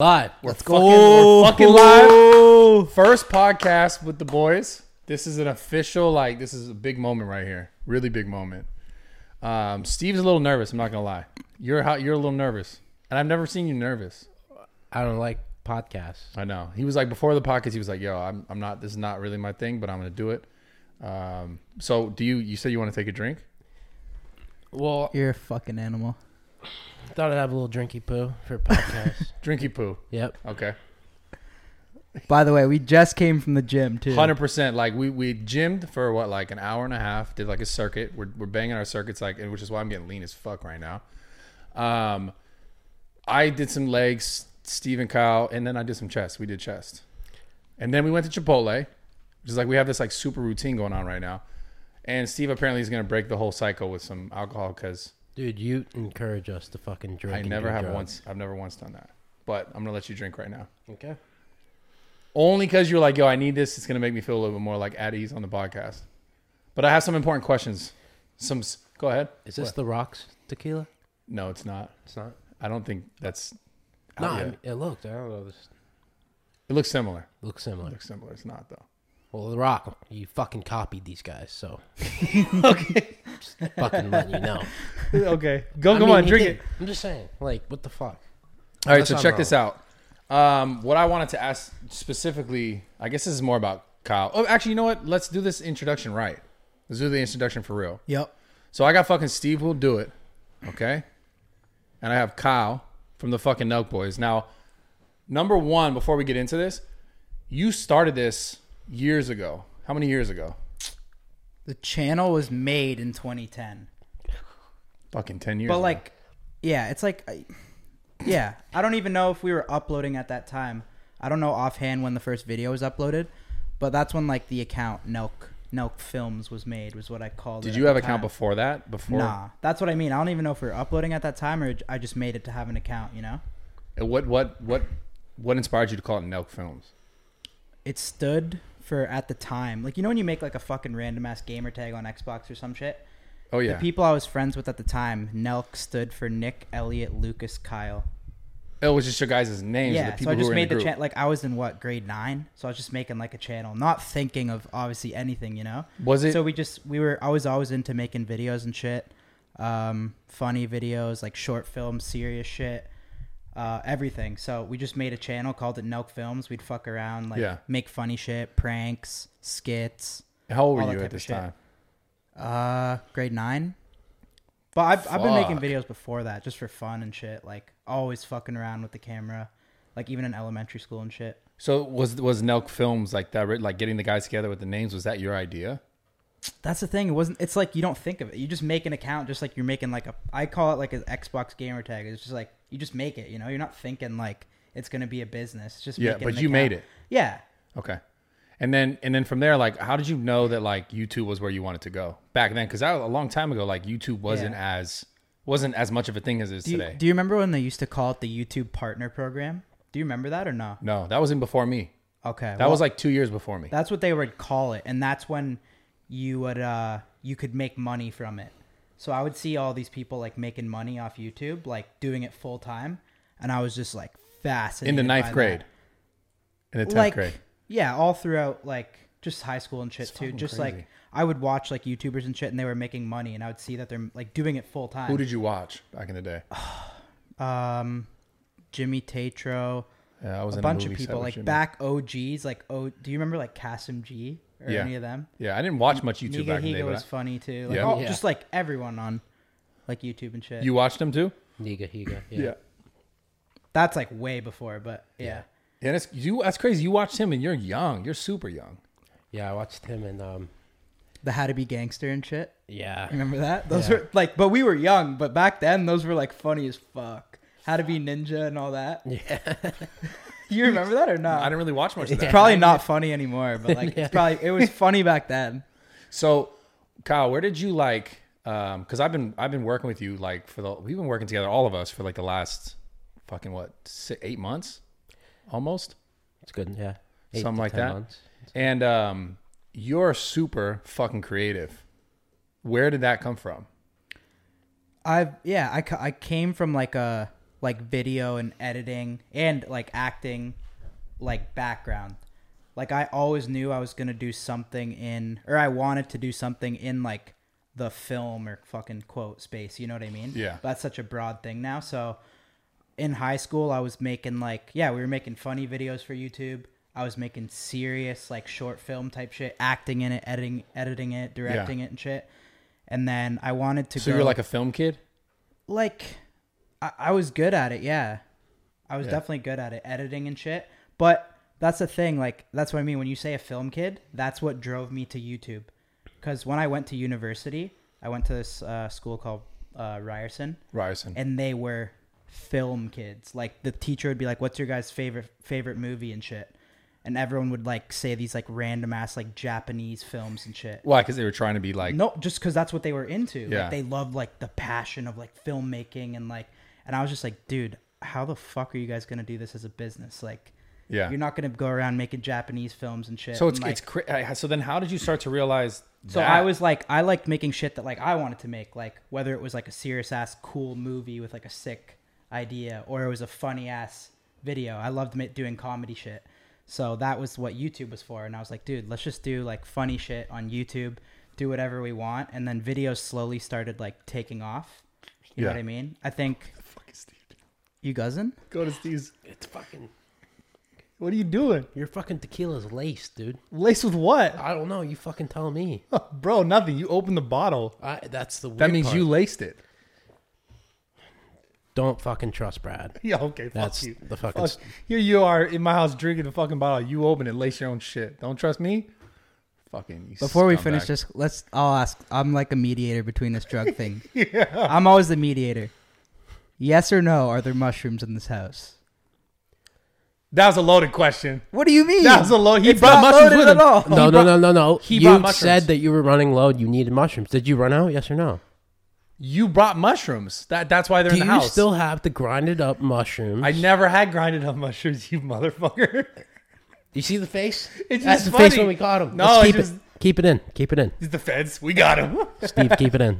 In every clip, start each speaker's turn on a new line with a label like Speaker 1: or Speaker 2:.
Speaker 1: Live. We're
Speaker 2: Let's
Speaker 1: fucking,
Speaker 2: go.
Speaker 3: Oh,
Speaker 1: we're fucking live. First podcast with the boys. This is an official, like, this is a big moment right here. Really big moment. Um, Steve's a little nervous. I'm not gonna lie. You're how, you're a little nervous, and I've never seen you nervous.
Speaker 2: I don't like podcasts.
Speaker 1: I know. He was like before the podcast. He was like, "Yo, I'm, I'm not. This is not really my thing, but I'm gonna do it." Um, so, do you? You said you want to take a drink?
Speaker 3: Well,
Speaker 2: You're a fucking animal.
Speaker 3: I thought I'd have a little drinky poo for a podcast.
Speaker 1: Drinky poo.
Speaker 3: yep.
Speaker 1: Okay.
Speaker 2: By the way, we just came from the gym too.
Speaker 1: Hundred percent. Like we we gymmed for what like an hour and a half. Did like a circuit. We're we're banging our circuits like, and which is why I'm getting lean as fuck right now. Um, I did some legs, Steve and Kyle, and then I did some chest. We did chest, and then we went to Chipotle, which is like we have this like super routine going on right now. And Steve apparently is gonna break the whole cycle with some alcohol because
Speaker 3: Dude, you encourage us to fucking drink.
Speaker 1: I
Speaker 3: and
Speaker 1: never
Speaker 3: do
Speaker 1: have
Speaker 3: drugs.
Speaker 1: once. I've never once done that. But I'm gonna let you drink right now.
Speaker 3: Okay.
Speaker 1: Only because you're like, yo, I need this. It's gonna make me feel a little bit more like at ease on the podcast. But I have some important questions. Some s- go ahead.
Speaker 3: Is this
Speaker 1: What?
Speaker 3: the rocks tequila?
Speaker 1: No, it's not.
Speaker 3: It's not.
Speaker 1: I don't think that's.
Speaker 3: No,
Speaker 1: out
Speaker 3: I
Speaker 1: yet.
Speaker 3: mean, it looked. I don't know. This
Speaker 1: it looks similar.
Speaker 3: looks
Speaker 1: It
Speaker 3: similar.
Speaker 1: looks similar. It's not though.
Speaker 3: Well, the rock, you fucking copied these guys, so okay. Just fucking letting you know.
Speaker 1: okay, go.
Speaker 3: I
Speaker 1: Come
Speaker 3: mean,
Speaker 1: on,
Speaker 3: he
Speaker 1: drink
Speaker 3: did-
Speaker 1: it.
Speaker 3: I'm just saying, like, what the fuck?
Speaker 1: All right,
Speaker 3: That's
Speaker 1: so
Speaker 3: not
Speaker 1: check this out. Um, what I wanted to ask specifically, I guess this is more about Kyle. Oh, actually, you know what? Let's do this introduction right. Let's do the introduction for real.
Speaker 2: Yep.
Speaker 1: So I got fucking Steve who'll do it. Okay. And I have Kyle from the fucking Nelk Boys. Now, number one, before we get into this, you started this years ago. How many years ago?
Speaker 2: The channel was made in 2010,
Speaker 1: Fucking 10 years.
Speaker 2: but
Speaker 1: ago.
Speaker 2: like, yeah, it's like, I- yeah, I don't even know if we were uploading at that time. I don't know offhand when the first video was uploaded, but that's when like the account Nelk Nelk Films was made was what I called. it
Speaker 1: did
Speaker 2: at
Speaker 1: you have
Speaker 2: the
Speaker 1: an account
Speaker 2: time.
Speaker 1: before that? Before?
Speaker 2: Nah, that's what I mean. I don't even know if we were uploading at that time or I just made it to have an account. You know.
Speaker 1: And Uh, What, what, what, what inspired you to call it Nelk Films?
Speaker 2: it stood for at the time like you know when you make like a fucking random ass gamer tag on xbox or some shit
Speaker 1: Oh, yeah.
Speaker 2: the people i was friends with at the time nelk stood for nick elliot lucas kyle
Speaker 1: it was just your guys' names. Yeah,
Speaker 2: yeah
Speaker 1: the
Speaker 2: so
Speaker 1: people
Speaker 2: i
Speaker 1: who
Speaker 2: just
Speaker 1: were
Speaker 2: made
Speaker 1: in the,
Speaker 2: the,
Speaker 1: group.
Speaker 2: channel like i was in what grade nine so i was just making like a channel not thinking of obviously anything you know
Speaker 1: Was it?
Speaker 2: so we just we were i was always into making videos and shit um funny videos like short films serious shit uh, everything. So we just made a channel called it Nelk Films. We'd fuck around, like
Speaker 1: Yeah.
Speaker 2: make funny shit, pranks, skits,
Speaker 1: how old
Speaker 2: all
Speaker 1: were
Speaker 2: that
Speaker 1: you
Speaker 2: type
Speaker 1: at
Speaker 2: of
Speaker 1: this
Speaker 2: shit.
Speaker 1: time?
Speaker 2: Uh, grade nine. But I've, I've been making
Speaker 1: Fuck.
Speaker 2: videos before that just for fun and shit. Like always fucking around with the camera, like even in elementary school and shit.
Speaker 1: So was was Nelk Films like that? Like getting the guys together with the names was that your idea?
Speaker 2: That's the thing. It wasn't. It's like you don't think of it. You just make an account, just like you're making like a. I call it like an Xbox gamer tag. It's just like you just make it. You know, you're not thinking like it's gonna be a business. It's just
Speaker 1: Yeah,
Speaker 2: making
Speaker 1: but
Speaker 2: an
Speaker 1: you made
Speaker 2: account.
Speaker 1: it.
Speaker 2: Yeah,
Speaker 1: Okay. And then and then from there, like, how did you know that like YouTube was where you wanted to go back then? Because a long time ago, like YouTube wasn't as wasn't as much of a thing as it is
Speaker 2: Do you,
Speaker 1: today.
Speaker 2: do you remember when they used to call it the YouTube Partner Program? Do you remember that or no?
Speaker 1: no, that was in before me.
Speaker 2: Okay,
Speaker 1: That was like two years before me.
Speaker 2: That's what they would call it, and that's when you would uh you could make money from it. So I would see all these people like making money off YouTube, like doing it full time, and I was just like
Speaker 1: in
Speaker 2: fascinated.
Speaker 1: the
Speaker 2: by
Speaker 1: ninth
Speaker 2: that.
Speaker 1: grade. In the tenth
Speaker 2: like
Speaker 1: grade.
Speaker 2: yeah, all throughout like just high school and shit too.
Speaker 1: fucking
Speaker 2: Just
Speaker 1: crazy.
Speaker 2: like I would watch like YouTubers and shit, and they were making money, and I would see that they're like doing it full time.
Speaker 1: Who did you watch back in the day?
Speaker 2: um, Jimmy Tatro,
Speaker 1: Yeah, I was
Speaker 2: a
Speaker 1: in
Speaker 2: bunch
Speaker 1: movie
Speaker 2: of
Speaker 1: set
Speaker 2: people
Speaker 1: with
Speaker 2: like
Speaker 1: Jimmy.
Speaker 2: back OGs. Like oh, do you remember like Kasim G or
Speaker 1: Yeah.
Speaker 2: any of them?
Speaker 1: Yeah, I didn't watch much YouTube
Speaker 2: Niga
Speaker 1: back in the
Speaker 2: Higa
Speaker 1: day.
Speaker 2: was
Speaker 1: But
Speaker 2: funny too. Like
Speaker 1: Yeah.
Speaker 2: all-
Speaker 3: Yeah.
Speaker 2: just like everyone on like YouTube and shit.
Speaker 1: I, you watched them too?
Speaker 3: Niga Higa. Yeah.
Speaker 2: That's like way before, but yeah.
Speaker 1: Yeah, that's you that's crazy. You watched him and you're young. You're super young.
Speaker 3: Yeah, I watched him and, um,
Speaker 2: The How to Be Gangster and shit.
Speaker 3: yeah.
Speaker 2: Remember that? Those were like but we were young, but back then those were like funny as fuck. How to be ninja and all that.
Speaker 3: Yeah.
Speaker 2: You remember that
Speaker 1: I
Speaker 2: or not?
Speaker 1: didn't really watch much of that.
Speaker 2: It's probably not funny anymore, but like it's probably it was funny back then.
Speaker 1: So, Kyle, where did you like? Because I've been I've been working with you like for the we've been working together all of us for like the last fucking what si eight months, almost
Speaker 3: It's good. Yeah. Eight
Speaker 1: something
Speaker 3: to
Speaker 1: like
Speaker 3: 10
Speaker 1: that.
Speaker 3: months.
Speaker 1: And um, you're super fucking creative. Where did that come from?
Speaker 2: I've yeah, I, ca- I came from like a like video and editing and like acting like background. Like I always knew I was gonna do something in or I wanted to do something in like the film or fucking quote space, you know what I mean?
Speaker 1: Yeah.
Speaker 2: That's such a broad thing now. So in high school I was making like yeah, we were making funny videos for YouTube. I was making serious like short film type shit, acting in it, editing editing it, directing it and shit. And then I wanted to
Speaker 1: So
Speaker 2: go
Speaker 1: you're like a film kid?
Speaker 2: like I, I was good at it yeah i was
Speaker 1: Yeah.
Speaker 2: definitely good at it editing and shit but that's the thing like that's what i mean when you say a film kid that's what drove me to youtube because when i went to university i went to this uh, school called uh, ryerson
Speaker 1: Ryerson.
Speaker 2: and they were film kids like the teacher would be like what's your guys favorite favorite movie and shit and everyone would like say these like random ass like japanese films and shit
Speaker 1: Why? Because they were trying to be like,
Speaker 2: no, just because that's what they were into.
Speaker 1: Yeah.
Speaker 2: Like, they loved like the passion of like filmmaking and like, and I was just like, dude, how the fuck are you guys gonna do this as a business? Like,
Speaker 1: yeah.
Speaker 2: you're not gonna go around making Japanese films and shit.
Speaker 1: so it's
Speaker 2: and, like,
Speaker 1: it's cra- I- so then how did you start to realize?
Speaker 2: so
Speaker 1: that?
Speaker 2: I was like, I liked making shit that like I wanted to make, like whether it was like a serious ass cool movie with like a sick idea or it was a funny ass video. I loved ma- doing comedy shit. So that was what YouTube was for, and I was like, dude, let's just do like funny shit on YouTube, do whatever we want, and then videos slowly started like taking off. You know
Speaker 1: Yeah.
Speaker 2: what I mean? I think
Speaker 1: Fucking Steve.
Speaker 2: you guzzin.
Speaker 1: Go to Steve's.
Speaker 3: It's fucking.
Speaker 1: What are you doing?
Speaker 3: Your fucking tequila's laced, dude.
Speaker 1: Laced with what,
Speaker 3: I don't know. You fucking tell me.
Speaker 1: bro? Nothing. You opened the bottle.
Speaker 3: I, that's the. Weird
Speaker 1: That means
Speaker 3: part.
Speaker 1: you laced it.
Speaker 3: don't fucking trust Brad.
Speaker 1: Yeah, okay. Fuck
Speaker 3: That's
Speaker 1: you.
Speaker 3: the fucking
Speaker 1: Fuck. Here you are in my house drinking the fucking bottle. You open it, lace your own shit. Don't trust me. Fucking. You
Speaker 2: Before we finish
Speaker 1: scumbag.
Speaker 2: this, let's. I'll ask. I'm like a mediator between this drug thing. I'm always the mediator. Yes or no? Are there mushrooms in this house?
Speaker 1: that was a loaded question.
Speaker 2: What do you mean?
Speaker 1: That was a load. He
Speaker 2: It's
Speaker 1: brought
Speaker 2: not
Speaker 1: mushrooms
Speaker 2: loaded
Speaker 1: with
Speaker 2: at
Speaker 1: him.
Speaker 2: all.
Speaker 1: He
Speaker 3: No, no,
Speaker 1: brought-
Speaker 3: no, no, no.
Speaker 1: he brought
Speaker 3: you
Speaker 1: mushrooms.
Speaker 3: said that you were running low. You needed mushrooms. Did you run out? Yes or no?
Speaker 1: You brought mushrooms. That that's why they're
Speaker 3: Do
Speaker 1: in
Speaker 3: you
Speaker 1: the house.
Speaker 3: still have the grinded up mushrooms?
Speaker 1: I never had grinded up mushrooms, you motherfucker.
Speaker 3: you see the face?
Speaker 1: It's
Speaker 3: That's
Speaker 1: just
Speaker 3: the face
Speaker 1: funny.
Speaker 3: when we caught him.
Speaker 1: No,
Speaker 3: Let's
Speaker 1: it
Speaker 3: keep it.
Speaker 1: just-
Speaker 3: Keep it in. Keep it in.
Speaker 1: He's the feds. We got him.
Speaker 3: Steve, keep it in.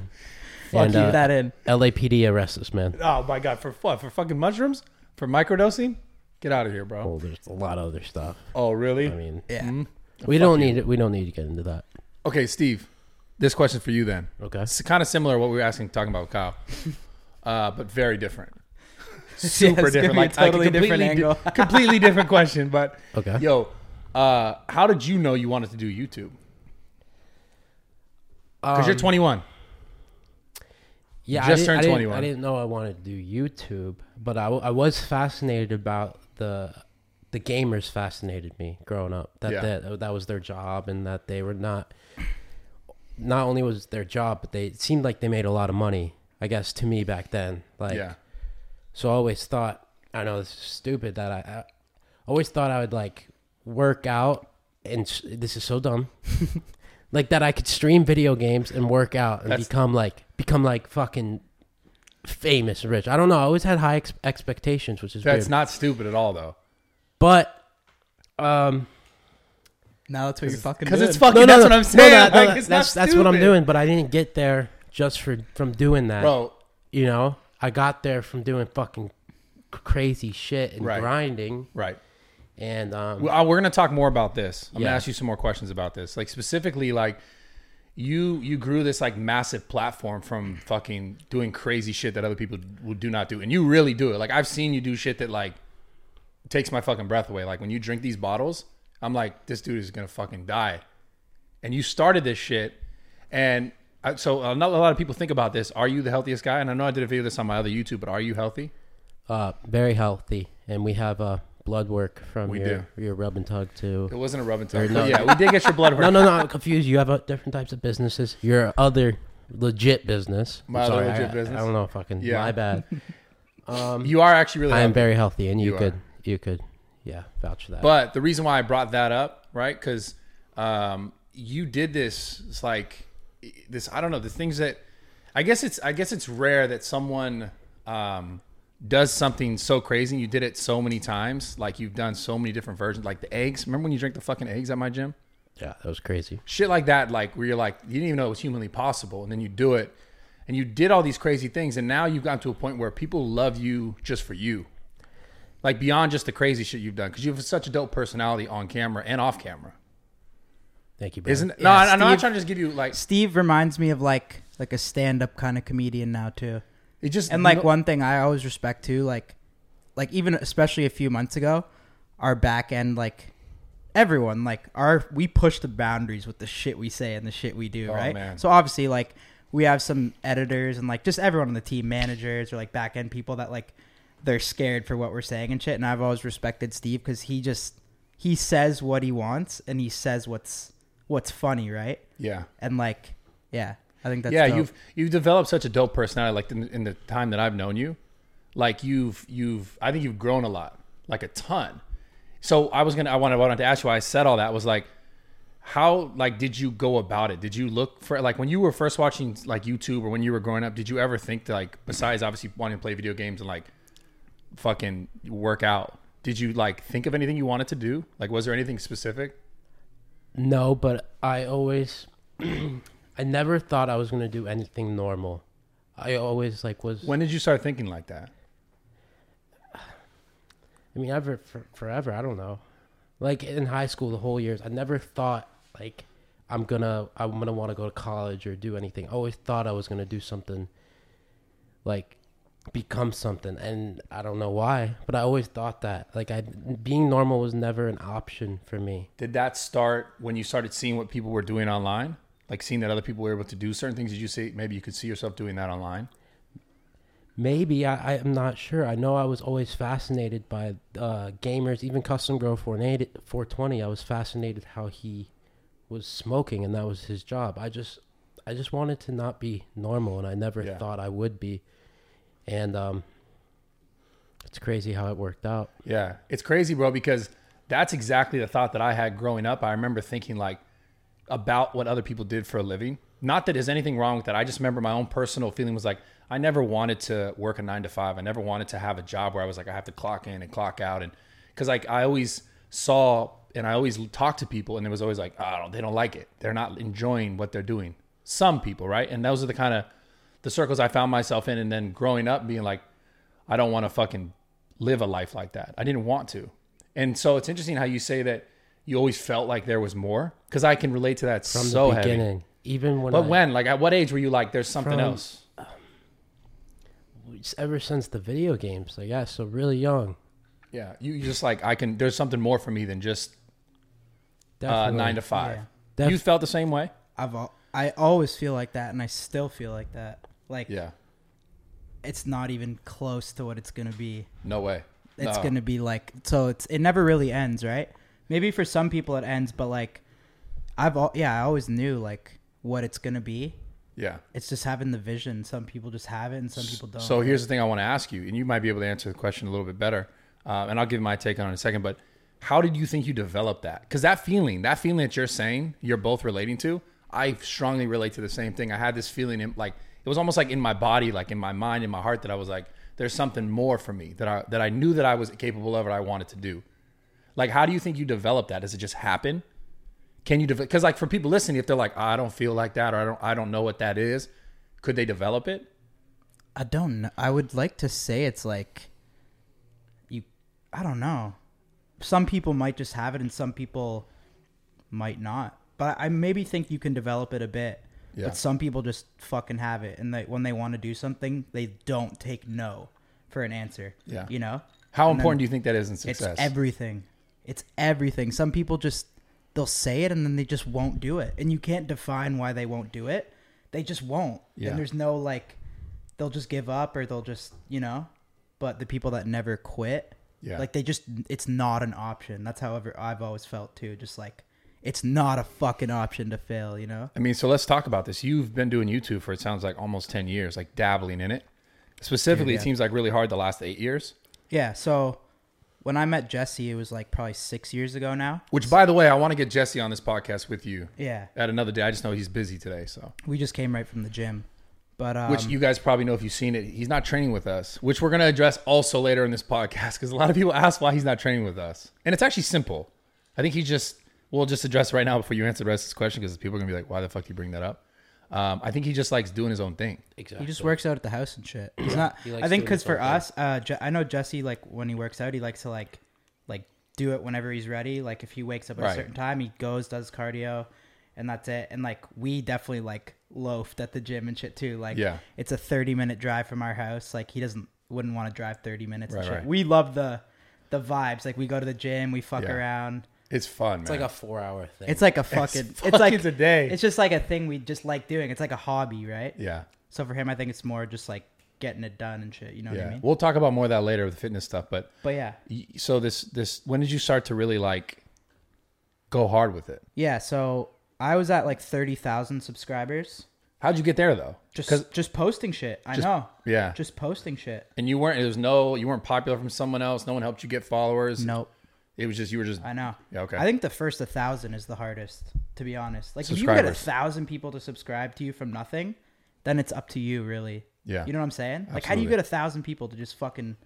Speaker 2: Fuck,
Speaker 3: and
Speaker 2: keep
Speaker 3: uh,
Speaker 2: that in.
Speaker 3: LAPD arrest this man.
Speaker 1: Oh my god, for what? For fucking mushrooms? For microdosing? Get out of here, bro.
Speaker 3: Well, there's a lot of other stuff.
Speaker 1: Oh really? Mm-hmm.
Speaker 3: I mean,
Speaker 2: Yeah.
Speaker 3: we don't need it. We don't need to get into that.
Speaker 1: Okay, Steve. This question for you then.
Speaker 3: Okay.
Speaker 1: It's kind of similar to what we were asking, talking about with Kyle, uh, but very different. Super
Speaker 2: it's gonna
Speaker 1: different.
Speaker 2: be a
Speaker 1: Like like,
Speaker 2: totally different
Speaker 1: completely di-
Speaker 2: angle.
Speaker 1: completely different question, but
Speaker 3: Okay.
Speaker 1: Yo, uh, how did you know you wanted to do YouTube? Because
Speaker 3: Um,
Speaker 1: you're 21.
Speaker 3: Yeah,
Speaker 1: Just
Speaker 3: I didn't-
Speaker 1: turned
Speaker 3: I didn't-
Speaker 1: 21.
Speaker 3: I didn't know I wanted to do YouTube, but I, w- I was fascinated about the the gamers fascinated me growing up. That
Speaker 1: Yeah.
Speaker 3: that that was their job, and that they were not not only was it their job, but they it seemed like they made a lot of money. I guess to me back then, like
Speaker 1: yeah.
Speaker 3: so I always thought, I know this is stupid that I, I always thought I would like work out and s- this is so dumb. like that I could stream video games and work out and
Speaker 1: That's-
Speaker 3: become like become like fucking famous and rich. I don't know. I always had high ex- expectations, which is
Speaker 1: That's
Speaker 3: weird.
Speaker 1: not stupid at all, though.
Speaker 3: but um
Speaker 2: Now that's what you're fucking.
Speaker 1: Because
Speaker 2: doing.
Speaker 1: it's fucking. that's what I'm saying.
Speaker 3: that-
Speaker 1: Like,
Speaker 3: that-
Speaker 1: it's not
Speaker 3: that's that's what I'm
Speaker 1: stupid.
Speaker 3: doing, but I didn't get there just for from doing that.
Speaker 1: bro.
Speaker 3: You know? I got there from doing fucking c- crazy shit and
Speaker 1: Right.
Speaker 3: grinding
Speaker 1: Right.
Speaker 3: and um
Speaker 1: Well, uh, we're gonna talk more about this. I'm
Speaker 3: Yeah.
Speaker 1: gonna ask you some more questions about this. Like specifically, like you you grew this like massive platform from fucking doing crazy shit that other people will do not do, and you really do it. Like I've seen you do shit that like takes my fucking breath away. Like when you drink these bottles, I'm like, this dude is gonna fucking die. And you started this shit, and I, so uh, not a lot of people think about this. Are you the healthiest guy? And I know I did a video of this on my other YouTube, but are you healthy?
Speaker 3: Uh, very healthy, and we have uh, blood work from
Speaker 1: We
Speaker 3: your your rub and tug
Speaker 1: It
Speaker 3: too.
Speaker 1: wasn't a rub and tug.
Speaker 3: no.
Speaker 1: but Yeah, we did get your blood work.
Speaker 3: No, no, no! I'm confused. You have uh, different types of businesses. Your other legit business. I'm
Speaker 1: My other
Speaker 3: sorry, I-
Speaker 1: legit
Speaker 3: I-
Speaker 1: business?
Speaker 3: I don't know. Fucking
Speaker 1: Yeah.
Speaker 3: my bad.
Speaker 1: You are actually really.
Speaker 3: I am
Speaker 1: healthy.
Speaker 3: very healthy, and you,
Speaker 1: You
Speaker 3: could
Speaker 1: are.
Speaker 3: you could yeah vouch for that.
Speaker 1: But the reason why I brought that up, right? Because um, you did this. It's like this. I don't know the things that. I guess it's. I guess it's rare that someone um, does something so crazy. and You did it so many times. Like you've done so many different versions. Like the eggs. Remember when you drank the fucking eggs at my gym?
Speaker 3: yeah, that was crazy.
Speaker 1: Shit like that. Like where you're like you didn't even know it was humanly possible, and then you do it, and you did all these crazy things, and now you've gotten to a point where people love you just for you, like beyond just the crazy shit you've done, because you have such a dope personality on camera and off camera.
Speaker 3: Thank you, brother.
Speaker 1: Isn't no, I- I'm not
Speaker 2: Steve-
Speaker 1: trying to just give you like
Speaker 2: Steve reminds me of like like a stand up kind of comedian now too.
Speaker 1: it just
Speaker 2: And like
Speaker 1: no-
Speaker 2: one thing I always respect too, like like even especially a few months ago, our back end like everyone like our we push the boundaries with the shit we say and the shit we do,
Speaker 1: Oh,
Speaker 2: right?
Speaker 1: man.
Speaker 2: So obviously like we have some editors and like just everyone on the team, managers or like back end people that like they're scared for what we're saying and shit. And I've always respected Steve because he just he says what he wants and he says what's what's funny, right?
Speaker 1: yeah.
Speaker 2: And like yeah, I think that's
Speaker 1: yeah,
Speaker 2: dope.
Speaker 1: you've you've developed such a dope personality. Like in, in the time that I've known you, like you've you've I think you've grown a lot, like a ton. So I was gonna I wanted, I wanted to ask you why I said all that was like, how like did you go about it? Did you look for like when you were first watching like YouTube or when you were growing up? Did you ever think to, like besides obviously wanting to play video games and like fucking work out? Did you like think of anything you wanted to do? Like was there anything specific?
Speaker 3: No, but I always, I never thought I was gonna do anything normal. I always like was.
Speaker 1: When did you start thinking like that?
Speaker 3: I mean, ever for, forever. I don't know. Like in high school, the whole years, I never thought like I'm gonna I'm gonna want to go to college or do anything. I always thought I was gonna do something, like become something, and I don't know why, but I always thought that like I being normal was never an option for me.
Speaker 1: Did that start when you started seeing what people were doing online? Like seeing that other people were able to do certain things? Did you see maybe you could see yourself doing that online?
Speaker 3: Maybe I, I am not sure. I know I was always fascinated by uh, gamers, even Custom Grow 480 420. I was fascinated how he was smoking, and that was his job. I just I just wanted to not be normal, and I never
Speaker 1: Yeah.
Speaker 3: thought I would be. And um, it's crazy how it worked out.
Speaker 1: Yeah, it's crazy, bro, because that's exactly the thought that I had growing up. I remember thinking like about what other people did for a living. Not that there's anything wrong with that. I just remember my own personal feeling was like I never wanted to work a 9 to 5. I never wanted to have a job where I was like I have to clock in and clock out and cuz like I always saw and I always talked to people and it was always like, "Oh, they don't like it. They're not enjoying what they're doing." Some people, right? And those are the kind of the circles I found myself in and then growing up being like I don't want to fucking live a life like that. I didn't want to. And so it's interesting how you say that you always felt like there was more because I can relate to that
Speaker 3: From
Speaker 1: so
Speaker 3: the
Speaker 1: heavy.
Speaker 3: beginning, even when
Speaker 1: But
Speaker 3: I,
Speaker 1: when, like, at what age were you like, there's something
Speaker 3: From-
Speaker 1: else?
Speaker 3: ever since the video games, I guess, so really young.
Speaker 1: Yeah, you you just like I can. There's something more for me than just uh,
Speaker 3: Definitely.
Speaker 1: nine to five.
Speaker 3: Yeah.
Speaker 1: you
Speaker 3: Def-
Speaker 1: felt the same way.
Speaker 2: I've al- I always feel like that, and I still feel like that. Like
Speaker 1: Yeah,
Speaker 2: it's not even close to what it's gonna be.
Speaker 1: no way.
Speaker 2: It's
Speaker 1: No.
Speaker 2: gonna be like so. It's it never really ends, right? Maybe for some people it ends, but like I've all yeah, I always knew like what it's gonna be.
Speaker 1: Yeah.
Speaker 2: It's just having the vision. Some people just have it, and some people don't.
Speaker 1: So here's the thing I want to ask you, and you might be able to answer the question a little bit better, uh, and I'll give my take on it in a second. But how did you think you developed that? Because that feeling, that feeling that you're saying, you're both relating to, I strongly relate to the same thing. I had this feeling, in, like it was almost like in my body, like in my mind, in my heart, that I was like, there's something more for me that I that I knew that I was capable of, or I wanted to do. Like, how do you think you developed that? Does it just happen? Can you develop? Because like for people listening, if they're like, I don't feel like that, or I don't, I don't know what that is, could they develop it?
Speaker 2: I don't know. I would like to say it's like you I don't know. Some people might just have it and some people might not. But I maybe think you can develop it a bit.
Speaker 1: Yeah.
Speaker 2: But some people just fucking have it and they when they want to do something, they don't take no for an answer.
Speaker 1: Yeah.
Speaker 2: You know?
Speaker 1: How
Speaker 2: And then
Speaker 1: important do you think that is in
Speaker 2: It's
Speaker 1: success?
Speaker 2: everything. It's everything. Some people just they'll say it and then they just won't do it. And you can't define why they won't do it. They just won't.
Speaker 1: Yeah.
Speaker 2: And there's no like they'll just give up or they'll just, you know. But the people that never quit,
Speaker 1: Yeah.
Speaker 2: like they just it's not an option. That's however I've always felt too. Just like it's not a fucking option to fail, you know?
Speaker 1: I mean, so let's talk about this. You've been doing YouTube for it sounds like almost 10 years, like dabbling in it. Specifically,
Speaker 2: Dude,
Speaker 1: it
Speaker 2: yeah.
Speaker 1: seems like really hard the last eight years.
Speaker 2: Yeah, so when I met Jesse, it was like probably six years ago now.
Speaker 1: Which, by the way, I want to get Jesse on this podcast with you
Speaker 2: Yeah.
Speaker 1: at another day. I just know he's busy today. So,
Speaker 2: We just came right from the gym. But um,
Speaker 1: which you guys probably know if you've seen it, he's not training with us, which we're going to address also later in this podcast because a lot of people ask why he's not training with us. And it's actually simple. I think he just, we'll just address right now before you answer the rest of this question because people are going to be like, why the fuck do you bring that up? Um, I think he just likes doing his own thing.
Speaker 3: Exactly.
Speaker 2: He just works out at the house and shit. He's not.
Speaker 3: He likes
Speaker 2: I
Speaker 3: doing
Speaker 2: think because
Speaker 3: his
Speaker 2: for
Speaker 3: own thing.
Speaker 2: us, uh, Je- I know Jesse like when he works out, he likes to like, like do it whenever he's ready. Like if he wakes up at
Speaker 1: Right.
Speaker 2: a certain time, he goes does cardio, and that's it. And like we definitely like loafed at the gym and shit too. Like
Speaker 1: Yeah.
Speaker 2: it's a thirty minute drive from our house. Like he doesn't wouldn't want to drive thirty minutes.
Speaker 1: Right,
Speaker 2: and shit.
Speaker 1: right.
Speaker 2: We love the the vibes. Like we go to the gym, we fuck
Speaker 1: Yeah.
Speaker 2: around.
Speaker 1: It's fun,
Speaker 3: It's
Speaker 1: man.
Speaker 3: like a four hour thing.
Speaker 2: It's like a fucking. It's, like
Speaker 1: fucking today.
Speaker 2: It's just like a thing we just like doing. It's like a hobby, right?
Speaker 1: yeah,
Speaker 2: So for him, I think it's more just like getting it done and shit. You know
Speaker 1: yeah.
Speaker 2: what I mean?
Speaker 1: We'll talk about more of that later with fitness stuff. But
Speaker 2: But yeah,
Speaker 1: y- so this this when did you start to really like go hard with it?
Speaker 2: yeah. So I was at like thirty thousand subscribers.
Speaker 1: How'd you get there though?
Speaker 2: Just just posting shit. I
Speaker 1: Just-
Speaker 2: know.
Speaker 1: yeah.
Speaker 2: Just posting shit.
Speaker 1: and you weren't. There was no. You weren't popular from someone else. No one helped you get followers.
Speaker 2: Nope.
Speaker 1: It was just you were just.
Speaker 2: I know.
Speaker 1: Yeah, okay.
Speaker 2: I think the first 1,000 is the hardest, to be honest. Like, if you get a
Speaker 1: Subscribers.
Speaker 2: 1,000 people to subscribe to you from nothing, then it's up to you, really.
Speaker 1: Yeah.
Speaker 2: You know what I'm saying? Like, how do you
Speaker 1: Absolutely.
Speaker 2: get a 1,000 people to just fucking.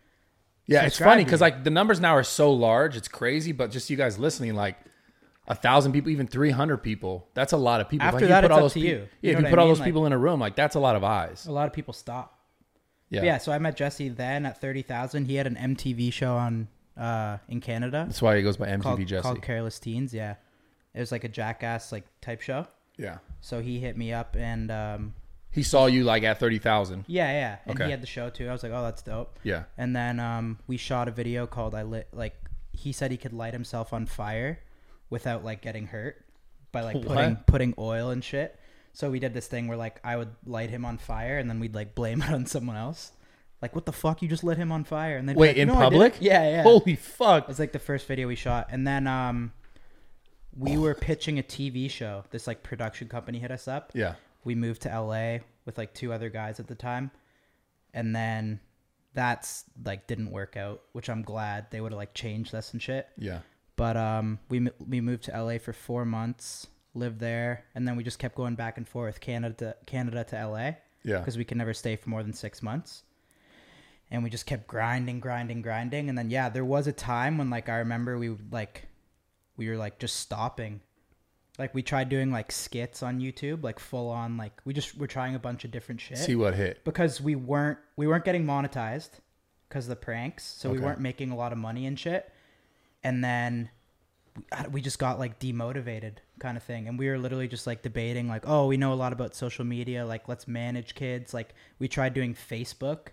Speaker 1: Yeah, it's
Speaker 2: subscribe
Speaker 1: funny
Speaker 2: to
Speaker 1: because
Speaker 2: you.
Speaker 1: like the numbers now are so large, it's crazy. But just you guys listening, like a thousand people, even three hundred people, that's a lot of people. If,
Speaker 2: After
Speaker 1: like, you
Speaker 2: that,
Speaker 1: put
Speaker 2: it's
Speaker 1: all
Speaker 2: up
Speaker 1: those
Speaker 2: to
Speaker 1: peop-
Speaker 2: you. You
Speaker 1: Yeah,
Speaker 2: know
Speaker 1: if you
Speaker 2: what I
Speaker 1: put all
Speaker 2: mean?
Speaker 1: those
Speaker 2: Like-
Speaker 1: people in a room, like that's a lot of eyes.
Speaker 2: A lot of people stop.
Speaker 1: Yeah,
Speaker 2: Yeah, so I met Jesse then at 30,000. He had an MTV show on uh, in Canada
Speaker 1: that's why it goes by MTV
Speaker 2: called,
Speaker 1: Jesse.
Speaker 2: called Careless Teens. Yeah. It was like a jackass like type show.
Speaker 1: yeah,
Speaker 2: So he hit me up and um,
Speaker 1: he saw you like at thirty thousand.
Speaker 2: yeah, yeah. And
Speaker 1: Okay.
Speaker 2: he had the show too. I was like, oh, that's dope.
Speaker 1: Yeah,
Speaker 2: And then um, we shot a video called I lit like he said he could light himself on fire without like getting hurt by like
Speaker 1: What?
Speaker 2: putting putting oil and shit. So we did this thing where like I would light him on fire and then we'd like blame it on someone else. Like what the fuck you just lit him on fire and then
Speaker 1: Wait, in public?
Speaker 2: Yeah, yeah.
Speaker 1: holy fuck!
Speaker 2: It was like the first video we shot, and then um, we were pitching a TV show. This like production company hit us up.
Speaker 1: Yeah,
Speaker 2: We moved to LA with like two other guys at the time, and then that's like didn't work out, which I'm glad they would have like changed us and shit.
Speaker 1: yeah,
Speaker 2: But um, we mo- we moved to LA for four months, lived there, and then we just kept going back and forth Canada to, Canada to LA
Speaker 1: yeah.
Speaker 2: because we can never stay for more than six months. And we just kept grinding, grinding, grinding. And then yeah, there was a time when like I remember we would like we were like just stopping. Like we tried doing like skits on YouTube, like full on like we just were trying a bunch of different shit
Speaker 1: See what hit.
Speaker 2: because we weren't we weren't getting monetized because the pranks, so we
Speaker 1: Okay.
Speaker 2: weren't making a lot of money and shit. And then we- I- we just got like demotivated kind of thing and we were literally just like debating like oh we know a lot about social media like let's manage kids like we tried doing facebook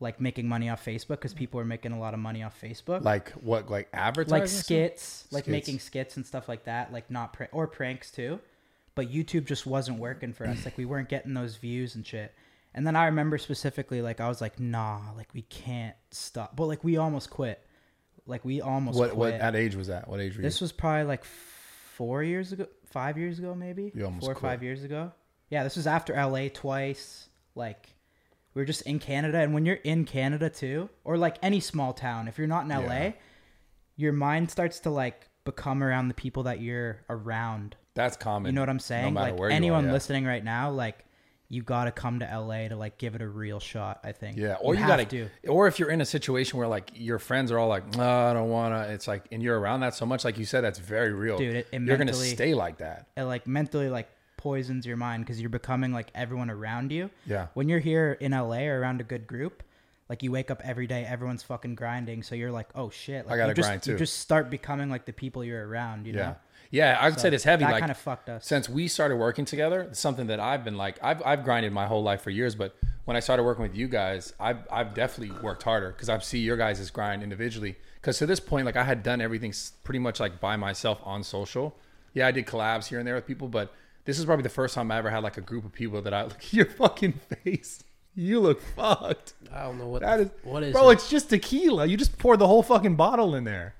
Speaker 2: like making money off facebook because people were making a lot of money off facebook
Speaker 1: Like
Speaker 2: like,
Speaker 1: what? Like advertising?
Speaker 2: skits like
Speaker 1: Skits.
Speaker 2: making skits and stuff like that like not pr- or pranks too but youtube just wasn't working for us like we weren't getting those views and shit and then i remember specifically like i was like nah like we can't stop but like we almost quit like we almost
Speaker 1: What? What?
Speaker 2: quit.
Speaker 1: At age was that? What age were you?
Speaker 2: This was probably like four years ago, five years ago, maybe.
Speaker 1: You almost
Speaker 2: four or
Speaker 1: quit.
Speaker 2: five years ago. Yeah, this was after LA twice. Like, we were just in Canada, and when you're in Canada too, or like any small town, if you're not in LA,
Speaker 1: Yeah.
Speaker 2: your mind starts to like become around the people that you're around.
Speaker 1: That's common.
Speaker 2: You know what I'm saying?
Speaker 1: No matter
Speaker 2: like
Speaker 1: where
Speaker 2: anyone
Speaker 1: you are, yeah.
Speaker 2: listening right now, like you got to come to LA to like give it a real shot. I think.
Speaker 1: Yeah, or you,
Speaker 2: have
Speaker 1: gotta
Speaker 2: to.
Speaker 1: Or if you're in a situation where like your friends are all like, "No, I don't wanna," it's like, and you're around that so much, like you said, that's very real,
Speaker 2: Dude, it- it
Speaker 1: you're gonna
Speaker 2: mentally-
Speaker 1: stay like that.
Speaker 2: it like mentally like poisons your mind because you're becoming like everyone around you.
Speaker 1: Yeah.
Speaker 2: When you're here in LA or around a good group, like you wake up every day, everyone's fucking grinding, so you're like, oh shit, like,
Speaker 1: gotta
Speaker 2: you just,
Speaker 1: grind,
Speaker 2: You
Speaker 1: too.
Speaker 2: just start becoming like the people you're around. You
Speaker 1: Yeah,
Speaker 2: know,
Speaker 1: yeah. I would say it's heavy.
Speaker 2: that
Speaker 1: like
Speaker 2: kind of fucked us.
Speaker 1: since we started working together. Something that I've been like, I've I've grinded my whole life for years, but when I started working with you guys, I've I've definitely worked harder because I see your guys' grind individually. Because to this point, like I had done everything s- pretty much like by myself on social. Yeah, I did collabs here and there with people, but this is probably the first time I ever had like a group of people that I look your fucking face. You look fucked.
Speaker 3: I don't know what
Speaker 1: That is
Speaker 3: what is
Speaker 1: bro.
Speaker 3: it?
Speaker 1: It's just tequila. You just poured the whole fucking bottle in there.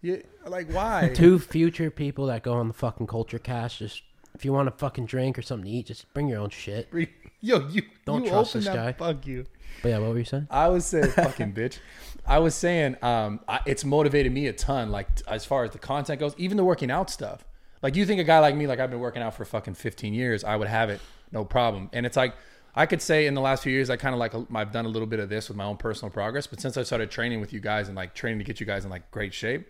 Speaker 1: You, like why?
Speaker 3: two future people that go on the fucking culture cast. Just if you want a fucking drink or something to eat, just bring your own shit.
Speaker 1: Yo, you
Speaker 3: Don't
Speaker 1: you
Speaker 3: trust
Speaker 1: open
Speaker 3: this
Speaker 1: that,
Speaker 3: guy.
Speaker 1: Fuck you.
Speaker 3: But yeah, what were you saying?
Speaker 1: I was saying, fucking bitch. I was saying, um, I, it's motivated me a ton. Like t- as far as the content goes, even the working out stuff. Like you think a guy like me, like I've been working out for fucking 15 years, I would have it no problem. And it's like I could say in the last few years, I kind of like I've done a little bit of this with my own personal progress. But since I started training with you guys and like training to get you guys in like great shape,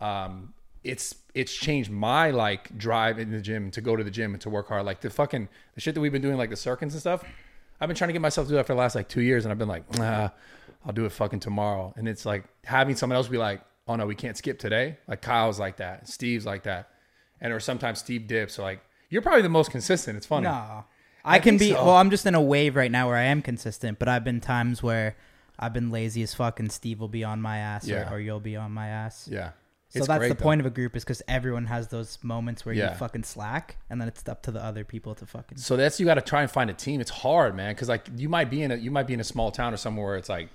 Speaker 1: um, it's it's changed my like drive in the gym to go to the gym and to work hard. Like the fucking the shit that we've been doing, like the circuits and stuff. I've been trying to get myself to do that for the last like two years, and I've been like, nah, I'll do it fucking tomorrow. And it's like having someone else be like, oh no, we can't skip today. Like Kyle's like that, Steve's like that, and or sometimes Steve dips. So like you're probably the most consistent. It's funny.
Speaker 2: No. I, can
Speaker 1: think
Speaker 2: be.
Speaker 1: so.
Speaker 2: Well, I'm just in a wave right now where I am consistent, but I've been times where I've been lazy as fuck, and Steve will be on my ass,
Speaker 1: Yeah.
Speaker 2: or, or you'll be on my ass.
Speaker 1: Yeah.
Speaker 2: So
Speaker 1: It's
Speaker 2: that's
Speaker 1: great,
Speaker 2: the
Speaker 1: though.
Speaker 2: point of a group is because everyone has those moments where
Speaker 1: Yeah.
Speaker 2: you fucking slack, and then it's up to the other people to fucking.
Speaker 1: So that's you got to try and find a team. It's hard, man, because like you might be in a you might be in a small town or somewhere where it's like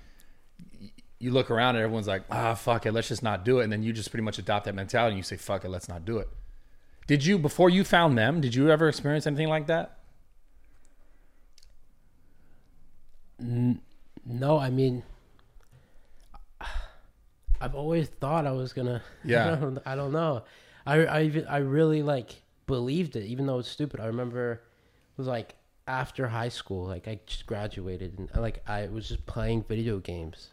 Speaker 1: y- you look around and everyone's like, ah, fuck it, let's just not do it, and then you just pretty much adopt that mentality and you say, fuck it, let's not do it. Did you before you found them? Did you ever experience anything like that?
Speaker 3: No, I mean, I've always thought I was gonna.
Speaker 1: Yeah.
Speaker 3: I don't, I don't know. I I even I really like believed it, even though it's stupid. I remember it was like after high school, like I just graduated, and like I was just playing video games,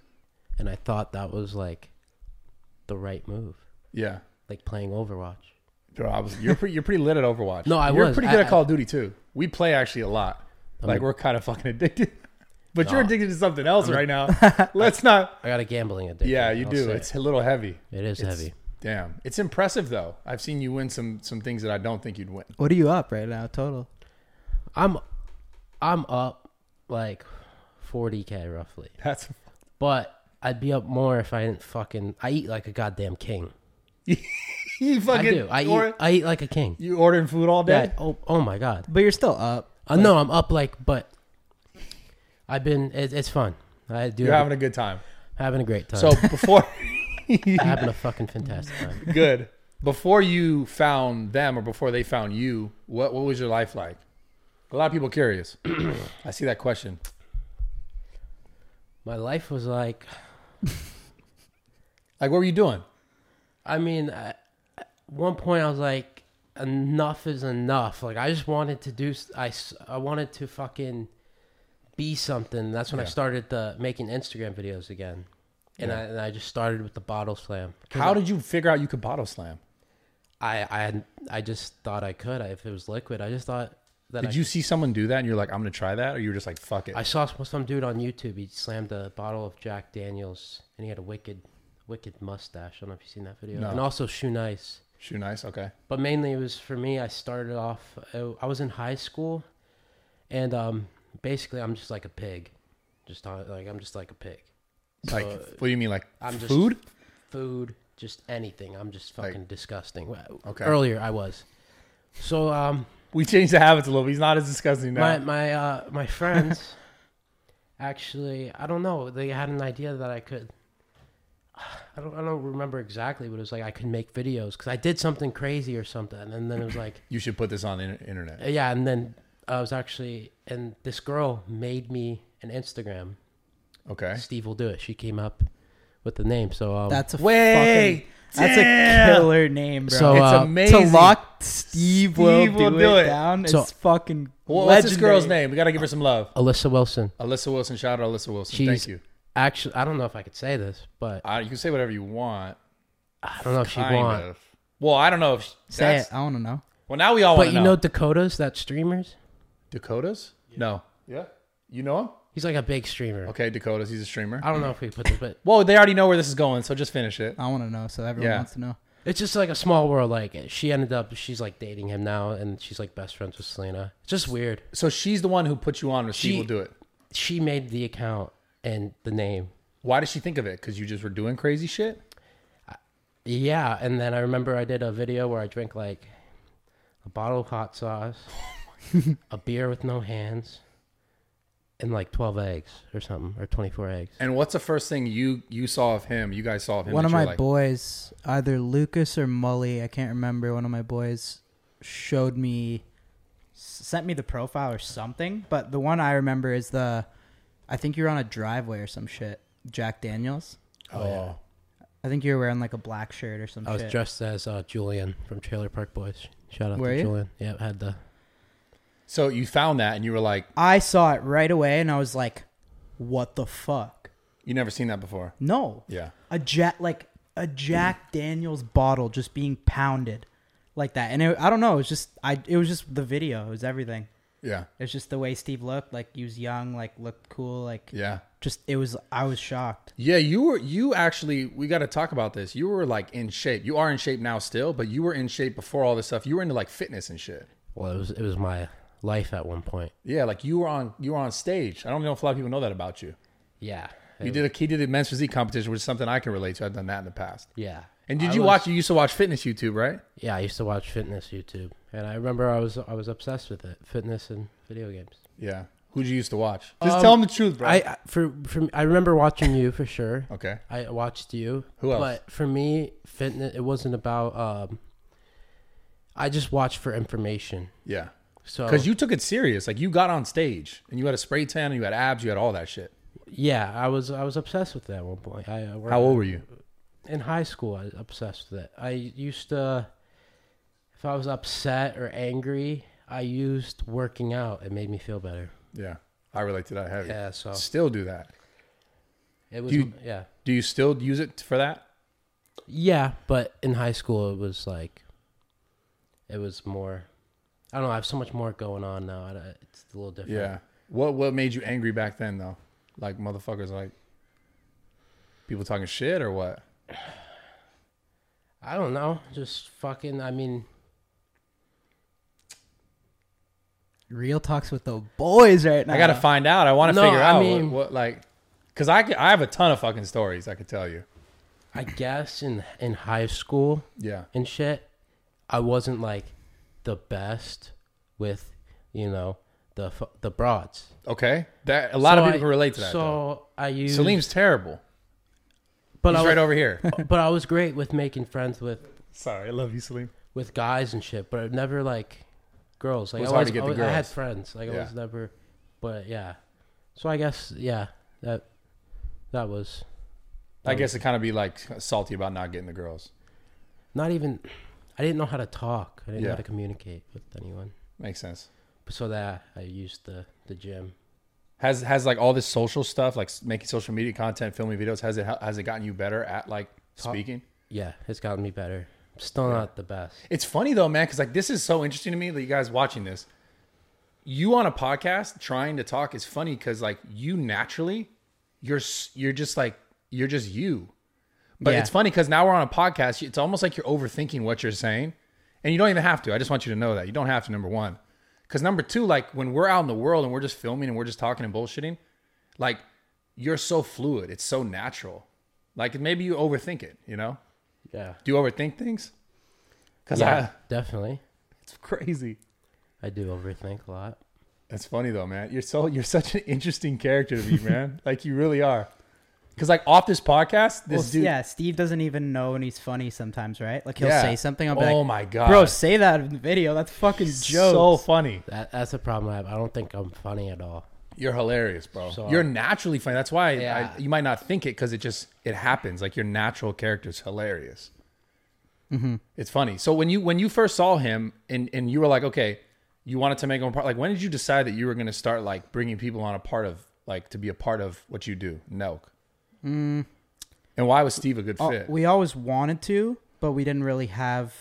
Speaker 3: and I thought that was like the right move,
Speaker 1: Yeah,
Speaker 3: like playing Overwatch.
Speaker 1: Bro, I was. You're pretty. You're pretty lit at Overwatch.
Speaker 3: No, I
Speaker 1: you're
Speaker 3: was.
Speaker 1: pretty good
Speaker 3: I-
Speaker 1: at Call of Duty too. We play actually a lot. like we're kind of fucking addicted. But you're
Speaker 3: Nah.
Speaker 1: addicted to something else right now. Let's not.
Speaker 3: I got a gambling addiction.
Speaker 1: Yeah, you
Speaker 3: I'll
Speaker 1: do.
Speaker 3: say
Speaker 1: It's a little heavy.
Speaker 3: it is
Speaker 1: It's-
Speaker 3: heavy.
Speaker 1: Damn, it's impressive though. I've seen you win some some things that I don't think you'd win.
Speaker 2: What are you up right now, total?
Speaker 3: I'm I'm up like 40k roughly.
Speaker 1: That's
Speaker 3: But I'd be up more if I didn't fucking. I eat like a goddamn king.
Speaker 1: you
Speaker 3: I
Speaker 1: fucking.
Speaker 3: do. I
Speaker 1: or-
Speaker 3: eat. I eat like a king.
Speaker 1: you ordering food all day.
Speaker 3: Yeah. Oh. Oh my god.
Speaker 2: But you're still up.
Speaker 3: Uh, no, I'm up like, but I've been. It, it's fun. I do.
Speaker 1: You're
Speaker 3: have-
Speaker 1: having a good time.
Speaker 3: having a great time.
Speaker 1: So before,
Speaker 3: having a fucking fantastic time.
Speaker 1: good. Before you found them, or before they found you, what what was your life like? A lot of people curious. I see that question.
Speaker 3: My life was like.
Speaker 1: Like, what were you doing?
Speaker 3: I mean, I, at one point I was like, enough is enough. Like I just wanted to do. s- I s- I wanted to fucking be something. That's when I
Speaker 1: Yeah.
Speaker 3: started the making Instagram videos again, and I and I just started with the bottle slam. 'Cause
Speaker 1: How
Speaker 3: I-
Speaker 1: did you figure out you could bottle slam?
Speaker 3: I I I just thought I could. I, if it was liquid, I just thought that.
Speaker 1: Did
Speaker 3: I,
Speaker 1: you see someone do that and you're like, I'm gonna try that, or you were just like, fuck it?
Speaker 3: I saw some, some dude on YouTube. He slammed a bottle of Jack Daniels, and he had a wicked, wicked mustache. I don't know if you've seen that video.
Speaker 1: No.
Speaker 3: And also shoe nice.
Speaker 1: Shoe nice, okay.
Speaker 3: but mainly it was for me i started off I I was in high school and um basically i'm just like a pig just on, like i'm just like a pig
Speaker 1: Like, what do you mean, like
Speaker 3: I'm just-
Speaker 1: food?
Speaker 3: food just anything i'm just
Speaker 1: Like-
Speaker 3: fucking disgusting Well,
Speaker 1: Okay.
Speaker 3: earlier i was so um
Speaker 1: We changed the habits a little. bit. He's not as disgusting now.
Speaker 3: my my uh my friends actually i don't know they had an idea that i could i don't i don't remember exactly but it was like i could make videos because i did something crazy or something and then it was like
Speaker 1: you should put this on the inter- internet.
Speaker 3: Uh, Yeah, and then I was actually, and this girl made me an Instagram.
Speaker 1: Okay.
Speaker 3: Steve will do it. She came up with the name. So
Speaker 1: Oh.
Speaker 3: um,
Speaker 2: That's a
Speaker 1: Wait,
Speaker 2: fucking. That's a
Speaker 1: damn.
Speaker 2: killer name, bro.
Speaker 3: So, uh,
Speaker 1: it's
Speaker 3: to
Speaker 1: amazing.
Speaker 2: To lock Steve, will,
Speaker 1: Steve
Speaker 2: do,
Speaker 1: will do
Speaker 2: it,
Speaker 1: it.
Speaker 2: down.
Speaker 3: So-
Speaker 2: it's fucking.
Speaker 1: Wha- what's this
Speaker 2: legendary.
Speaker 1: girl's name? We gotta give her some love.
Speaker 3: Alyssa Wilson.
Speaker 1: Alyssa Wilson. Shout out Alyssa Wilson.
Speaker 3: She's
Speaker 1: Thank you.
Speaker 3: actually. I don't know if I could say this, but
Speaker 1: I, you can say whatever you want.
Speaker 3: I don't know if she
Speaker 1: Kind
Speaker 3: won.
Speaker 1: of. Well, I don't know if
Speaker 2: Say
Speaker 1: that's-
Speaker 2: it. I want to know.
Speaker 1: Well, now we all want
Speaker 3: But
Speaker 1: to
Speaker 3: you know
Speaker 1: know.
Speaker 3: Dakota's that streamers.
Speaker 1: Dakotas? No. Yeah. You know him?
Speaker 3: He's like a big streamer.
Speaker 1: Okay, Dakotas. He's a streamer.
Speaker 3: I don't know if we put this, but
Speaker 1: Well, they already know where this is going, so just finish it.
Speaker 2: I want to know. So everyone
Speaker 1: Yeah.
Speaker 2: wants to know.
Speaker 3: it's just like a small world. Like she ended up, she's like dating him now, and she's like best friends with Selena. It's just weird.
Speaker 1: So she's the one who put you on, or she
Speaker 3: She-
Speaker 1: will do it.
Speaker 3: She made the account and the name.
Speaker 1: Why did she think of it? Because you just were doing crazy shit.
Speaker 3: Yeah, and then I remember I did a video where I drank like a bottle of hot sauce, a beer with no hands, and like twelve eggs or something, or twenty four eggs.
Speaker 1: And what's the first thing you you saw of him? You guys saw of him.
Speaker 2: one
Speaker 1: that
Speaker 2: of
Speaker 1: you're
Speaker 2: my
Speaker 1: like,
Speaker 2: boys, either Lucas or Mully, I can't remember. One of my boys showed me, sent me the profile or something. But the one I remember is the, I think you're on a driveway or some shit. Jack Daniels.
Speaker 1: oh,
Speaker 2: I think you're wearing like a black shirt or some
Speaker 3: I was
Speaker 2: shit.
Speaker 3: dressed as uh, Julian from Trailer Park Boys. Shout out
Speaker 2: Were
Speaker 3: to
Speaker 2: you?
Speaker 3: Julian. Yeah, I had the
Speaker 1: so you found that and you were like,
Speaker 2: I saw it right away and I was like, what the fuck?
Speaker 1: you never seen that before.
Speaker 2: No.
Speaker 1: Yeah.
Speaker 2: A jet like a Jack Daniels bottle just being pounded like that. And it, I don't know. It was just I. It was just the video. It was everything.
Speaker 1: Yeah.
Speaker 2: It was just the way Steve looked. Like he was young. Like looked cool. Like
Speaker 1: Yeah.
Speaker 2: just it was. I was shocked.
Speaker 1: Yeah, you were you actually we got to talk about this. You were like in shape. You are in shape now still, but you were in shape before all this stuff. You were into like fitness and shit.
Speaker 3: Well, it was it was my life at one point.
Speaker 1: Yeah, like you were on you were on stage. I don't know if a lot of people know that about you.
Speaker 3: Yeah.
Speaker 1: You did a he did a men's physique competition, which is something I can relate to. I've done that in the past.
Speaker 3: Yeah.
Speaker 1: And did
Speaker 3: I
Speaker 1: you
Speaker 3: was-
Speaker 1: watch? You used to watch fitness YouTube, right?
Speaker 3: Yeah, I used to watch fitness YouTube, and I remember I was I was obsessed with it, fitness and video games.
Speaker 1: Yeah. Who did you used to watch? Just
Speaker 3: Um,
Speaker 1: tell them the truth, bro.
Speaker 3: I I- for for I remember watching you for sure.
Speaker 1: okay.
Speaker 3: I watched you.
Speaker 1: Who else?
Speaker 3: But for me, fitness it wasn't about. Um, I just watched for information.
Speaker 1: Yeah.
Speaker 3: So
Speaker 1: Because you took it serious. Like you got on stage and you had a spray tan and you had abs. You had all that shit.
Speaker 3: yeah, I was I was obsessed with that at one point. I, I worked-
Speaker 1: How old were you?
Speaker 3: in high school? I was obsessed with it. I used to, if I was upset or angry, I used working out. It made me feel better.
Speaker 1: Yeah. I relate to that heavy.
Speaker 3: Yeah, so
Speaker 1: Still do that.
Speaker 3: it was
Speaker 1: you-
Speaker 3: yeah.
Speaker 1: Do you still use it for that?
Speaker 3: Yeah, but in high school it was like, it was more. I don't know. I have so much more going on now. I don't- It's a little different.
Speaker 1: Yeah. What What made you angry back then though? Like motherfuckers, like people talking shit or what?
Speaker 3: I don't know. Just fucking. I mean,
Speaker 2: Real talks with the boys right now.
Speaker 1: I gotta find out. Uh, I want to
Speaker 3: No,
Speaker 1: figure
Speaker 3: I
Speaker 1: out
Speaker 3: mean-
Speaker 1: what, what like, cause I could, I have a ton of fucking stories I could tell you.
Speaker 3: I guess in in high school
Speaker 1: Yeah.
Speaker 3: and shit, I wasn't like the best with you know the fu- the broads.
Speaker 1: Okay. That a lot
Speaker 3: So
Speaker 1: of people
Speaker 3: I-
Speaker 1: can relate to that.
Speaker 3: So
Speaker 1: So
Speaker 3: I used
Speaker 1: Salim's terrible.
Speaker 3: but
Speaker 1: He's
Speaker 3: I was,
Speaker 1: right over here.
Speaker 3: but I was great with making friends with
Speaker 1: Sorry, I love you, Salim.
Speaker 3: with guys and shit, but never like girls. Like
Speaker 1: It was
Speaker 3: I
Speaker 1: hard
Speaker 3: always,
Speaker 1: to get the
Speaker 3: always- I had
Speaker 1: girls.
Speaker 3: friends. Like I
Speaker 1: Yeah.
Speaker 3: was never, but yeah. So I guess yeah that that was
Speaker 1: I guess it kind of be like salty about not getting the girls.
Speaker 3: not even. I didn't know how to talk. I didn't know
Speaker 1: Yeah.
Speaker 3: how to communicate with anyone.
Speaker 1: Makes sense.
Speaker 3: So that I used the the gym.
Speaker 1: Has has like all this social stuff, like s- making social media content, filming videos. Has it has it gotten you better at like speaking?
Speaker 3: Yeah, it's gotten me better. Still not the best.
Speaker 1: It's funny though, man, because like this is so interesting to me that you guys watching this. You on a podcast trying to talk is funny because like you naturally, you're s- you're just like you're just you. But
Speaker 2: Yeah.
Speaker 1: it's funny because now we're on a podcast. It's almost like you're overthinking what you're saying, and you don't even have to. I just want you to know that you don't have to. Number one, because number two, like when we're out in the world and we're just filming and we're just talking and bullshitting, like you're so fluid. It's so natural. Like maybe you overthink it. You know?
Speaker 3: Yeah.
Speaker 1: Do you overthink things? Because
Speaker 3: Yeah,
Speaker 1: I.
Speaker 3: definitely.
Speaker 1: It's crazy.
Speaker 3: I do overthink a lot.
Speaker 1: That's funny though, man. You're so you're such an interesting character to me, man. like you really are. Cause like off this podcast, this
Speaker 2: Well,
Speaker 1: dude.
Speaker 2: yeah, Steve doesn't even know, and he's funny sometimes, right? Like he'll
Speaker 1: Yeah.
Speaker 2: say something. I'll be
Speaker 1: oh
Speaker 2: like,
Speaker 1: my god,
Speaker 2: "Bro, say that in the video. That's fucking joke."
Speaker 1: so funny.
Speaker 3: That that's a problem I have. I don't think I'm funny at all.
Speaker 1: You're hilarious, bro.
Speaker 3: So-
Speaker 1: you're naturally funny. That's why
Speaker 3: Yeah.
Speaker 1: I, you might not think it because it just it happens. Like your natural character's hilarious.
Speaker 2: Mm-hmm.
Speaker 1: It's funny. So when you when you first saw him and and you were like, okay, you wanted to make him a part. Like when did you decide that you were going to start like bringing people on a part of like to be a part of what you do, Nelk? And why was Steve a good
Speaker 2: Mm. Oh,
Speaker 1: fit?
Speaker 2: we always wanted to, but we didn't really have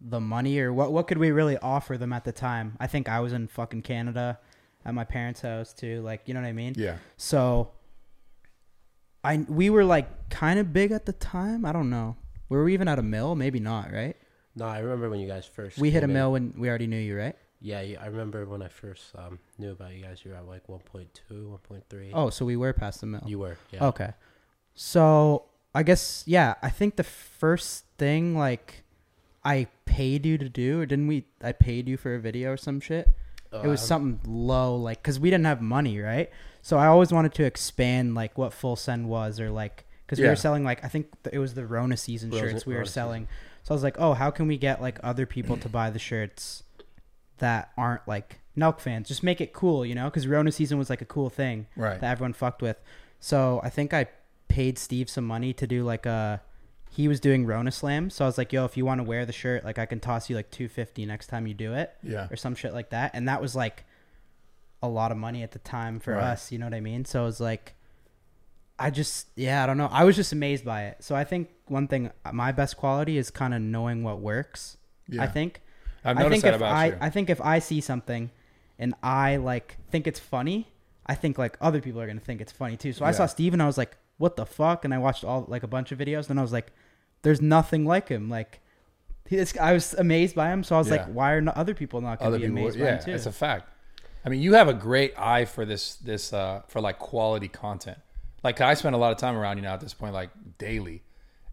Speaker 2: the money or what what could we really offer them at the time? I think I was in fucking Canada at my parents' house too, like you know what I mean?
Speaker 1: yeah,
Speaker 2: So I we were like kind of big at the time. I don't know. Were we even at a mill? Maybe not, right?
Speaker 3: No, I remember when you guys first
Speaker 2: We hit a
Speaker 3: came in.
Speaker 2: mill when we already knew you, right?
Speaker 3: Yeah, you- I remember when I first um, knew about you guys. You were at like 1.2, 1.3.
Speaker 2: Oh, so we were past the mill.
Speaker 3: you were. Yeah.
Speaker 2: Okay. So I guess yeah, I think the first thing like I paid you to do, or didn't we? I paid you for a video or some shit.
Speaker 3: Oh,
Speaker 2: it was
Speaker 3: I-
Speaker 2: something low, like because we didn't have money, right? So I always wanted to expand like what Full Send was, or like because we
Speaker 1: Yeah.
Speaker 2: were selling like I think th- it was the Rona season
Speaker 3: Rona-
Speaker 2: shirts we were
Speaker 3: Rona season.
Speaker 2: selling. So I was like, oh, how can we get like other people to buy the shirts that aren't like Nelk fans? Just make it cool, you know? Because Rona season was like a cool thing
Speaker 1: right.
Speaker 2: that everyone fucked with. So I think I paid Steve some money to do like a. He was doing Rona Slam, so I was like, "Yo, if you want to wear the shirt, like I can toss you like two fifty next time you do it,
Speaker 1: yeah,
Speaker 2: or some shit like that." And that was like a lot of money at the time for
Speaker 1: Right.
Speaker 2: us, you know what I mean? So it was like, I just yeah, I don't know. I was just amazed by it. So I think one thing my best quality is kind of knowing what works.
Speaker 1: Yeah.
Speaker 2: I think.
Speaker 1: I've
Speaker 2: I
Speaker 1: noticed
Speaker 2: think
Speaker 1: that
Speaker 2: if
Speaker 1: about
Speaker 2: I,
Speaker 1: you.
Speaker 2: I think if I see something and I like think it's funny, I think like other people are gonna think it's funny too. So I
Speaker 1: Yeah.
Speaker 2: saw Steve and I was like, "What the fuck?" And I watched all like a bunch of videos, and I was like, "There's nothing like him." Like, he, it's, I was amazed by him, so I was like,
Speaker 1: Yeah.
Speaker 2: "Why are not other people not gonna
Speaker 1: other
Speaker 2: be
Speaker 1: people
Speaker 2: amazed by
Speaker 1: yeah
Speaker 2: him too?"
Speaker 1: it's a fact i mean you have a great eye for this this uh for like quality content like i spend a lot of time around you now at this point like daily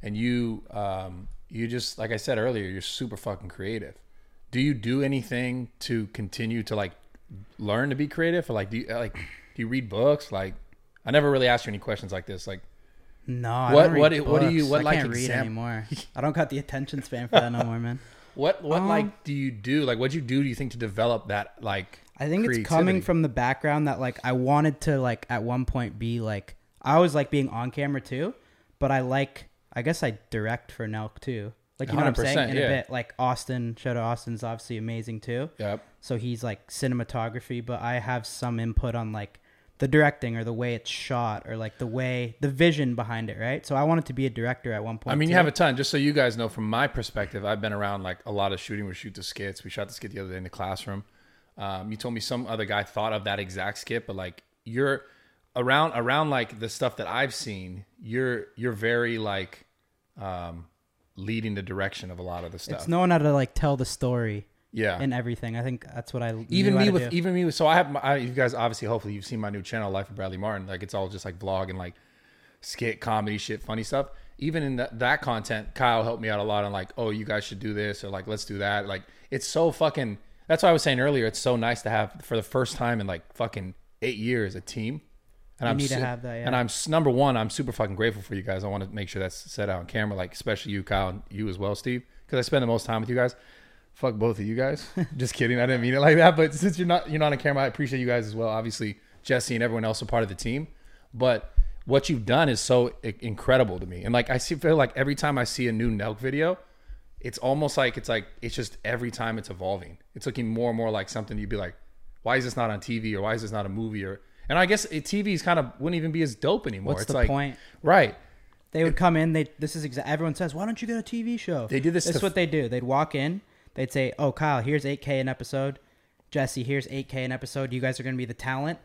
Speaker 1: and you um you just like i said earlier you're super fucking creative do you do anything to continue to like learn to be creative or like do you uh, like do you read books like i never really asked you any questions like this like
Speaker 2: no, I
Speaker 1: What-
Speaker 2: don't read
Speaker 1: what- what do you-
Speaker 2: books.
Speaker 1: what,
Speaker 2: I
Speaker 1: like,
Speaker 2: can't read
Speaker 1: exam-
Speaker 2: anymore. I don't got the attention span for that no more, man.
Speaker 1: what what
Speaker 2: Um,
Speaker 1: like do you do like what do you do do you think to develop that like
Speaker 2: I think it's
Speaker 1: creativity?
Speaker 2: coming from the background that like I wanted to like at one point be like I always like being on camera too, but I like I guess I direct for Nelk too. Like you know what I'm
Speaker 1: 100%,
Speaker 2: saying? In
Speaker 1: yeah.
Speaker 2: a bit like Austin, shout out Austin's obviously amazing too.
Speaker 1: yep
Speaker 2: So he's like cinematography, but I have some input on like the directing or the way it's shot or like the way the vision behind it, right? So I wanted to be a director at one point.
Speaker 1: I mean, you
Speaker 2: too.
Speaker 1: have a ton. Just so you guys know, from my perspective, I've been around like a lot of shooting. We shoot the skits. We shot the skit the other day in the classroom. Um, you told me some other guy thought of that exact skit, but like you're around around like the stuff that I've seen. You're you're very like um, leading the direction of a lot of the stuff.
Speaker 2: it's knowing how to like tell the story
Speaker 1: yeah,
Speaker 2: and everything. I think that's what I knew
Speaker 1: even
Speaker 2: how
Speaker 1: me
Speaker 2: to
Speaker 1: with
Speaker 2: do.
Speaker 1: even me with so i have my I, you guys obviously hopefully you've seen my new channel life of bradley martin like it's all just like vlog and like skit comedy shit funny stuff even in that that content kyle helped me out a lot on like oh you guys should do this or like let's do that like it's so fucking that's why i was saying earlier it's so nice to have for the first time in like fucking eight years a team and i'm
Speaker 2: need to
Speaker 1: su-
Speaker 2: have that, yeah.
Speaker 1: and i'm s- number one i'm super fucking grateful for you guys i want to make sure that's set out on camera like especially you kyle and you as well steve because i spend the most time with you guys fuck both of you guys. Just kidding. I didn't mean it like that. But since you're not you're not on camera, I appreciate you guys as well. Obviously, Jesse and everyone else are part of the team. But what you've done is so i- incredible to me. And like I see, feel like every time I see a new Nelk video, it's almost like it's like it's just every time it's evolving. It's looking more and more like something you'd be like, why is this not on TV or why is this not a movie or and I guess it, TV is kind of wouldn't even be as dope anymore.
Speaker 2: What's
Speaker 1: it's
Speaker 2: the
Speaker 1: like
Speaker 2: point?
Speaker 1: right.
Speaker 2: They would come in. They this is exa- everyone says. Why don't you get a TV show?
Speaker 1: They did this
Speaker 2: This
Speaker 1: to-
Speaker 2: is what they do. They'd walk in. They'd say, "Oh, Kyle, here's 8K an episode. Jesse, here's 8K an episode. You guys are gonna be the talent.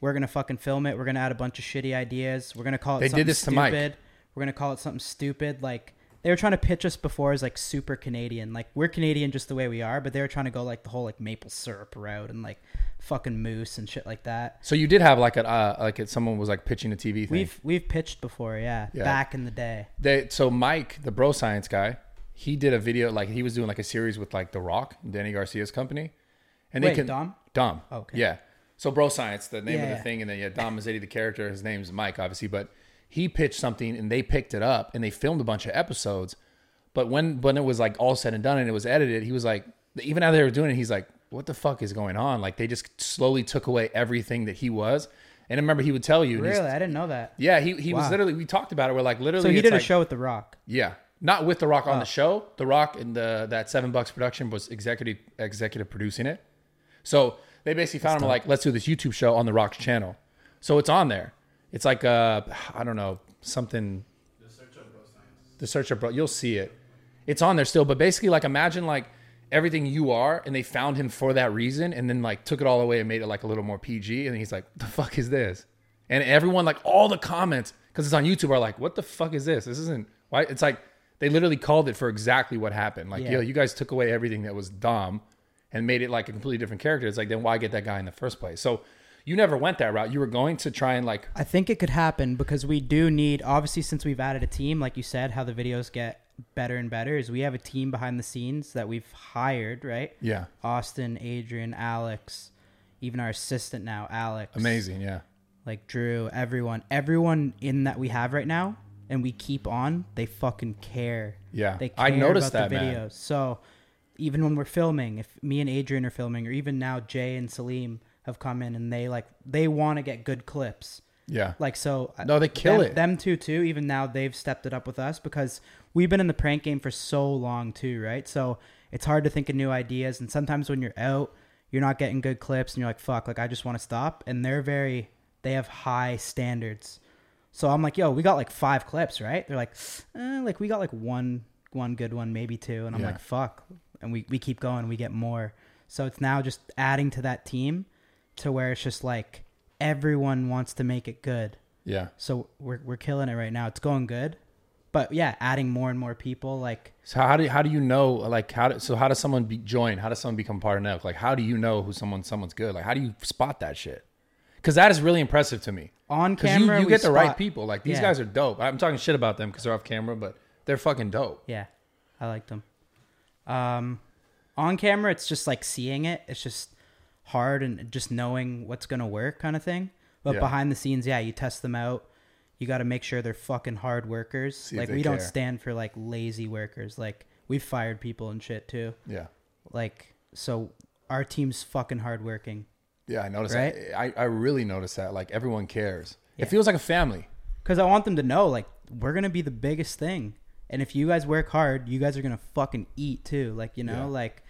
Speaker 2: We're gonna fucking film it. We're gonna add a bunch of shitty ideas. We're gonna call it.
Speaker 1: They did
Speaker 2: something
Speaker 1: this to Mike.
Speaker 2: stupid. We're gonna call it something stupid. Like they were trying to pitch us before as like super Canadian. Like we're Canadian just the way we are, but they were trying to go like the whole like maple syrup route and like fucking moose and shit like that.
Speaker 1: So you did have like a uh, like it, someone was like pitching a TV thing.
Speaker 2: We've we've pitched before, yeah,
Speaker 1: Yeah.
Speaker 2: back in the day.
Speaker 1: they so Mike, the bro science guy, he did a video like he was doing like a series with like The Rock, Danny Garcia's company, and they
Speaker 2: Wait,
Speaker 1: can
Speaker 2: Dom? Oh,
Speaker 1: Dom,
Speaker 2: Okay.
Speaker 1: yeah. So bro science, the name of the
Speaker 2: Yeah.
Speaker 1: thing, and then yeah, Dom Mazzetti, the character, his name's Mike, obviously, but he pitched something and they picked it up and they filmed a bunch of episodes, but when when it was like all said and done and it was edited, he was like, even how they were doing it, he's like, what the fuck is going on? Like they just slowly took away everything that he was. And I remember he would tell you, and he's-
Speaker 2: Really, I didn't know that.
Speaker 1: yeah, he, he was
Speaker 2: Wow.
Speaker 1: literally, we talked about it. We're like, literally,
Speaker 2: So he
Speaker 1: it's
Speaker 2: did
Speaker 1: like-
Speaker 2: a show with The Rock.
Speaker 1: yeah, not with The Rock on the show. The Rock and the that Seven Bucks production was executive executive producing it. So they basically found him like, let's do this YouTube show on The Rock's channel. So it's on there. It's like uh, I don't know something. The search of bro. You'll see it. It's on there still, but basically, like imagine like everything you are, and they found him for that reason, and then like took it all away and made it like a little more PG, and he's like, "The fuck is this?" And everyone like all the comments because it's on YouTube are like, "What the fuck is this? This isn't why." It's like they literally called it for exactly what happened. Like,
Speaker 2: Yeah.
Speaker 1: yo, you guys took away everything that was Dom and made it like a completely different character. It's like then why get that guy in the first place? So you never went that route. You were going to try and like
Speaker 2: I think it could happen because we do need, obviously, since we've added a team, like you said, how the videos get better and better is we have a team behind the scenes that we've hired, right?
Speaker 1: yeah,
Speaker 2: Austin, Adrian, Alex, even our assistant now, Alex.
Speaker 1: amazing, yeah,
Speaker 2: Like Drew, everyone, everyone in that we have right now, and we keep on. They fucking care.
Speaker 1: yeah.
Speaker 2: They care
Speaker 1: I noticed that
Speaker 2: about the videos.
Speaker 1: man.
Speaker 2: So even when we're filming, if me and Adrian are filming, or even now Jay and Salim have come in and they like they want to get good clips.
Speaker 1: Yeah,
Speaker 2: Like so, uh,
Speaker 1: No, they kill
Speaker 2: them-
Speaker 1: it.
Speaker 2: Them two too. Even now, they've stepped it up with us because we've been in the prank game for so long too, right? So it's hard to think of new ideas, and sometimes when you're out, you're not getting good clips, and you're like, "Fuck!" Like I just want to stop. And they're very, they have high standards. So I'm like, yo, we got like five clips, right? They're like, eh, like we got like one, one good one, maybe two, and I'm
Speaker 1: Yeah.
Speaker 2: like, fuck, and we we keep going, we get more. So it's now just adding to that team, to where it's just like everyone wants to make it good.
Speaker 1: Yeah.
Speaker 2: So we're we're killing it right now. It's going good, but yeah, adding more and more people, like
Speaker 1: So how do you, how do you know like how do, so how does someone be, join? How does someone become part of Nelk? Like how do you know who someone someone's good? Like how do you spot that shit? Because that is really impressive to me.
Speaker 2: on
Speaker 1: Because you,
Speaker 2: camera,
Speaker 1: you
Speaker 2: we
Speaker 1: get the right
Speaker 2: spot-
Speaker 1: people. Like these
Speaker 2: Yeah.
Speaker 1: guys are dope. I'm talking shit about them because they're off camera, but they're fucking dope.
Speaker 2: Yeah, I liked them. Um, on camera, it's just like seeing it. It's just hard and just knowing what's gonna work, kind of thing. But
Speaker 1: Yeah.
Speaker 2: behind the scenes, yeah, you test them out. You got to make sure they're fucking hard workers.
Speaker 1: if
Speaker 2: like
Speaker 1: they
Speaker 2: we don't
Speaker 1: care.
Speaker 2: stand for like lazy workers. Like we've fired people and shit too.
Speaker 1: Yeah.
Speaker 2: Like so, our team's fucking hardworking.
Speaker 1: Yeah, I noticed
Speaker 2: Right?
Speaker 1: that. I, I really noticed that. Like everyone cares.
Speaker 2: Yeah.
Speaker 1: It feels like a family.
Speaker 2: Because I want them to know, like, we're gonna be the biggest thing, and if you guys work hard, you guys are gonna fucking eat too. Like, you know,
Speaker 1: Yeah.
Speaker 2: like,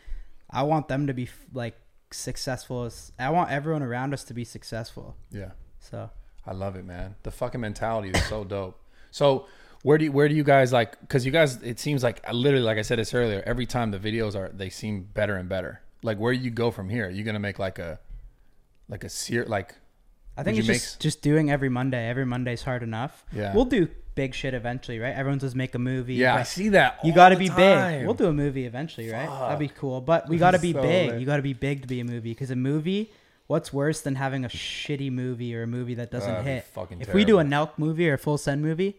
Speaker 2: I want them to be f- like successful. As, I want everyone around us to be successful.
Speaker 1: Yeah.
Speaker 2: So
Speaker 1: I love it, man. The fucking mentality is so dope. So where do you, where do you guys like? Because you guys, it seems like I literally, like I said this earlier. Every time the videos are, they seem better and better. Like where do you go from here? Are you gonna make like a like a seer like
Speaker 2: I think
Speaker 1: Would
Speaker 2: it's
Speaker 1: you
Speaker 2: just just doing every Monday. Every Monday's hard enough.
Speaker 1: Yeah.
Speaker 2: we'll do big shit eventually, right? Everyone's just make a movie.
Speaker 1: yeah? I
Speaker 2: but
Speaker 1: see that.
Speaker 2: You
Speaker 1: all
Speaker 2: got to
Speaker 1: the
Speaker 2: be
Speaker 1: time.
Speaker 2: big. We'll do a movie eventually, right? That'd be cool. But we
Speaker 1: This
Speaker 2: got to
Speaker 1: is
Speaker 2: be
Speaker 1: so
Speaker 2: big.
Speaker 1: lit.
Speaker 2: You got to be big to be a movie because a movie, what's worse than having a shitty movie or a movie that doesn't
Speaker 1: That'd be
Speaker 2: hit?
Speaker 1: fucking
Speaker 2: if we do a Nelk movie or a Full Send movie,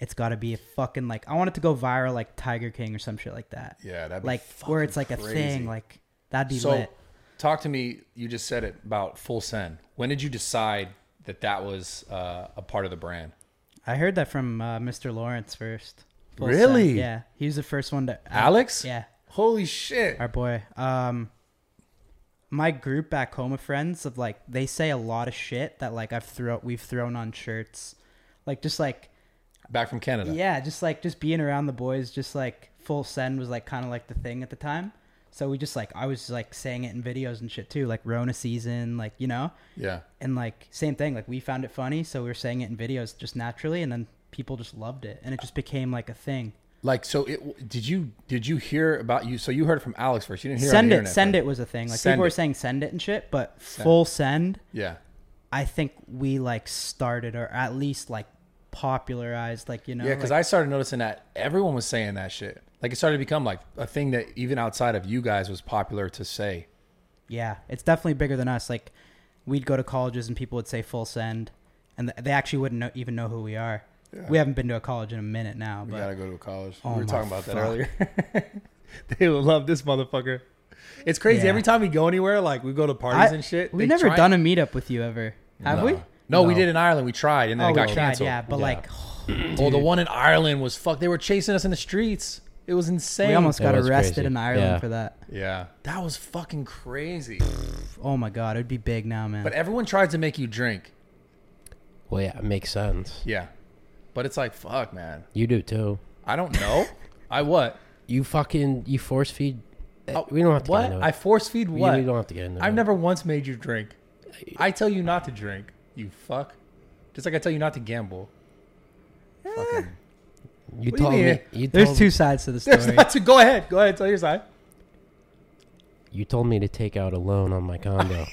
Speaker 2: it's got to be a fucking like I want it to go viral like Tiger King or some shit like that.
Speaker 1: Yeah, that'd be
Speaker 2: like where it's like
Speaker 1: fucking
Speaker 2: a
Speaker 1: crazy.
Speaker 2: thing. Like that'd be
Speaker 1: so
Speaker 2: lit.
Speaker 1: talk to me. You just said it about Full Send. When did you decide that that was uh, a part of the brand?
Speaker 2: I heard that from uh, Mr. Lawrence first. Full Send.
Speaker 1: Really?
Speaker 2: Yeah, he was the first one to
Speaker 1: Alex.
Speaker 2: Yeah.
Speaker 1: Holy shit.
Speaker 2: our boy. Um, my group back home of friends of like they say a lot of shit that like I've thrown we've thrown on shirts, like just like
Speaker 1: Back from Canada.
Speaker 2: yeah, just like just being around the boys, just like full send was like kind of like the thing at the time. So we just like I was like saying it in videos and shit too, like Rona season, like you know,
Speaker 1: Yeah.
Speaker 2: and like same thing, like we found it funny, so we were saying it in videos just naturally, and then people just loved it, and it just became like a thing.
Speaker 1: Like so, it did you did you hear about you? So you heard it from Alex first. You didn't hear
Speaker 2: send
Speaker 1: it. On
Speaker 2: it,
Speaker 1: the
Speaker 2: send it was a thing. Like
Speaker 1: Send
Speaker 2: people were
Speaker 1: it.
Speaker 2: saying send it and shit, but full send
Speaker 1: Yeah,
Speaker 2: I think we like started or at least like popularized like you know
Speaker 1: yeah. Because I started noticing that everyone was saying that shit. Like it started to become like a thing that even outside of you guys was popular to say.
Speaker 2: yeah it's definitely bigger than us like we'd go to colleges and people would say full send and th- they actually wouldn't know, even know who we are we haven't been to a college in a minute now
Speaker 1: We
Speaker 2: but
Speaker 1: gotta go to a college.
Speaker 2: Oh
Speaker 1: we were
Speaker 2: my
Speaker 1: talking about that
Speaker 2: fuck.
Speaker 1: earlier. they will love this motherfucker. It's crazy.
Speaker 2: Yeah.
Speaker 1: Every time we go anywhere, like we go to parties
Speaker 2: I-
Speaker 1: and shit.
Speaker 2: we've
Speaker 1: they
Speaker 2: never
Speaker 1: try-
Speaker 2: done a meetup with you ever have
Speaker 1: no.
Speaker 2: we
Speaker 1: No, we
Speaker 3: No.
Speaker 1: did in Ireland. We tried and then
Speaker 2: oh
Speaker 1: it
Speaker 2: we
Speaker 1: got
Speaker 2: tried
Speaker 1: canceled.
Speaker 2: yeah but
Speaker 3: Yeah.
Speaker 2: like
Speaker 1: oh, the one in Ireland was fuck. They were chasing us in the streets. It was insane.
Speaker 2: we almost
Speaker 3: It
Speaker 2: got
Speaker 3: was
Speaker 2: arrested
Speaker 3: crazy.
Speaker 2: in ireland
Speaker 3: Yeah.
Speaker 2: for that
Speaker 1: Yeah, that was fucking crazy.
Speaker 2: oh my god it'd be big now man
Speaker 1: But everyone tries to make you drink.
Speaker 3: Well, yeah, it makes sense.
Speaker 1: Yeah. But it's like, fuck, man.
Speaker 3: You do too.
Speaker 1: I don't know. I what?
Speaker 3: You fucking you force feed.
Speaker 1: Oh,
Speaker 3: we don't have to
Speaker 1: What?
Speaker 3: get into it.
Speaker 1: I force feed
Speaker 3: We-
Speaker 1: what?
Speaker 3: We don't have to get into it.
Speaker 1: I've never once made you drink. I tell you not to drink, you fuck. Just like I tell you not to gamble. Fucking.
Speaker 3: You
Speaker 1: What do you
Speaker 3: told
Speaker 1: mean?
Speaker 3: me. You
Speaker 2: there's
Speaker 3: told-
Speaker 2: two sides to the
Speaker 1: There's
Speaker 2: story
Speaker 1: not to go ahead. Go ahead, tell your side.
Speaker 3: You told me to take out a loan on my condo.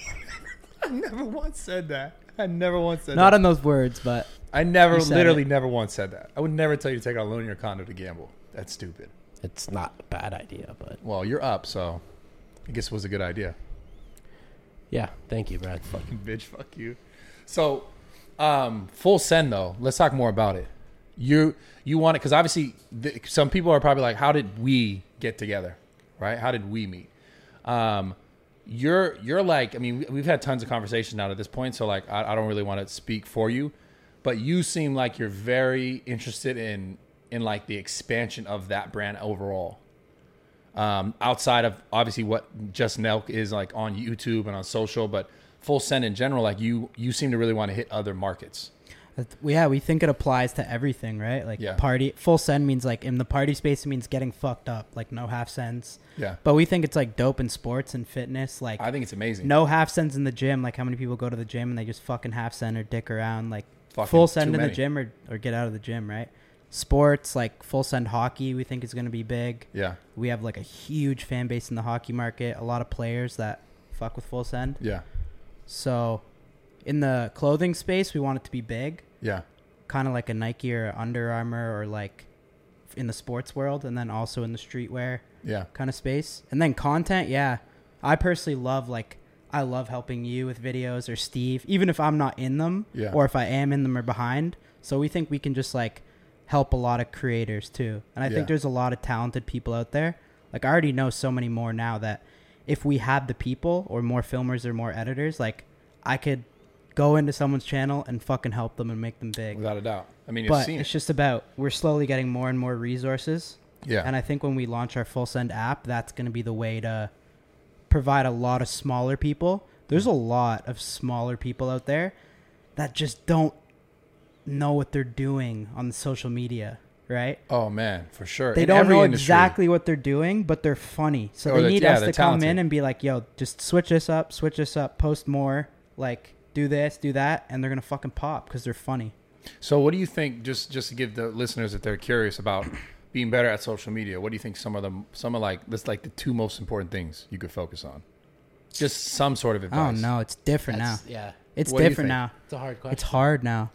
Speaker 1: I never once said that. I never once said
Speaker 2: not
Speaker 1: that.
Speaker 2: in those words but
Speaker 1: I never
Speaker 2: You said
Speaker 1: literally
Speaker 2: it.
Speaker 1: never once said that. I would never tell you to take out a loan in your condo to gamble. That's stupid.
Speaker 3: it's not a bad idea, but
Speaker 1: Well, you're up, so I guess it was a good idea.
Speaker 3: yeah. Thank you, Brad.
Speaker 1: bitch fuck you so um full send though let's talk more about it you you want it because obviously th- some people are probably like how did we get together right how did we meet um you're you're like i mean we- we've had tons of conversation now at this point so like i, I don't really want to speak for you but you seem like you're very interested in in like the expansion of that brand overall um, outside of obviously what just Nelk is like on YouTube and on social, but full send in general, like you you seem to really want to hit other markets.
Speaker 2: That's- Yeah, we think it applies to everything, right? Like
Speaker 1: Yeah.
Speaker 2: party full send means like in the party space it means getting fucked up, like no half sends.
Speaker 1: Yeah,
Speaker 2: But we think it's like dope in sports and fitness, like
Speaker 1: I think it's amazing.
Speaker 2: no half sends in the gym. Like how many people go to the gym and they just fucking half send or dick around, like
Speaker 1: fucking
Speaker 2: full
Speaker 1: too
Speaker 2: send in
Speaker 1: many.
Speaker 2: the gym or, or get out of the gym, right? Sports like full send hockey, we think is going to be big.
Speaker 1: Yeah,
Speaker 2: We have like a huge fan base in the hockey market. A lot of players that fuck with full send.
Speaker 1: yeah,
Speaker 2: So, in the clothing space, we want it to be big,
Speaker 1: yeah,
Speaker 2: kind of like a Nike or Under Armour or like in the sports world, and then also in the streetwear
Speaker 1: yeah,
Speaker 2: kind of space. And then content, yeah. I personally love like I love helping you with videos or Steve, even if I'm not in them
Speaker 1: Yeah.
Speaker 2: or if I am in them or behind. So we think we can just like help a lot of creators too. And I
Speaker 1: Yeah.
Speaker 2: think there's a lot of talented people out there. Like I already know so many more now that if we had the people or more filmers or more editors, like I could go into someone's channel and fucking help them and make them big.
Speaker 1: without a doubt. I mean, you've
Speaker 2: but
Speaker 1: seen
Speaker 2: it's
Speaker 1: it.
Speaker 2: just about we're slowly getting more and more resources
Speaker 1: Yeah,
Speaker 2: and I think when we launch our Full Send app, that's going to be the way to provide a lot of smaller people. There's
Speaker 1: Hmm.
Speaker 2: a lot of smaller people out there that just don't know what they're doing on the social media, right?
Speaker 1: oh man, for sure.
Speaker 2: They
Speaker 1: In
Speaker 2: don't
Speaker 1: every
Speaker 2: know
Speaker 1: industry.
Speaker 2: exactly what they're doing, but they're funny. So
Speaker 1: Or
Speaker 2: they
Speaker 1: they're-
Speaker 2: need
Speaker 1: yeah,
Speaker 2: us
Speaker 1: they're
Speaker 2: to come
Speaker 1: talented.
Speaker 2: in and be like, yo, just switch this up, switch this up, post more, like do this, do that, and they're going to fucking pop because they're funny.
Speaker 1: So, what do you think? Just just to give the listeners that they're curious about being better at social media, what do you think? Some of the some of like that's like the two most important things you could focus on. Just some sort of
Speaker 2: I
Speaker 1: advice.
Speaker 2: don't know. Oh, It's different now.
Speaker 3: That's- Yeah,
Speaker 2: It's
Speaker 1: What do you
Speaker 2: different
Speaker 1: think?
Speaker 2: now.
Speaker 3: it's a hard question.
Speaker 2: It's hard now.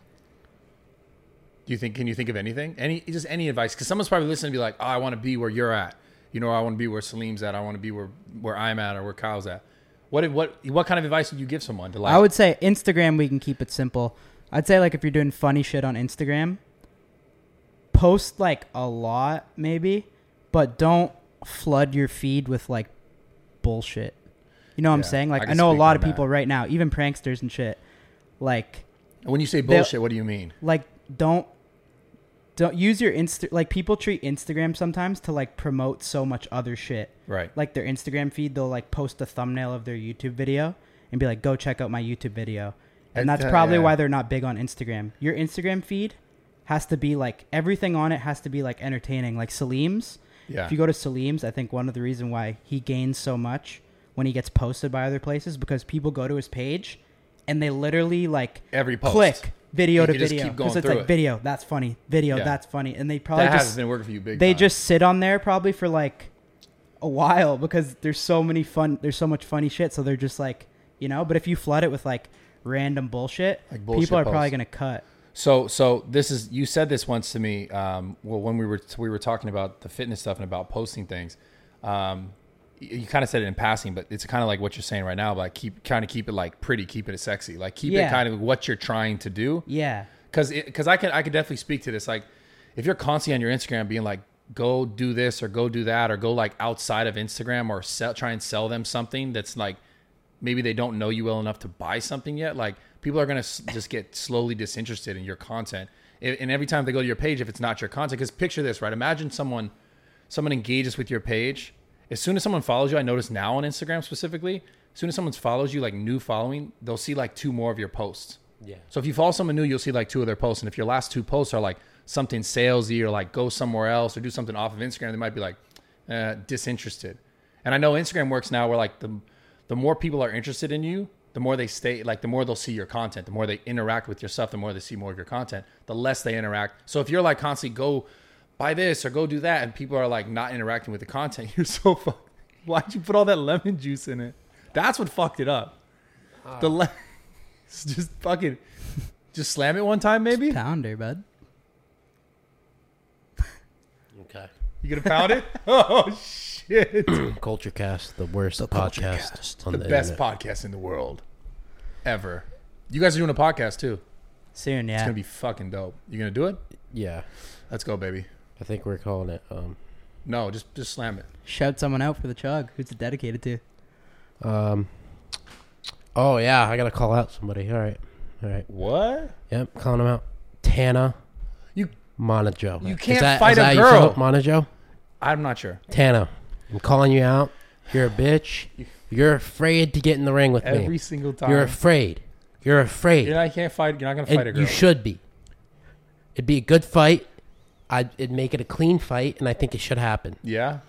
Speaker 1: Do you think? Can you think of anything? Any just any advice? Because someone's probably listening and be like, "Oh, I want to be where you're at. You know, I want to be where Salim's at. I want to be where where I'm at or where Kyle's at." What what what kind of advice would you give someone to like?
Speaker 2: I would say Instagram. We can keep it simple. I'd say like if you're doing funny shit on Instagram, post like a lot maybe, but don't flood your feed with like bullshit. You know what I'm
Speaker 1: Yeah,
Speaker 2: saying?
Speaker 1: I
Speaker 2: Like I,
Speaker 1: can
Speaker 2: know a
Speaker 1: speak
Speaker 2: lot
Speaker 1: on
Speaker 2: of people
Speaker 1: that.
Speaker 2: right now, even pranksters and shit, like
Speaker 1: when you say
Speaker 2: they'll-
Speaker 1: bullshit, what do you mean?
Speaker 2: like don't don't use your insta like people treat Instagram sometimes to like promote so much other shit
Speaker 1: Right.
Speaker 2: like their Instagram feed, they'll like post a thumbnail of their YouTube video and be like, "Go check out my YouTube video." And
Speaker 1: Uh,
Speaker 2: that's
Speaker 1: uh,
Speaker 2: probably
Speaker 1: yeah.
Speaker 2: why they're not big on Instagram. Your Instagram feed has to be like everything on it has to be like entertaining. Like Salim's,
Speaker 1: Yeah.
Speaker 2: if you go to Salim's, I think one of the reason why he gains so much when he gets posted by other places because people go to his page and they literally like
Speaker 1: Every post.
Speaker 2: click video
Speaker 1: You
Speaker 2: to
Speaker 1: can just
Speaker 2: video
Speaker 1: keep going
Speaker 2: because it's
Speaker 1: through
Speaker 2: like
Speaker 1: it.
Speaker 2: video that's funny, video
Speaker 1: Yeah.
Speaker 2: that's funny, and they probably
Speaker 1: that
Speaker 2: just
Speaker 1: has been working for you big.
Speaker 2: they
Speaker 1: time.
Speaker 2: just sit on there probably for like a while because there's so many fun there's so much funny shit so they're just like you know but if you flood it with like random bullshit,
Speaker 1: Like bullshit
Speaker 2: people are probably
Speaker 1: posts.
Speaker 2: gonna cut
Speaker 1: So, so this is you said this once to me. Um, well, when we were we were talking about the fitness stuff and about posting things, um, y- you kind of said it in passing, but it's kind of like what you're saying right now. Like keep kind of keep it like pretty, keep it sexy, like keep
Speaker 2: Yeah.
Speaker 1: it kind of what you're trying to do.
Speaker 2: yeah
Speaker 1: Because because I can I can definitely speak to this. Like if you're constantly on your Instagram being like go do this or go do that or go like outside of Instagram or sell, try and sell them something that's like maybe they don't know you well enough to buy something yet. Like people are gonna s- just get slowly disinterested in your content. And and every time they go to your page, if it's not your content, because picture this, right? Imagine someone someone engages with your page. As soon as someone follows you, I notice now on Instagram specifically, as soon as someone follows you, like new following, they'll see like two more of your posts.
Speaker 3: Yeah.
Speaker 1: So if you follow someone new, you'll see like two of their posts. And if your last two posts are like something salesy or like go somewhere else or do something off of Instagram, they might be like uh, disinterested. And I know Instagram works now where like the the more people are interested in you, the more they stay like the more they'll see your content, the more they interact with your stuff, the more they see more of your content, the less they interact. So if you're like constantly go buy this or go do that and people are like not interacting with the content, you're so fucked. Why'd you put all that lemon juice in it? That's what fucked it up. the le- just fucking just slam it one time maybe
Speaker 2: pounder bud
Speaker 3: Okay.
Speaker 1: you gonna pound it oh shit
Speaker 3: Culture Cast, the worst
Speaker 2: Culture
Speaker 3: podcast
Speaker 2: Cast.
Speaker 3: on
Speaker 1: the
Speaker 3: the,
Speaker 1: best
Speaker 3: internet.
Speaker 1: podcast in the world ever you guys are doing a podcast too
Speaker 2: soon
Speaker 1: it's
Speaker 2: yeah
Speaker 1: gonna be fucking dope you gonna do it
Speaker 3: yeah,
Speaker 1: let's go baby
Speaker 3: I think we're calling it. Um,
Speaker 1: no just just slam it
Speaker 2: shout someone out for the chug who's it dedicated to
Speaker 3: um, oh yeah, I gotta call out somebody. All right, all right.
Speaker 1: what
Speaker 3: Yep, calling him out. Tana
Speaker 1: you
Speaker 3: Monajo.
Speaker 1: You
Speaker 3: Is
Speaker 1: can't
Speaker 3: that-
Speaker 1: fight
Speaker 3: is
Speaker 1: a
Speaker 3: that how you spell
Speaker 1: girl.
Speaker 3: it, Monajo.
Speaker 1: i'm not sure
Speaker 3: Tana, I'm calling you out. You're a bitch. You're afraid to get in the ring with
Speaker 1: every
Speaker 3: me.
Speaker 1: single time
Speaker 3: You're afraid. You're afraid.
Speaker 1: you're not, you can't fight you're not gonna
Speaker 3: And
Speaker 1: fight a girl
Speaker 3: You should be. It'd be a good fight. I'd it'd make it a clean fight, and I think it should happen.
Speaker 1: yeah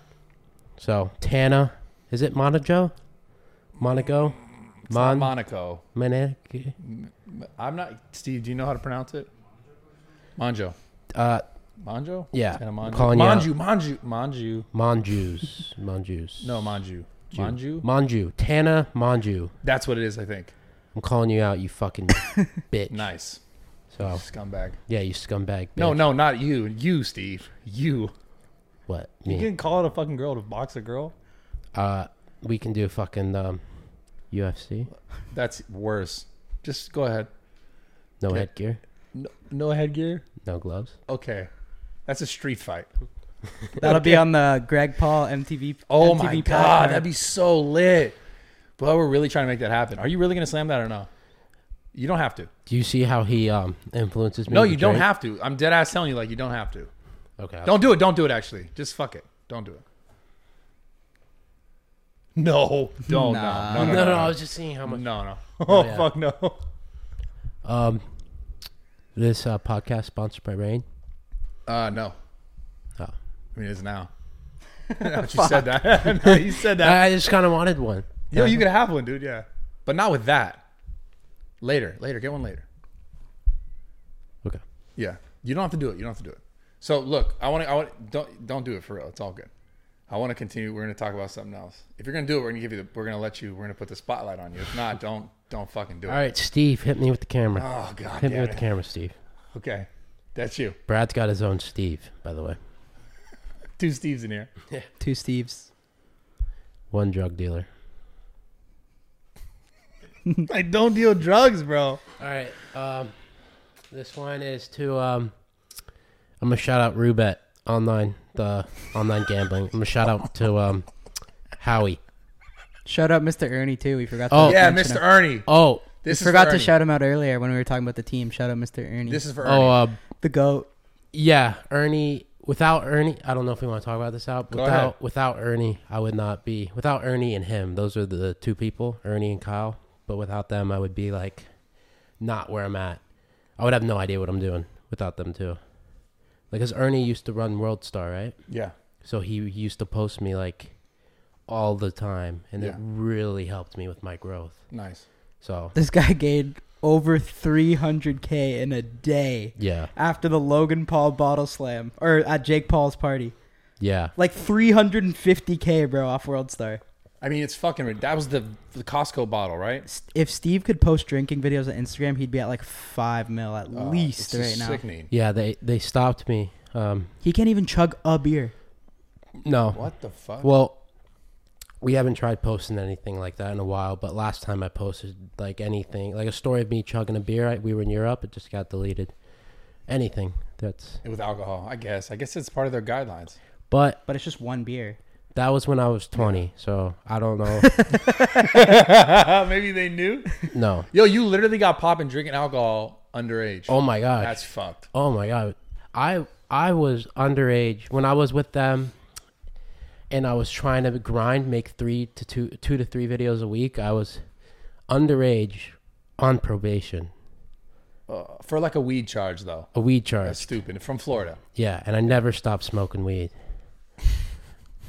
Speaker 3: So Tana, is it Monaco? Monaco?
Speaker 1: It's
Speaker 3: Mon-
Speaker 1: not Monaco.
Speaker 3: Manek-
Speaker 1: I'm not. Steve, do you know how to pronounce it? Manjo.
Speaker 3: uh,
Speaker 1: Manjo?
Speaker 3: Yeah,
Speaker 1: It's kinda
Speaker 3: I'm
Speaker 1: Manju.
Speaker 3: calling you out.
Speaker 1: Manju, Manju, Manju.
Speaker 3: Monju's. Monju's.
Speaker 1: No, Manju.
Speaker 3: Ju-
Speaker 1: Manju?
Speaker 3: Manju. Tana Manju.
Speaker 1: That's what it is, I think.
Speaker 3: I'm calling you out, you fucking bitch.
Speaker 1: Nice. Oh.
Speaker 3: So,
Speaker 1: Scumbag.
Speaker 3: yeah, you scumbag. Bitch.
Speaker 1: No, no, not you. You, Steve. You.
Speaker 3: What?
Speaker 1: You
Speaker 3: Me.
Speaker 1: can call it a fucking girl to box a girl?
Speaker 3: Uh, we can do fucking um, UFC.
Speaker 1: That's worse. Just go ahead.
Speaker 3: No
Speaker 1: Okay.
Speaker 3: headgear.
Speaker 1: No, no headgear?
Speaker 3: No gloves.
Speaker 1: Okay. That's a street fight.
Speaker 2: That'll be on the Greg Paul MTV.
Speaker 1: Oh
Speaker 2: MTV
Speaker 1: my
Speaker 2: podcast.
Speaker 1: god, that'd be so lit. But we're really trying to make that happen. Are you really gonna slam that or no? You don't have to.
Speaker 3: Do you see how he um influences me?
Speaker 1: no,
Speaker 3: with
Speaker 1: you don't
Speaker 3: Drake?
Speaker 1: have to. I'm dead ass telling you, like you don't have to.
Speaker 3: Okay. Don't.
Speaker 1: Don't do it. Don't do it. Actually, just fuck it. Don't do it. No, don't.
Speaker 2: Nah.
Speaker 1: No, no,
Speaker 3: No,
Speaker 1: no,
Speaker 3: no, I was just seeing how
Speaker 1: no,
Speaker 3: much.
Speaker 1: no, no. Oh,
Speaker 3: yeah.
Speaker 1: fuck no.
Speaker 3: Um, this uh, podcast sponsored by Rain.
Speaker 1: Uh, no.
Speaker 3: Oh.
Speaker 1: I mean, it's now. you said that. No, you said that.
Speaker 3: I I just kind of wanted one.
Speaker 1: Yo, you could have one, dude. Yeah, but not with that. Later, later. Get one later.
Speaker 3: Okay.
Speaker 1: Yeah, you don't have to do it. You don't have to do it. So look, I want to. I want don't don't do it for real. It's all good. I want to continue. We're going to talk about something else. If you're going to do it, we're going to give you. The, we're going to let you. We're going to put the spotlight on you. If not, don't don't fucking do it.
Speaker 3: All right, Steve, hit me with the camera.
Speaker 1: Oh god.
Speaker 3: hit me
Speaker 1: damn
Speaker 3: with the
Speaker 1: it.
Speaker 3: camera, Steve.
Speaker 1: Okay, that's you.
Speaker 3: Brad's got his own Steve, by the way.
Speaker 1: Two Steves in here.
Speaker 2: two Steves.
Speaker 3: One drug dealer.
Speaker 1: I don't deal drugs, bro.
Speaker 3: All right. Um, this one is to um, I'm gonna shout out Rubet online the online gambling. I'm gonna shout out to um, Howie.
Speaker 2: Shout out Mr. Ernie too. We forgot.
Speaker 3: Oh.
Speaker 2: to
Speaker 1: yeah,
Speaker 2: mention
Speaker 1: Mr.
Speaker 2: him.
Speaker 1: Ernie.
Speaker 3: Oh,
Speaker 2: We
Speaker 1: This is
Speaker 2: forgot
Speaker 1: for
Speaker 2: to
Speaker 1: Ernie.
Speaker 2: shout him out earlier when we were talking about the team. Shout out Mr. Ernie.
Speaker 1: This is for Ernie.
Speaker 3: oh, uh,
Speaker 2: the goat.
Speaker 3: yeah, Ernie. Without Ernie, I don't know if we want to talk about this out.
Speaker 1: Go
Speaker 3: Without
Speaker 1: ahead.
Speaker 3: without Ernie, I would not be. Without Ernie and him, those are the two people, Ernie and Kyle. But without them, I would be like, not where I'm at. I would have no idea what I'm doing without them too. Like, cause Ernie used to run World Star, right?
Speaker 1: yeah.
Speaker 3: So he used to post me like all the time, and it
Speaker 1: Yeah.
Speaker 3: really helped me with my growth.
Speaker 1: Nice.
Speaker 3: So
Speaker 2: This guy gained over 300k in a day
Speaker 3: yeah,
Speaker 2: after the Logan Paul bottle slam or at Jake Paul's party.
Speaker 3: yeah,
Speaker 2: Like 350k, bro, off World Star.
Speaker 1: I mean, it's fucking. rid- That was the the Costco bottle, right?
Speaker 2: S- If Steve could post drinking videos on Instagram, he'd be at like five mil at
Speaker 1: Oh,
Speaker 2: least
Speaker 1: it's
Speaker 2: right
Speaker 1: just
Speaker 2: now.
Speaker 1: Sickening.
Speaker 3: yeah. They they stopped me. Um,
Speaker 2: He can't even chug a beer.
Speaker 3: no,
Speaker 1: What the fuck?
Speaker 3: well, we haven't tried posting anything like that in a while. But last time I posted like anything, like a story of me chugging a beer. I, we were in Europe. It just got deleted. Anything that's.
Speaker 1: With alcohol, I guess. I guess it's part of their guidelines.
Speaker 3: But
Speaker 2: But it's just one beer.
Speaker 3: that was when I was twenty, so I don't know.
Speaker 1: Maybe they knew.
Speaker 3: no.
Speaker 1: Yo, you literally got popping drinking alcohol underage.
Speaker 3: Oh my gosh.
Speaker 1: That's fucked.
Speaker 3: Oh my god. I I was underage when I was with them and I was trying to grind make 3 to 2 2 to 3 videos a week. I was underage on probation.
Speaker 1: Uh, for like a weed charge though.
Speaker 3: A weed charge.
Speaker 1: That's stupid. From Florida.
Speaker 3: Yeah, and I never stopped smoking weed.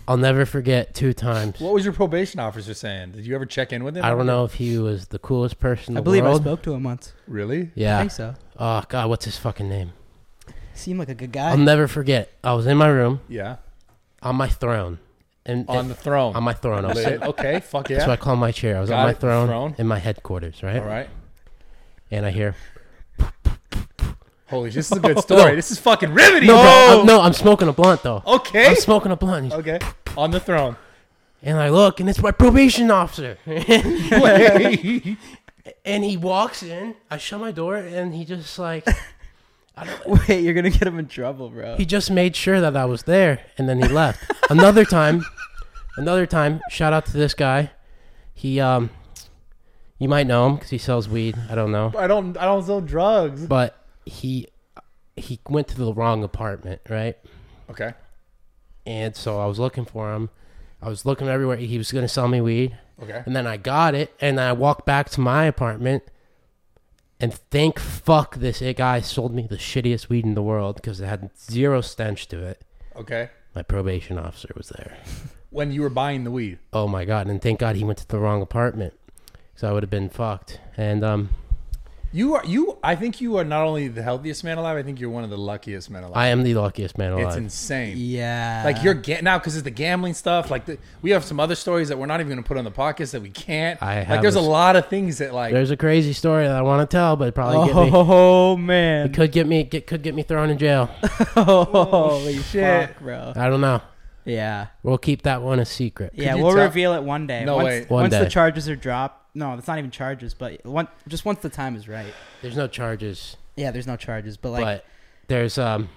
Speaker 3: I'll never forget two times.
Speaker 1: What was your probation officer saying? Did you ever check in with him?
Speaker 3: I don't know if he was the coolest person in
Speaker 2: I
Speaker 3: the
Speaker 2: believe
Speaker 3: world.
Speaker 2: I spoke to him once.
Speaker 1: Really?
Speaker 2: I
Speaker 3: Yeah.
Speaker 2: think so.
Speaker 3: Oh god, what's his fucking name?
Speaker 2: Seemed like a good
Speaker 3: I'll
Speaker 2: guy.
Speaker 3: never forget. I was in my room
Speaker 1: Yeah.
Speaker 3: on my throne. And
Speaker 1: On the throne.
Speaker 3: on my throne. I was
Speaker 1: Lit. Okay. Fuck yeah.
Speaker 3: That's what I call my chair. I was
Speaker 1: Got
Speaker 3: on my
Speaker 1: it,
Speaker 3: throne,
Speaker 1: throne.
Speaker 3: in my headquarters, right?
Speaker 1: All right.
Speaker 3: And I hear
Speaker 1: Holy, this is a good story. This is fucking riveting.
Speaker 3: no, bro,
Speaker 1: bro.
Speaker 3: I'm, no, I'm smoking a blunt though.
Speaker 1: Okay.
Speaker 3: I'm smoking a blunt,
Speaker 1: Okay. On the throne.
Speaker 3: and I look, and it's my probation officer,
Speaker 1: Wait.
Speaker 3: and he walks in. I shut my door, and he just like
Speaker 2: Wait, you're gonna get him in trouble, bro.
Speaker 3: he just made sure that I was there, and then he left. another time, another time. Shout out to this guy. He um, you might know him because he sells weed. I don't know.
Speaker 1: I don't. I don't sell drugs.
Speaker 3: but he he went to the wrong apartment, right?
Speaker 1: Okay.
Speaker 3: And so I was looking for him. I was looking everywhere. He was gonna sell me weed,
Speaker 1: Okay.
Speaker 3: and then I got it, and I walked back to my apartment. And thank fuck this it guy sold me the shittiest weed in the world because it had zero stench to it.
Speaker 1: Okay.
Speaker 3: My probation officer was there.
Speaker 1: When you were buying the weed.
Speaker 3: Oh my god! And thank God he went to the wrong apartment. So I would have been fucked. And um,
Speaker 1: You are you. I think you are not only the healthiest man alive. I think you're one of the luckiest men alive.
Speaker 3: I am the luckiest man alive.
Speaker 1: it's insane.
Speaker 2: Yeah.
Speaker 1: Like you're getting out because it's the gambling stuff. Like the, we have some other stories that we're not even going to put on the podcast that we can't.
Speaker 3: I
Speaker 1: like
Speaker 3: have
Speaker 1: there's a
Speaker 3: a s-
Speaker 1: lot of things that like
Speaker 3: There's a crazy story that I want to tell, but it probably get me,
Speaker 2: Oh man.
Speaker 3: could get me get, could get me thrown in jail.
Speaker 2: Holy
Speaker 1: shit.
Speaker 2: fuck, bro.
Speaker 3: I don't know.
Speaker 2: Yeah.
Speaker 3: We'll keep that one a secret.
Speaker 2: yeah,
Speaker 1: you
Speaker 2: we'll
Speaker 1: tell-
Speaker 2: reveal it one day.
Speaker 1: No,
Speaker 2: once,
Speaker 1: wait.
Speaker 3: One
Speaker 2: once the
Speaker 3: day.
Speaker 2: charges are dropped. No, it's not even charges, but one, just once the time is right.
Speaker 3: There's no charges,
Speaker 2: Yeah, there's no charges, but like
Speaker 3: but there's um,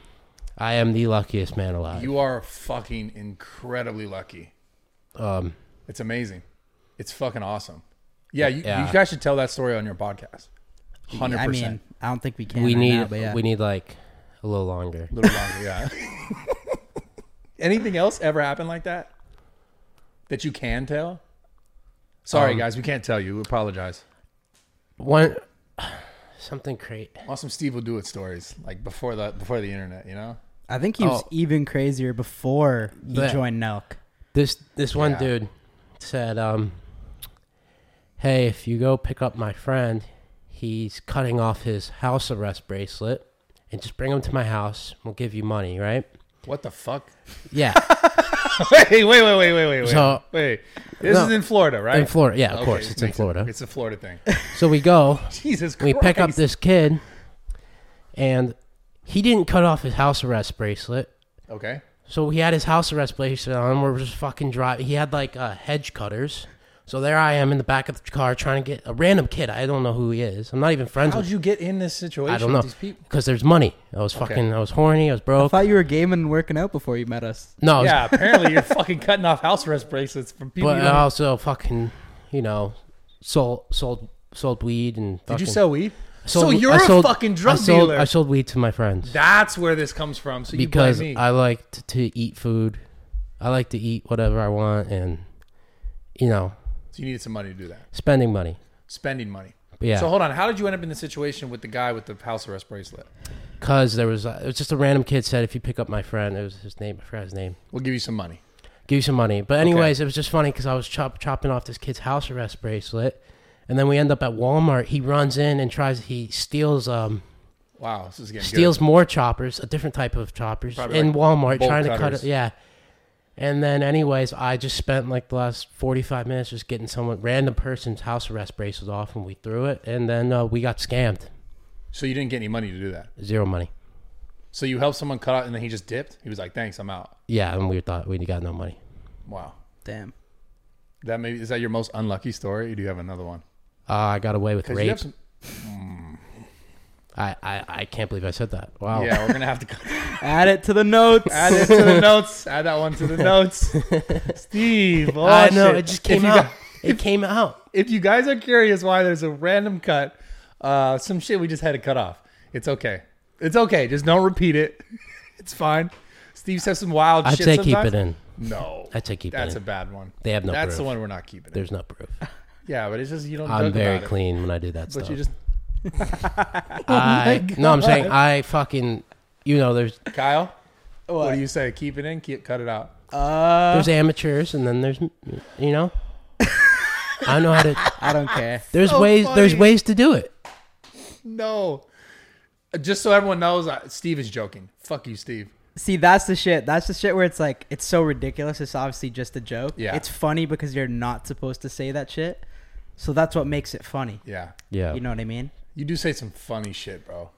Speaker 3: I am the luckiest man alive.
Speaker 1: you are fucking incredibly lucky.
Speaker 3: um,
Speaker 1: It's amazing. It's fucking awesome. Yeah, you,
Speaker 3: Yeah.
Speaker 1: you guys should tell that story on your podcast. Hundred
Speaker 2: I mean,
Speaker 1: percent.
Speaker 2: I don't think we can.
Speaker 3: we
Speaker 2: right
Speaker 3: need
Speaker 2: now, but yeah.
Speaker 3: we need like a little longer.
Speaker 1: A little longer, yeah. Anything else ever happened like that that you can tell? Sorry,
Speaker 3: Um,
Speaker 1: guys, we can't tell you. We apologize.
Speaker 3: One something great.
Speaker 1: Awesome Steve will do it stories like before the before the internet, you know.
Speaker 2: I think he was
Speaker 3: Oh.
Speaker 2: even crazier before he
Speaker 3: Yeah.
Speaker 2: joined Nelk.
Speaker 3: This this one
Speaker 1: Yeah.
Speaker 3: dude said, um, "Hey, if you go pick up my friend, he's cutting off his house arrest bracelet, and just bring him to my house. We'll give you money, right?"
Speaker 1: What the fuck?
Speaker 3: Yeah,
Speaker 1: wait, wait, wait, wait, wait, wait.
Speaker 3: So-
Speaker 1: wait. This
Speaker 3: No.
Speaker 1: is in Florida, right?
Speaker 3: in Florida. Yeah, of
Speaker 1: Okay,
Speaker 3: course, it's in
Speaker 1: makes-
Speaker 3: Florida.
Speaker 1: it's a Florida thing.
Speaker 3: so we go,
Speaker 1: Jesus
Speaker 3: we
Speaker 1: Christ.
Speaker 3: pick up this kid, and he didn't cut off his house arrest bracelet.
Speaker 1: Okay.
Speaker 3: So he had his house arrest bracelet on. We're just fucking driving. He had like uh, hedge cutters. So there I am in the back of the car trying to get a random kid. I don't know who he is. I'm not even friends
Speaker 1: How'd
Speaker 3: with
Speaker 1: you get in this situation
Speaker 3: I don't know.
Speaker 1: with these people?
Speaker 3: because there's money. I was fucking. I was horny. I was
Speaker 2: I
Speaker 3: broke.
Speaker 2: thought you were gaming and working out before you met us.
Speaker 3: no, I was,
Speaker 1: Yeah, apparently you're fucking cutting off house arrest bracelets from people.
Speaker 3: but uh,
Speaker 1: you
Speaker 3: I
Speaker 1: don't-
Speaker 3: also fucking. You know, sold sold sold weed and.
Speaker 1: Did
Speaker 3: fucking-
Speaker 1: you sell weed?
Speaker 3: I sold-
Speaker 1: so you're
Speaker 3: I sold-
Speaker 1: a fucking drug
Speaker 3: I sold,
Speaker 1: dealer.
Speaker 3: I sold weed to my friends
Speaker 1: That's where this comes from. So
Speaker 3: because
Speaker 1: you blame me.
Speaker 3: I liked to eat food. I like to eat whatever I want and, you know,
Speaker 1: so you needed some money to do that.
Speaker 3: spending money.
Speaker 1: Spending money.
Speaker 3: But yeah.
Speaker 1: So hold on. How did you end up in the situation with the guy with the house arrest bracelet?
Speaker 3: Cause there was, uh, it was just a random kid said, if you pick up my friend, it was his name, I forgot his name,
Speaker 1: We'll give you some money.
Speaker 3: give you some money. But anyways, it was just funny because I was chop, chopping off this kid's house arrest bracelet, and then we end up at Walmart. He runs in and tries, he steals, um,
Speaker 1: Wow, this is getting
Speaker 3: steals more choppers, a different type of choppers
Speaker 1: Probably
Speaker 3: in
Speaker 1: like
Speaker 3: Walmart,
Speaker 1: bolt
Speaker 3: trying to cut
Speaker 1: cutters.
Speaker 3: it. Yeah. And then, anyways, I just spent like the last forty-five minutes just getting someone random person's house arrest bracelet off, and we threw it, and then uh, we got scammed,
Speaker 1: good. So you didn't get any money to do that.
Speaker 3: zero money.
Speaker 1: So you helped someone cut out, and then he just dipped. He was like, "Thanks, I'm out."
Speaker 3: Yeah, and we thought we got no money.
Speaker 1: Wow.
Speaker 2: Damn.
Speaker 1: That maybe is that your most unlucky story? Or do you have another one?
Speaker 3: Uh, I got away with
Speaker 1: Because
Speaker 3: rape.
Speaker 1: you have some.
Speaker 3: I, I, I can't believe I said that. Wow.
Speaker 1: Yeah, we're gonna have to cut-
Speaker 2: Add it to the notes.
Speaker 1: add it to the notes. Add that one to the notes. Steve, oh,
Speaker 3: I know.
Speaker 1: shit.
Speaker 3: It just came
Speaker 1: if you
Speaker 3: out.
Speaker 1: guys-
Speaker 3: it came out.
Speaker 1: if you guys are curious why there's a random cut, uh, some shit we just had to cut off. It's okay. It's okay. Just don't repeat it. It's fine. Steve says some wild
Speaker 3: I'd
Speaker 1: shit.
Speaker 3: say
Speaker 1: sometimes.
Speaker 3: keep it in.
Speaker 1: No,
Speaker 3: I'd say keep
Speaker 1: that's
Speaker 3: it
Speaker 1: a
Speaker 3: in.
Speaker 1: bad one.
Speaker 3: They have no
Speaker 1: That's
Speaker 3: proof.
Speaker 1: the one we're not keeping.
Speaker 3: There's no proof.
Speaker 1: Yeah, but it's just you don't.
Speaker 3: I'm
Speaker 1: joke
Speaker 3: very
Speaker 1: about it.
Speaker 3: clean when I do that
Speaker 1: But
Speaker 3: stuff.
Speaker 1: you just
Speaker 3: I, no, I'm saying I fucking, you know, there's
Speaker 1: Kyle.
Speaker 2: What?
Speaker 1: What do you say? Keep it in. Keep, cut it out.
Speaker 2: Uh,
Speaker 3: there's amateurs and then there's, you know, I know how to.
Speaker 2: I don't care.
Speaker 3: There's
Speaker 1: So
Speaker 3: ways. There's
Speaker 1: funny.
Speaker 3: ways to do it.
Speaker 1: No. Just so everyone knows, I, Steve is joking. Fuck you, Steve.
Speaker 2: See, that's the shit. That's the shit where it's like it's so ridiculous. It's obviously just a joke.
Speaker 1: Yeah.
Speaker 2: It's funny because you're not supposed to say that shit. So that's what makes it funny.
Speaker 1: Yeah,
Speaker 3: Yeah.
Speaker 2: You know what I mean?
Speaker 1: you do say some funny shit, bro.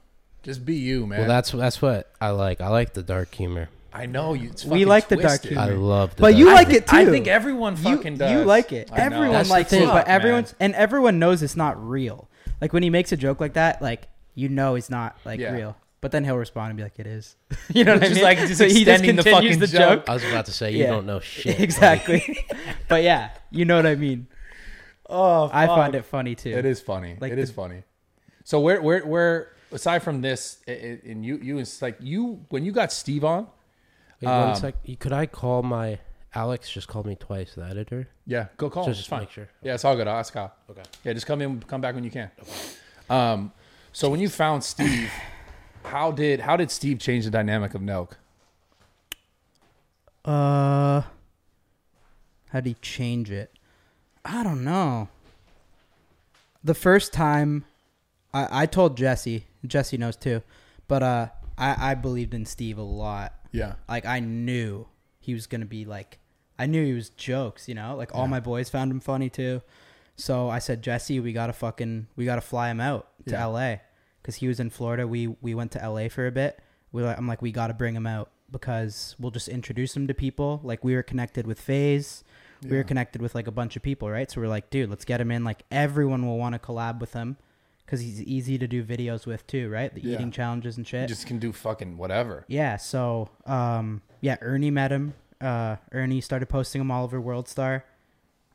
Speaker 1: Just be you, man.
Speaker 3: well, that's that's what I like. I like the dark humor.
Speaker 1: I know you. It's
Speaker 2: We
Speaker 1: fucking
Speaker 2: like the dark
Speaker 1: twisted.
Speaker 2: humor.
Speaker 3: I love. The
Speaker 2: But
Speaker 3: dark
Speaker 2: you
Speaker 3: humor.
Speaker 2: like it too.
Speaker 1: I think everyone
Speaker 2: You-
Speaker 1: fucking
Speaker 2: you,
Speaker 1: does.
Speaker 2: like it.
Speaker 1: I know.
Speaker 2: Everyone
Speaker 3: That's the
Speaker 2: likes
Speaker 3: thing.
Speaker 2: it, but
Speaker 1: Fuck, man.
Speaker 2: everyone's and everyone knows it's not real. Like when he makes a joke like that, like you know it's not like
Speaker 1: Yeah.
Speaker 2: real. But then he'll respond and be like, "It is." you know what I
Speaker 1: Just
Speaker 2: mean?
Speaker 1: like- just
Speaker 2: So he
Speaker 1: extending the
Speaker 2: continues
Speaker 1: fucking joke.
Speaker 3: I was about to say you
Speaker 2: Yeah. Um,
Speaker 3: don't know shit.
Speaker 2: exactly. but yeah, you know what I mean.
Speaker 1: Oh,
Speaker 2: I
Speaker 1: fuck.
Speaker 2: find it funny too.
Speaker 1: It is funny.
Speaker 2: Like
Speaker 1: it
Speaker 2: the-
Speaker 1: is funny. So where where where aside from this, i- i- and you you it's like you when you got Steve on,
Speaker 3: Wait, one
Speaker 1: Um,
Speaker 3: sec. You- Could I call my Alex? Just called me twice. The editor.
Speaker 1: yeah, go call.
Speaker 3: So
Speaker 1: him.
Speaker 3: just
Speaker 1: It's fine.
Speaker 3: make sure.
Speaker 1: Yeah, it's all good. I'll ask Kyle.
Speaker 3: Okay.
Speaker 1: Yeah, just come in, come back when you can. Um, so when you found Steve, how did how did Steve change the dynamic of Nelk?
Speaker 2: Uh, how'd he change it? I don't know. the first time I, I told Jesse, Jesse knows too, but uh, I, I believed in Steve a lot.
Speaker 1: Yeah.
Speaker 2: Like I knew he was gonna be like, I knew he was jokes, you know. Like all my boys found him funny too. So I said, Jesse, we gotta fucking, we gotta fly him out to
Speaker 1: Yeah.
Speaker 2: L.A. because he was in Florida. We we went to L.A. for a bit. We were, I'm like, we gotta bring him out because we'll just introduce him to people. Like we were connected with Faze. We were connected with like a bunch of people, right? So we're like, dude, let's get him in. Like everyone will want to collab with him because he's easy to do videos with too, right? The
Speaker 1: Yeah.
Speaker 2: eating challenges and
Speaker 1: You
Speaker 2: shit.
Speaker 1: just can do fucking whatever.
Speaker 2: Yeah, so um yeah, Ernie met him. Uh Ernie started posting him all over World Star.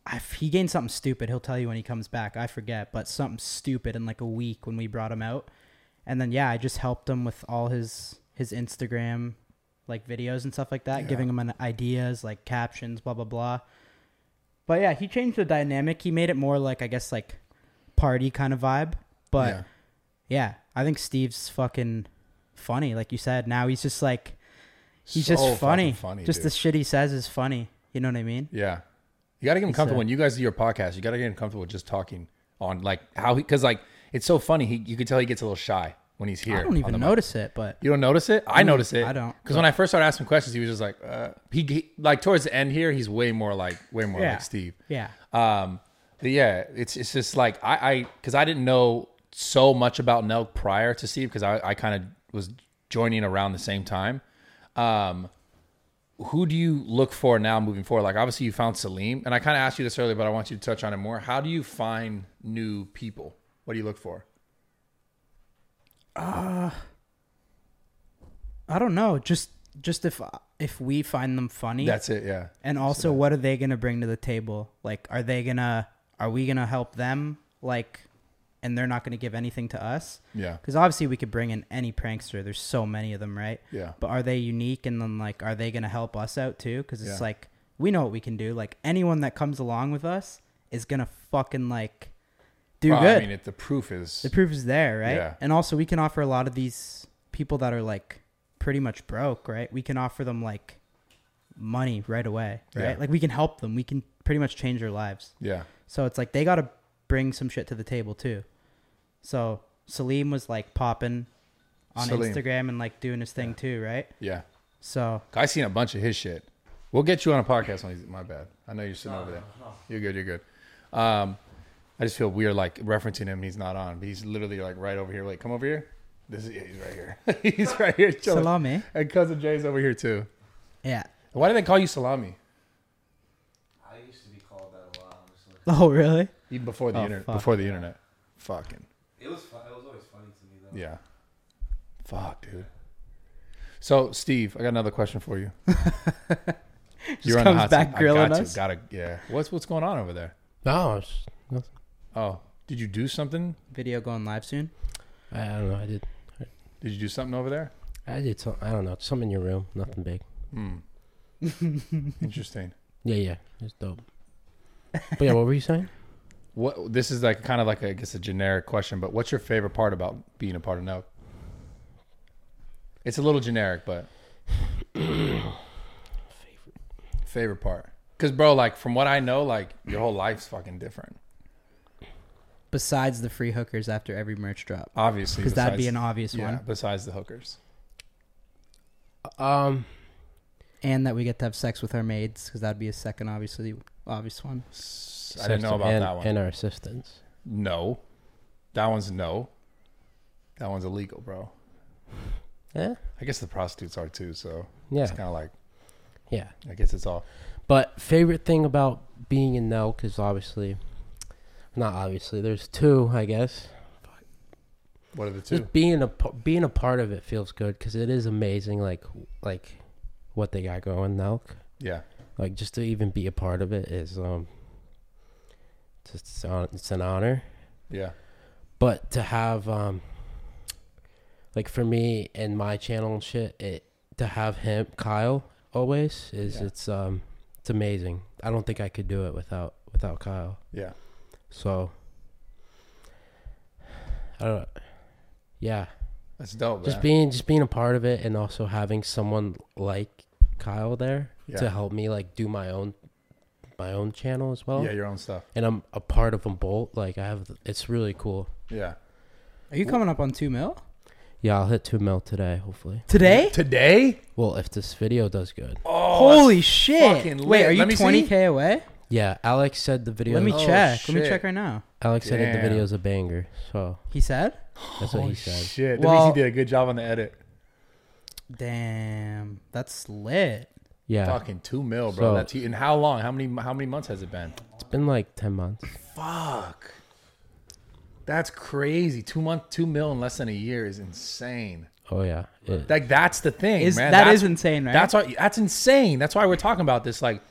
Speaker 2: I f he gained something stupid. He'll tell you when he comes back. I forget, but something stupid in like a week when we brought him out. And then yeah, I just helped him with all his his Instagram like videos and stuff like that, giving him an ideas, like captions, blah blah blah. But yeah, he changed the dynamic. He made it more like I guess like party kind of vibe, but
Speaker 1: Yeah.
Speaker 2: yeah, I think Steve's fucking funny. Like you said, now he's just like he's
Speaker 1: So fucking
Speaker 2: just funny.
Speaker 1: funny,
Speaker 2: just the
Speaker 1: dude.
Speaker 2: shit he says is funny. You know what I mean?
Speaker 1: Yeah. You got to get him
Speaker 2: uh,
Speaker 1: comfortable when you guys do your podcast. You got to get him comfortable just talking on like how he, cause like it's so funny. He, you can tell he gets a little shy when he's here.
Speaker 2: I don't
Speaker 1: on the
Speaker 2: even
Speaker 1: mic.
Speaker 2: notice it, but
Speaker 1: You don't notice it? I notice it.
Speaker 2: I don't.
Speaker 1: Because when I first started asking questions, he was just like, uh, he, he like towards the end here, he's way more like, way more
Speaker 2: Yeah.
Speaker 1: like Steve.
Speaker 2: yeah,
Speaker 1: Um, but yeah, it's it's just like I I because I didn't know so much about Nelk prior to Steve because I I kind of was joining around the same time. Um, who do you look for now moving forward? Like obviously you found Salim, and I kind of asked you this earlier, but I want you to touch on it more. How do you find new people? What do you look for?
Speaker 2: I don't know. Just just if if we find them funny,
Speaker 1: That's it. Yeah.
Speaker 2: and also what are they gonna bring to the table? Like, are they gonna are we gonna help them? Like, and they're not gonna give anything to us.
Speaker 1: Yeah.
Speaker 2: Because obviously we could bring in any prankster. There's so many of them, right?
Speaker 1: Yeah.
Speaker 2: But are they unique? And then like, are they going to help us out too? Because it's
Speaker 1: Yeah.
Speaker 2: like we know what we can do. Like anyone that comes along with us is gonna fucking like do
Speaker 1: Well,
Speaker 2: good.
Speaker 1: I mean, it, the proof is
Speaker 2: the proof is there, right?
Speaker 1: Yeah.
Speaker 2: And also we can offer a lot of these people that are like pretty much broke, right? We can offer them like money right away, right?
Speaker 1: Yeah.
Speaker 2: Like we can help them. We can pretty much change their lives.
Speaker 1: yeah.
Speaker 2: So it's like they got to bring some shit to the table too. So Salim was like popping on
Speaker 1: Salim.
Speaker 2: Instagram and like doing his thing too, right?
Speaker 1: Yeah.
Speaker 2: So
Speaker 1: I seen a bunch of his shit. We'll get you on a podcast on these. My bad. I know you're sitting over there. You're good. You're good. Um, I just feel weird like referencing him. He's not on, but he's literally like right over here. Like, come over here. This is yeah, he's right here. he's right here chilling.
Speaker 2: Salami.
Speaker 1: And cousin Jay's over here too.
Speaker 2: Yeah.
Speaker 1: Why do they call you Salami?
Speaker 4: I used to be called that a lot. Honestly.
Speaker 2: Oh really?
Speaker 1: Even before the
Speaker 2: Oh,
Speaker 1: internet.
Speaker 2: fuck.
Speaker 1: Before the internet. Fucking
Speaker 4: It was fun. It was always funny to me though.
Speaker 1: yeah. Fuck, dude. So Steve, I got another question for you.
Speaker 2: Just comes back
Speaker 1: seat. I
Speaker 2: grilling
Speaker 1: got to,
Speaker 2: us.
Speaker 1: Gotta yeah. What's what's going on over there?
Speaker 3: No, it's- no,
Speaker 1: Oh, did you do something?
Speaker 2: Video going live soon.
Speaker 3: I, I don't know. I did.
Speaker 1: Did you do something over there?
Speaker 3: I did some. I don't know. Some in your room. Nothing big.
Speaker 1: Hmm. Interesting.
Speaker 3: Yeah, yeah. It's dope. But yeah, what were you saying?
Speaker 1: What this is like kind of like a, I guess a generic question, but what's your favorite part about being a part of Nope? It's a little generic, but favorite part. Cause bro, like from what I know, like your whole life's fucking different.
Speaker 2: Besides the free hookers after every merch drop,
Speaker 1: Obviously,
Speaker 2: because that'd be an
Speaker 1: besides-
Speaker 2: obvious
Speaker 1: yeah,
Speaker 2: one,
Speaker 1: Besides the hookers,
Speaker 3: Um,
Speaker 2: and that we get to have sex with our maids, because that'd be a second obviously obvious one.
Speaker 1: S- I didn't know about
Speaker 3: and,
Speaker 1: that one.
Speaker 3: And our assistants.
Speaker 1: no, that one's no. That one's illegal, bro.
Speaker 3: Yeah,
Speaker 1: I guess the prostitutes are too, so it's
Speaker 3: yeah,
Speaker 1: kind of like
Speaker 3: yeah.
Speaker 1: I guess it's all
Speaker 3: But favorite thing about being in Nelk is obviously, not obviously. There's two, I guess.
Speaker 1: what are the two?
Speaker 3: Just being a p- being a part of it feels good because it is amazing. Like like what they got going Nelk.
Speaker 1: Yeah,
Speaker 3: Like just to even be a part of it is um. Just it's on- it's an honor.
Speaker 1: yeah,
Speaker 3: but to have um like for me and my channel and shit it to have him kyle always is
Speaker 1: Yeah.
Speaker 3: it's um it's amazing i don't think i could do it without without kyle
Speaker 1: yeah.
Speaker 3: so i don't yeah
Speaker 1: That's dope.
Speaker 3: just
Speaker 1: man.
Speaker 3: being just being a part of it and also having someone like kyle there
Speaker 1: Yeah.
Speaker 3: to help me like do my own my own channel as well.
Speaker 1: yeah, your own stuff.
Speaker 3: and I'm a part of them both. Like I have, it's really cool.
Speaker 1: Yeah.
Speaker 2: Are you coming up on two mil
Speaker 3: Yeah, I'll hit two mil today, hopefully.
Speaker 2: today?
Speaker 1: Today?
Speaker 3: Well, if this video does good.
Speaker 2: Holy shit!
Speaker 1: Oh, fucking
Speaker 2: Wait,
Speaker 1: lit.
Speaker 2: are you
Speaker 1: Let me see.
Speaker 2: twenty k away?
Speaker 3: Yeah, Alex said the video.
Speaker 2: Let me
Speaker 1: Oh,
Speaker 2: check. Let me
Speaker 1: shit.
Speaker 2: check right now.
Speaker 3: Alex said the
Speaker 1: Damn.
Speaker 3: video's a banger. So
Speaker 2: He said,
Speaker 3: that's what he said.
Speaker 1: Shit.
Speaker 2: Well-
Speaker 1: that means he did a good job on the edit.
Speaker 2: "Damn, that's lit."
Speaker 3: Yeah,
Speaker 1: Fucking two mil,
Speaker 3: So-
Speaker 1: bro. That's and how long? How many? How many months has it been?
Speaker 3: it's been like ten months.
Speaker 1: Fuck. That's crazy. Two month, two mil in less than a year is insane.
Speaker 3: Oh yeah, It-
Speaker 1: Like that's the thing,
Speaker 2: Is
Speaker 1: man.
Speaker 2: that
Speaker 1: that's,
Speaker 2: is insane, right?
Speaker 1: That's why. That's insane. That's why we're talking about this. Like,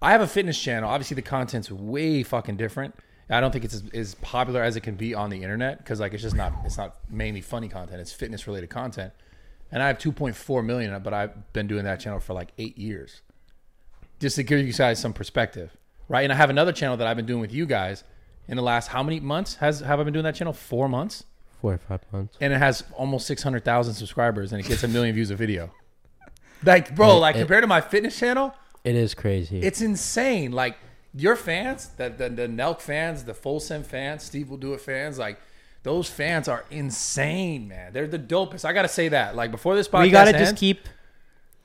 Speaker 1: I have a fitness channel. Obviously, the content's way fucking different. I don't think it's as, as popular as it can be on the internet because, like, it's just not. It's not mainly funny content. It's fitness related content. And I have 2.4 million, but I've been doing that channel for like eight years. Just to give you guys some perspective, right? And I have another channel that I've been doing with you guys in the last how many months has have I been doing that channel? Four months,
Speaker 3: four or five months.
Speaker 1: and it has almost 600,000 subscribers, and it gets a million views a video. Like, bro, like
Speaker 3: it-
Speaker 1: compared to my fitness channel,
Speaker 3: It is crazy.
Speaker 1: it's insane. Like your fans, the the, the Nelk fans, the Folsom fans, Steve will do it fans, like those fans are insane, man. They're the dopest. I gotta say that. Like before this podcast,
Speaker 2: we gotta
Speaker 1: ends,
Speaker 2: just keep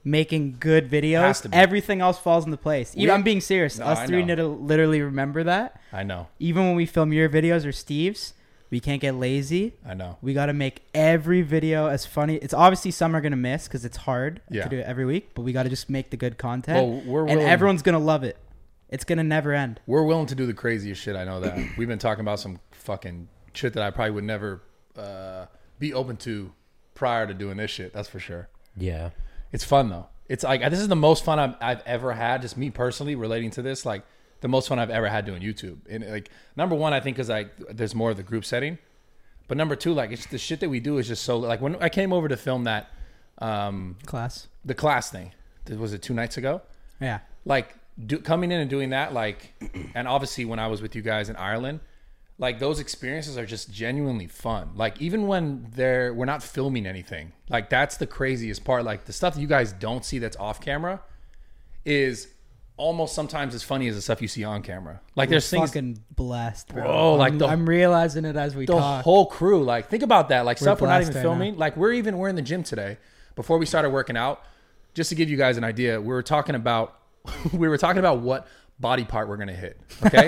Speaker 2: making good
Speaker 1: Has to
Speaker 2: videos.
Speaker 1: be.
Speaker 2: Everything else falls into place. Even,
Speaker 1: We-
Speaker 2: I'm being serious.
Speaker 1: No,
Speaker 2: Us
Speaker 1: I
Speaker 2: three
Speaker 1: know.
Speaker 2: need to literally remember that.
Speaker 1: I know,
Speaker 2: Even when we film your videos or Steve's, we can't get lazy.
Speaker 1: I know.
Speaker 2: We gotta make every video as funny. It's obviously some are gonna miss because it's hard
Speaker 1: Yeah.
Speaker 2: to do it every week, but we gotta just make the good content.
Speaker 1: Well, we're
Speaker 2: and
Speaker 1: willing-
Speaker 2: everyone's gonna love it. It's gonna never end.
Speaker 1: We're willing to do the craziest shit. I know that. We've been talking about some fucking shit that I probably would never uh, be open to prior to doing this shit. That's for sure.
Speaker 3: yeah,
Speaker 1: It's fun though. It's like this is the most fun I've, I've ever had, just me personally relating to this. Like the most fun I've ever had doing YouTube. And like number one, I think is like there's more of the group setting, but number two, like it's the shit that we do is just so like when I came over to film that um
Speaker 2: Class.
Speaker 1: the class thing, that was it two nights ago?
Speaker 2: Yeah.
Speaker 1: like do, coming in and doing that like and obviously when i was with you guys in ireland like those experiences are just genuinely fun like even when they're we're not filming anything like that's the craziest part like the stuff that you guys don't see that's off camera is almost sometimes as funny as the stuff you see on camera like there's things
Speaker 2: Fucking blessed, bro.
Speaker 1: Bro, like
Speaker 2: I'm,
Speaker 1: the-
Speaker 2: I'm realizing it as we
Speaker 1: the
Speaker 2: talk.
Speaker 1: whole crew. Like, think about that. Like, stuff we're not
Speaker 2: blessed
Speaker 1: even
Speaker 2: right
Speaker 1: filming. Like, we're even we're in the gym today. Before we started working out, just to give you guys an idea, we were talking about we were talking about what body part we're gonna hit. Okay,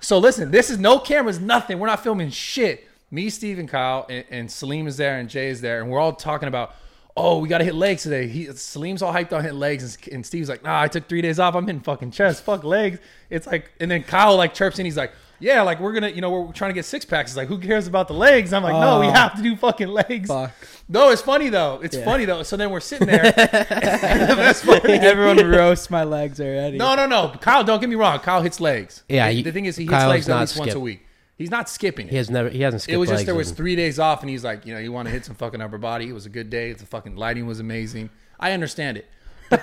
Speaker 1: so listen, this is no cameras, nothing. We're not filming shit. Me, Steve, and Kyle, and, and Salim is there, and Jay is there, and we're all talking about. Oh, we gotta hit legs today. He Salim's all hyped on hitting legs, and, and Steve's like, "Nah, I took three days off. I'm hitting fucking chest, fuck legs." It's like, and then Kyle like chirps in. He's like, "Yeah, like we're gonna, you know, we're trying to get six packs." It's like, who cares about the legs? I'm like, "No, we
Speaker 2: Oh.
Speaker 1: have to do fucking legs."
Speaker 2: Fuck.
Speaker 1: No, it's funny though. It's funny though. So then we're sitting there. That's funny.
Speaker 2: Everyone roasts my legs already.
Speaker 1: No, no, no. Kyle, don't get me wrong. Kyle hits legs.
Speaker 3: Yeah,
Speaker 1: The,
Speaker 3: he-
Speaker 1: the thing is, he hits
Speaker 3: Kyle's
Speaker 1: legs at
Speaker 3: not
Speaker 1: least once a
Speaker 3: skip-
Speaker 1: week. He's not skipping it.
Speaker 3: he has never. He hasn't skipped.
Speaker 1: it was just
Speaker 3: legs
Speaker 1: there was
Speaker 3: in-
Speaker 1: three days off, and he's like, you know, you want to hit some fucking upper body. It was a good day. The fucking lighting was amazing. I understand it. But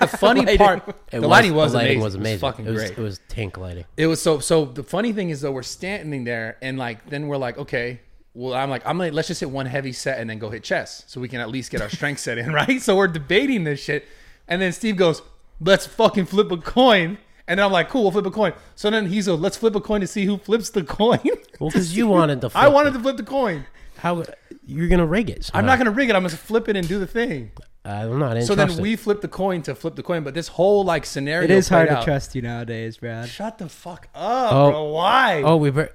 Speaker 1: the funny
Speaker 2: Lighting.
Speaker 1: part,
Speaker 3: It
Speaker 1: the lighting was,
Speaker 3: the
Speaker 1: amazing.
Speaker 3: was amazing.
Speaker 1: It was fucking
Speaker 3: it was,
Speaker 1: great.
Speaker 3: It was tank lighting.
Speaker 1: It was so so the funny thing is though we're standing there and like then we're like okay well I'm like I'm like let's just hit one heavy set and then go hit chest so we can at least get our strength set in right so we're debating this shit and then Steve goes let's fucking flip a coin and then I'm like cool we'll flip a coin so then he's like let's flip a coin to see who flips the coin
Speaker 3: Well, because you wanted to. Flip
Speaker 1: I wanted to flip the coin
Speaker 3: How you're gonna rig it?
Speaker 1: I'm not gonna rig it I'm gonna flip it and do the thing
Speaker 3: gonna. I'm not
Speaker 1: so then
Speaker 3: interested.
Speaker 1: we flip the coin to flip the coin but this whole like scenario
Speaker 2: It is hard
Speaker 1: played
Speaker 2: to
Speaker 1: out.
Speaker 2: trust you nowadays, Brad.
Speaker 1: shut the fuck up
Speaker 3: Oh.
Speaker 1: bro why
Speaker 3: Oh, we were.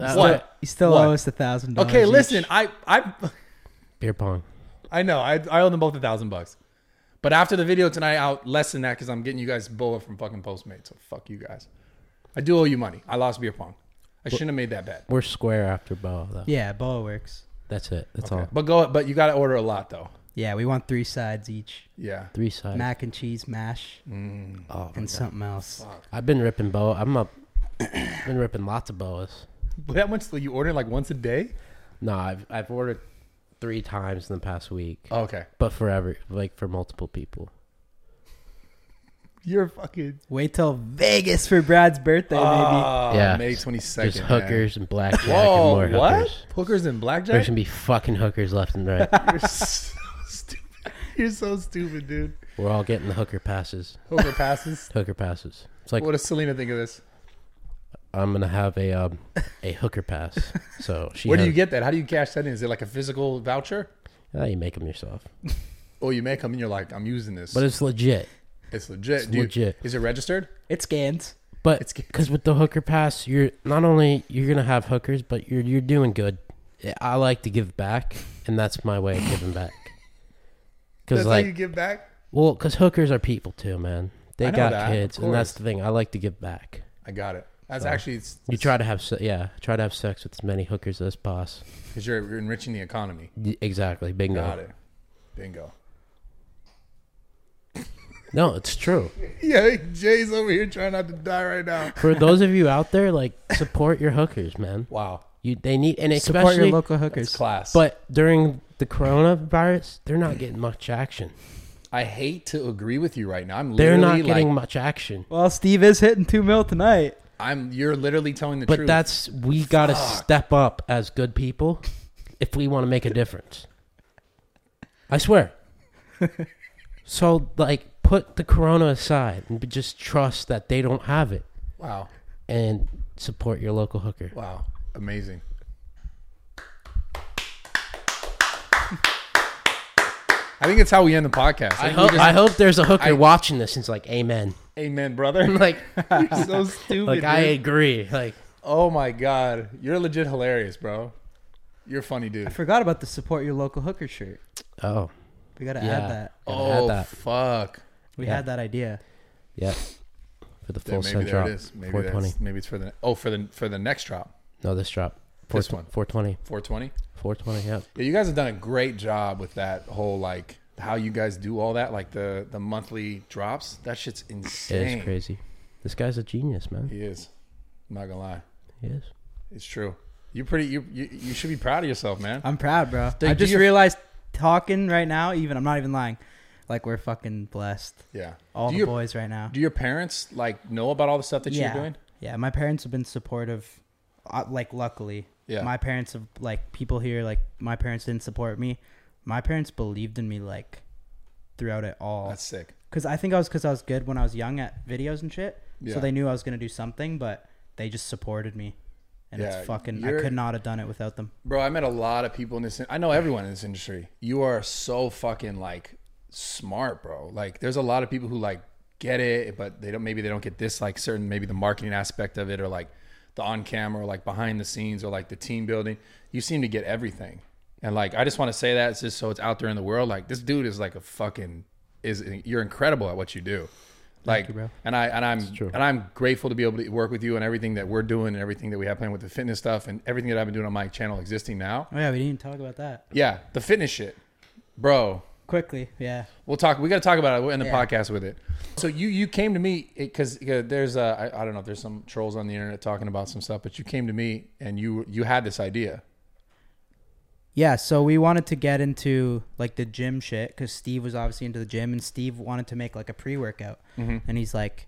Speaker 3: Uh,
Speaker 1: what
Speaker 2: You still
Speaker 1: What?
Speaker 2: owe us a thousand dollars.
Speaker 1: okay
Speaker 2: each.
Speaker 1: listen I I.
Speaker 3: Beer pong.
Speaker 1: I know. I, I owe them both a thousand bucks. But after the video tonight, I'll lessen that because I'm getting you guys boa from fucking Postmates. So fuck you guys. I do owe you money. I lost beer pong. I shouldn't have made that bet.
Speaker 3: We're square after bow though.
Speaker 2: Yeah, boa works.
Speaker 3: That's it. That's all.
Speaker 1: But go. But you got to order a lot though.
Speaker 2: Yeah, we want three sides each:
Speaker 1: Yeah.
Speaker 3: Three sides.
Speaker 2: mac and cheese, mash,
Speaker 1: Mm.
Speaker 3: Oh,
Speaker 2: and something else.
Speaker 3: I've been ripping bow. I'm up. been ripping lots of boas.
Speaker 1: But that much you order like once a day.
Speaker 3: No, I've I've ordered three times in the past week,
Speaker 1: Oh, okay.
Speaker 3: but for every like for multiple people.
Speaker 1: You're fucking.
Speaker 2: Wait till Vegas for Brad's birthday,
Speaker 1: Oh,
Speaker 3: Yeah.
Speaker 1: May twenty second.
Speaker 3: There's hookers and blackjack and
Speaker 1: Whoa.
Speaker 3: more
Speaker 1: what?
Speaker 3: hookers.
Speaker 1: Hookers and
Speaker 3: There's
Speaker 1: blackjack.
Speaker 3: gonna be fucking hookers left and right.
Speaker 1: You're so stupid. You're so stupid, dude.
Speaker 3: We're all getting the hooker passes.
Speaker 1: Hooker passes.
Speaker 3: Hooker passes. It's like
Speaker 1: What does Selena think of this?
Speaker 3: I'm gonna have a um, a hooker pass. So she.
Speaker 1: Where do
Speaker 3: has-
Speaker 1: you get that? How do you cash that in? Is it like a physical voucher?
Speaker 3: Ah, you make them yourself,
Speaker 1: Oh, you make them and you're like, I'm using this.
Speaker 3: but it's legit.
Speaker 1: it's legit. Do you-
Speaker 3: legit.
Speaker 1: is it registered?
Speaker 2: It scans.
Speaker 3: But
Speaker 1: It's good.
Speaker 3: because with the hooker pass, you're not only you're gonna have hookers, but you're you're doing good. Yeah, I like to give back, and that's my way of giving back. Because
Speaker 1: That's
Speaker 3: like,
Speaker 1: how you give back.
Speaker 3: well, because hookers are people too, man.
Speaker 1: I
Speaker 3: They
Speaker 1: know
Speaker 3: got
Speaker 1: that, of
Speaker 3: kids, and that's
Speaker 1: course.
Speaker 3: the thing. I like to give back.
Speaker 1: I got it. That's actually it's,
Speaker 3: You try to have, se- yeah, try to have sex with as many hookers as possible.
Speaker 1: because you're, you're enriching the economy.
Speaker 3: Y- Exactly, bingo.
Speaker 1: Got it. Bingo.
Speaker 3: No, it's true.
Speaker 1: Yeah, Jay's over here trying not to die right now.
Speaker 3: For those of you out there, like support your hookers, man.
Speaker 1: Wow,
Speaker 3: You they need and
Speaker 2: Support
Speaker 3: especially
Speaker 2: your local
Speaker 1: it's
Speaker 2: hookers.
Speaker 1: class.
Speaker 3: but during the coronavirus, they're not getting much action.
Speaker 1: I hate to agree with you right now. I'm
Speaker 3: They're not
Speaker 1: literally
Speaker 3: getting
Speaker 1: like,
Speaker 3: much action.
Speaker 2: Well, Steve is hitting two mil tonight.
Speaker 1: I'm. You're literally telling the
Speaker 3: But
Speaker 1: truth.
Speaker 3: that's we got to step up as good people if we want to make a difference. I swear. so like put the corona aside and be- just trust that they don't have it
Speaker 1: wow,
Speaker 3: and support your local hooker.
Speaker 1: wow, amazing. I think it's how we end the podcast.
Speaker 3: I
Speaker 1: think we
Speaker 3: hope,
Speaker 1: just-
Speaker 3: I hope there's a hooker
Speaker 1: I-
Speaker 3: watching this and it's like amen.
Speaker 1: Amen, brother.
Speaker 3: Like
Speaker 1: You're so stupid.
Speaker 3: like I
Speaker 1: dude.
Speaker 3: agree. Like
Speaker 1: Oh my god, you're legit hilarious, bro. You're a funny,
Speaker 2: I
Speaker 1: dude.
Speaker 2: forgot about the support your local hooker shirt.
Speaker 3: oh
Speaker 2: We gotta
Speaker 3: Yeah.
Speaker 2: add that.
Speaker 3: I had
Speaker 1: Oh
Speaker 3: that.
Speaker 1: fuck.
Speaker 2: We
Speaker 3: Yeah.
Speaker 2: had that idea.
Speaker 3: yeah. For the
Speaker 1: Yeah,
Speaker 3: full
Speaker 1: maybe
Speaker 3: send
Speaker 1: there
Speaker 3: drop,
Speaker 1: it is. Maybe
Speaker 3: four twenty.
Speaker 1: that's, maybe it's for the oh for the for the next drop,
Speaker 3: No, this drop, four,
Speaker 1: This one.
Speaker 3: four twenty,
Speaker 1: 420.
Speaker 3: four twenty. Yeah,
Speaker 1: Yeah, you guys have done a great job with that whole like how you guys do all that, like the the monthly drops. That shit's
Speaker 3: it
Speaker 1: insane.
Speaker 3: is crazy. This guy's a genius, man.
Speaker 1: He is. I'm not gonna lie,
Speaker 3: He is.
Speaker 1: it's true. You pretty you you, you should be proud of yourself, man.
Speaker 3: Uh,
Speaker 2: I'm proud, bro.
Speaker 1: Dude,
Speaker 2: I
Speaker 1: do
Speaker 2: just
Speaker 1: you-
Speaker 2: realized talking right now. Even I'm not even lying. Like we're fucking blessed.
Speaker 1: Yeah.
Speaker 2: All
Speaker 1: do
Speaker 2: the
Speaker 1: your,
Speaker 2: boys right now.
Speaker 1: Do your parents like know about all the stuff that
Speaker 2: yeah.
Speaker 1: you're doing?
Speaker 2: Yeah, my parents have been supportive. Uh, like, luckily,
Speaker 1: Yeah.
Speaker 2: my parents have like people here. Like, my parents didn't support me. My parents believed in me like throughout it all.
Speaker 1: That's sick.
Speaker 2: Because I think I was because I was good when I was young at videos and shit.
Speaker 1: Yeah.
Speaker 2: So they knew I was gonna do something, but they just supported me, and
Speaker 1: Yeah,
Speaker 2: it's fucking. I
Speaker 1: you're-
Speaker 2: could not have done it without them.
Speaker 1: Bro, I met a lot of people in this. I know everyone in this industry. You are so fucking like smart, bro. Like, there's a lot of people who like get it, but they don't. Maybe they don't get this like certain maybe the marketing aspect of it, or like the on camera, or like behind the scenes, or like the team building. You seem to get everything, and like I just want to say that it's just so it's out there in the world. Like this dude is like a fucking is. You're incredible at what you do. Like,
Speaker 2: bro.
Speaker 1: and I and I'm and I'm grateful to be able to work with you and everything that we're doing and everything that we have planned with the fitness stuff and everything that I've been doing on my channel existing now.
Speaker 2: Oh yeah, we didn't even talk about that
Speaker 1: Yeah, the fitness shit, bro.
Speaker 2: quickly. Yeah,
Speaker 1: We'll talk. We got to talk about it. We'll end the
Speaker 2: Yeah.
Speaker 1: podcast with it. So you you came to me because there's uh, I, I don't know if there's some trolls on the internet talking about some stuff, but you came to me and you you had this idea.
Speaker 2: yeah. So we wanted to get into like the gym shit because Steve was obviously into the gym, and Steve wanted to make like a pre workout,
Speaker 1: Mm-hmm.
Speaker 2: and he's like,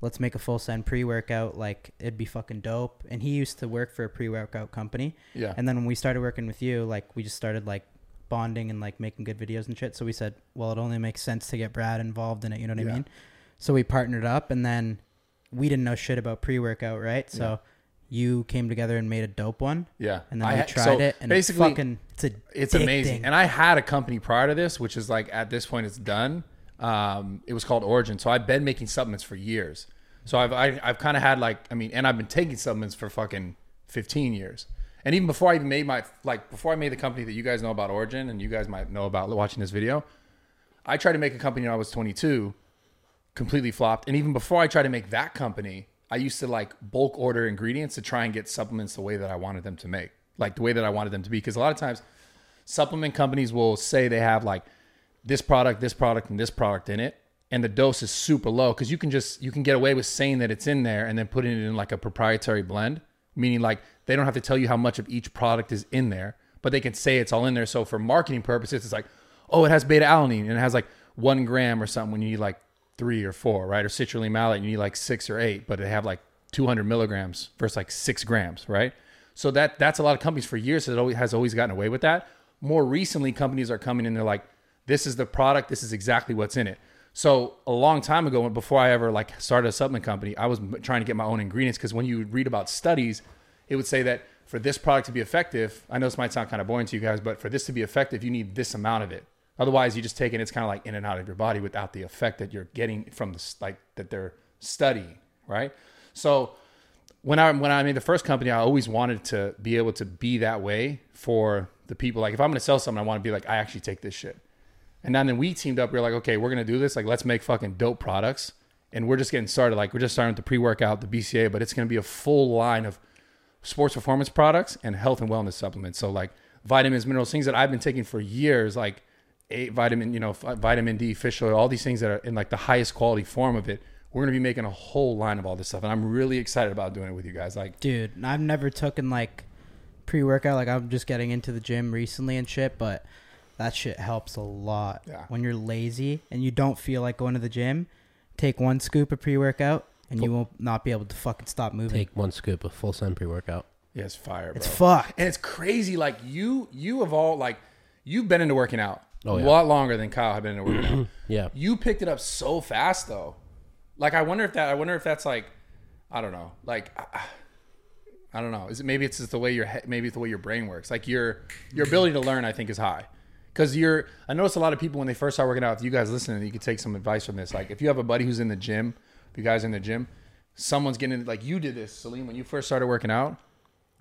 Speaker 2: "Let's make a full send pre workout. Like it'd be fucking dope." And he used to work for a pre workout company.
Speaker 1: Yeah.
Speaker 2: And then when we started working with you, like we just started like bonding and like making good videos and shit. So we said, well, it only makes sense to get Brad involved in it. You know what
Speaker 1: Yeah.
Speaker 2: I mean? So we partnered up, and then we didn't know shit about pre workout, right? So you came together and made a dope one.
Speaker 1: Yeah.
Speaker 2: And then
Speaker 1: I
Speaker 2: we
Speaker 1: ha-
Speaker 2: tried
Speaker 1: so
Speaker 2: it, and
Speaker 1: basically-
Speaker 2: it's fucking it's a
Speaker 1: It's amazing. And I had a company prior to this, which is like at this point it's done. Um, it was called Origin. So I've been making supplements for years. So I've I, I've kind of had like I mean, and I've been taking supplements for fucking fifteen years. And even before I even made my like before I made the company that you guys know about Origin and you guys might know about watching this video, I tried to make a company when I was 22, completely flopped. And even before I tried to make that company, I used to like bulk order ingredients to try and get supplements the way that I wanted them to make, like the way that I wanted them to be. Because a lot of times, supplement companies will say they have like this product, this product, and this product in it, and the dose is super low because you can just you can get away with saying that it's in there and then putting it in like a proprietary blend, meaning like they don't have to tell you how much of each product is in there, but they can say it's all in there. So for marketing purposes, it's like, oh, it has beta alanine and it has like one gram or something when you need like three or four, right? Or citrulline malate, you need like six or eight, but they have like 200 milligrams versus like six grams, right? So that that's a lot of companies for years that always has always gotten away with that. More recently, companies are coming in. They're like, this is the product. This is exactly what's in it. So a long time ago, when- before I ever like started a supplement company, I was m- trying to get my own ingredients because when you read about studies, it would say that for this product to be effective, I know this might sound kind of boring to you guys, but for this to be effective, you need this amount of it. Otherwise, you just take it. It's kind of like in and out of your body without the effect that you're getting from this, like that they're studying, right? So when I when I made the first company, I always wanted to be able to be that way for the people. Like if I'm gonna sell something, I want to be like, I actually take this shit. And then, then we teamed up. We were like, okay, we're gonna do this. Like, let's make fucking dope products. And we're just getting started. Like, we're just starting with the pre-workout, the BCA, but it's gonna be a full line of sports performance products and health and wellness supplements. So like vitamins, minerals, things that I've been taking for years, like eight vitamin, you know, f- vitamin D, fish oil, all these things that are in like the highest quality form of it. We're gonna be making a whole line of all this stuff, and I'm really excited about doing it with you guys. Like,
Speaker 2: dude i've never taken like pre-workout like i'm just getting into the gym recently and shit but that shit helps a lot
Speaker 1: Yeah.
Speaker 2: when you're lazy and you don't feel like going to the gym take one scoop of pre-workout and you won't not be able to fucking stop moving
Speaker 3: Take one scoop of full sun pre workout.
Speaker 1: yeah, it's fire, bro.
Speaker 2: it's fucked
Speaker 1: and it's crazy. Like you, you have all like you've been into working out
Speaker 3: Oh, yeah.
Speaker 1: a lot longer than Kyle had been into working out.
Speaker 3: Yeah.
Speaker 1: You picked it up so fast though. Like I wonder if that I wonder if that's like I don't know. Like I, I don't know. Is it maybe it's just the way your head maybe it's the way your brain works. Like your your ability to learn I think is high. Cuz you're I notice a lot of people when they first start working out if you guys listening you could take some advice from this. Like if you have a buddy who's in the gym, if you guys in the gym, someone's getting like you did this, Salim, when you first started working out.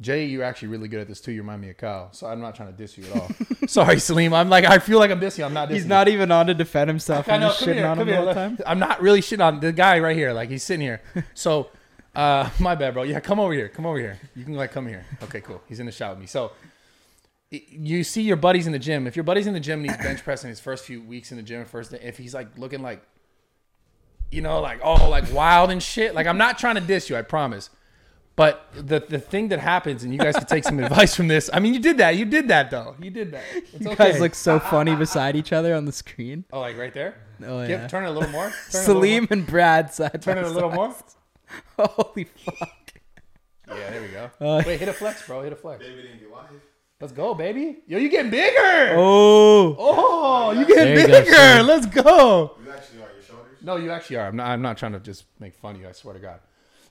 Speaker 1: Jay, you're actually really good at this too. You remind me of Kyle, so I'm not trying to diss you at all. Sorry, Salim. I'm like I feel like I'm dissing. you. I'm not. Dissing
Speaker 2: he's
Speaker 1: you.
Speaker 2: not even on to defend himself
Speaker 1: I
Speaker 2: i'm
Speaker 1: know.
Speaker 2: just
Speaker 1: Come
Speaker 2: shitting
Speaker 1: here,
Speaker 2: on
Speaker 1: come
Speaker 2: him the
Speaker 1: here.
Speaker 2: whole
Speaker 1: look.
Speaker 2: time
Speaker 1: I'm not really shitting on the guy right here. Like he's sitting here. So, uh, my bad, bro. Yeah, come over here. Come over here. You can like come here. Okay, cool. He's in the shot with me. So, y- you see your buddies in the gym. If your buddies in the gym and he's bench pressing his first few weeks in the gym, first day, if he's like looking like, you know, like oh, like wild and shit. Like I'm not trying to diss you. I promise. But the the thing that happens, and you guys could take some advice from this. I mean, you did that. You did that though. You did that. It's
Speaker 2: you
Speaker 1: okay.
Speaker 2: guys look so funny beside each other on the screen
Speaker 1: oh, like right there.
Speaker 2: oh
Speaker 1: Give-
Speaker 2: yeah
Speaker 1: turn it a little more. Turn it a little more.
Speaker 2: salim and brad side
Speaker 1: Turn
Speaker 2: by
Speaker 1: it a little more.
Speaker 2: side. holy fuck
Speaker 1: Yeah, there we go.
Speaker 2: Uh,
Speaker 1: Wait, hit a flex, bro. Hit a flex.
Speaker 4: Baby didn't get wife.
Speaker 1: Let's go, baby. Yo, you getting bigger. Oh,
Speaker 2: oh
Speaker 1: you getting
Speaker 3: There you go,
Speaker 1: bigger.
Speaker 3: son.
Speaker 1: Let's go.
Speaker 4: You actually are your shoulders.
Speaker 1: No, you actually are. I'm not. I'm not trying to just make fun of you. I swear to God.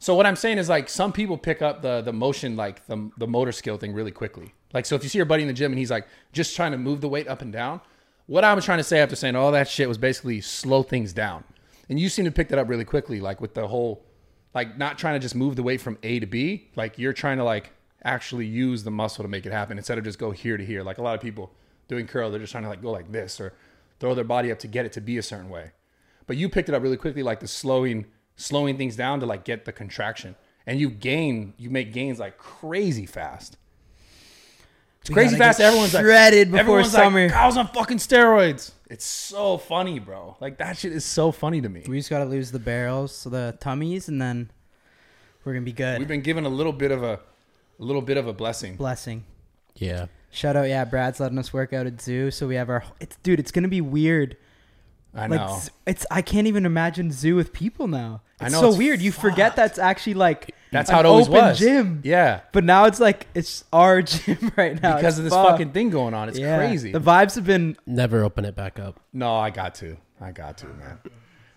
Speaker 1: So what I'm saying is like some people pick up the the motion like the the motor skill thing really quickly. Like so if you see your buddy in the gym and he's like just trying to move the weight up and down, what I was trying to say after saying all that shit was basically slow things down. And you seem to pick that up really quickly, like with the whole like not trying to just move the weight from A to B. Like you're trying to like actually use the muscle to make it happen instead of just go here to here. Like a lot of people doing curl, they're just trying to like go like this or throw their body up to get it to be a certain way. But you picked it up really quickly, like the slowing slowing things down to like get the contraction. And you gain, you make gains like crazy fast. It's
Speaker 2: We
Speaker 1: crazy
Speaker 2: gotta
Speaker 1: fast.
Speaker 2: get
Speaker 1: Everyone's like
Speaker 2: shredded before
Speaker 1: everyone's
Speaker 2: summer.
Speaker 1: Like, I was on fucking steroids. It's so funny, bro. Like that shit is so funny to me.
Speaker 2: We just gotta lose the barrels, so the tummies, and then we're gonna be good.
Speaker 1: We've been given a little bit of a, a little bit of a blessing.
Speaker 2: Blessing.
Speaker 3: Yeah.
Speaker 2: Shout out, yeah, Brad's letting us work out at zoo, so we have our. It's dude, it's gonna be weird.
Speaker 1: I
Speaker 2: Like
Speaker 1: know.
Speaker 2: z- it's, I can't even imagine zoo with people now. It's
Speaker 1: I know,
Speaker 2: so
Speaker 1: it's
Speaker 2: weird. You forget
Speaker 1: fucked.
Speaker 2: that's actually like
Speaker 1: That's
Speaker 2: an
Speaker 1: how it always
Speaker 2: open
Speaker 1: was.
Speaker 2: Gym,
Speaker 1: Yeah.
Speaker 2: but now it's like it's our gym right now
Speaker 1: Because
Speaker 2: It's
Speaker 1: of this
Speaker 2: fucked.
Speaker 1: fucking thing going on. It's
Speaker 2: Yeah.
Speaker 1: crazy.
Speaker 2: The vibes have been
Speaker 3: Never open it back up.
Speaker 1: no, I got to. I got to, man.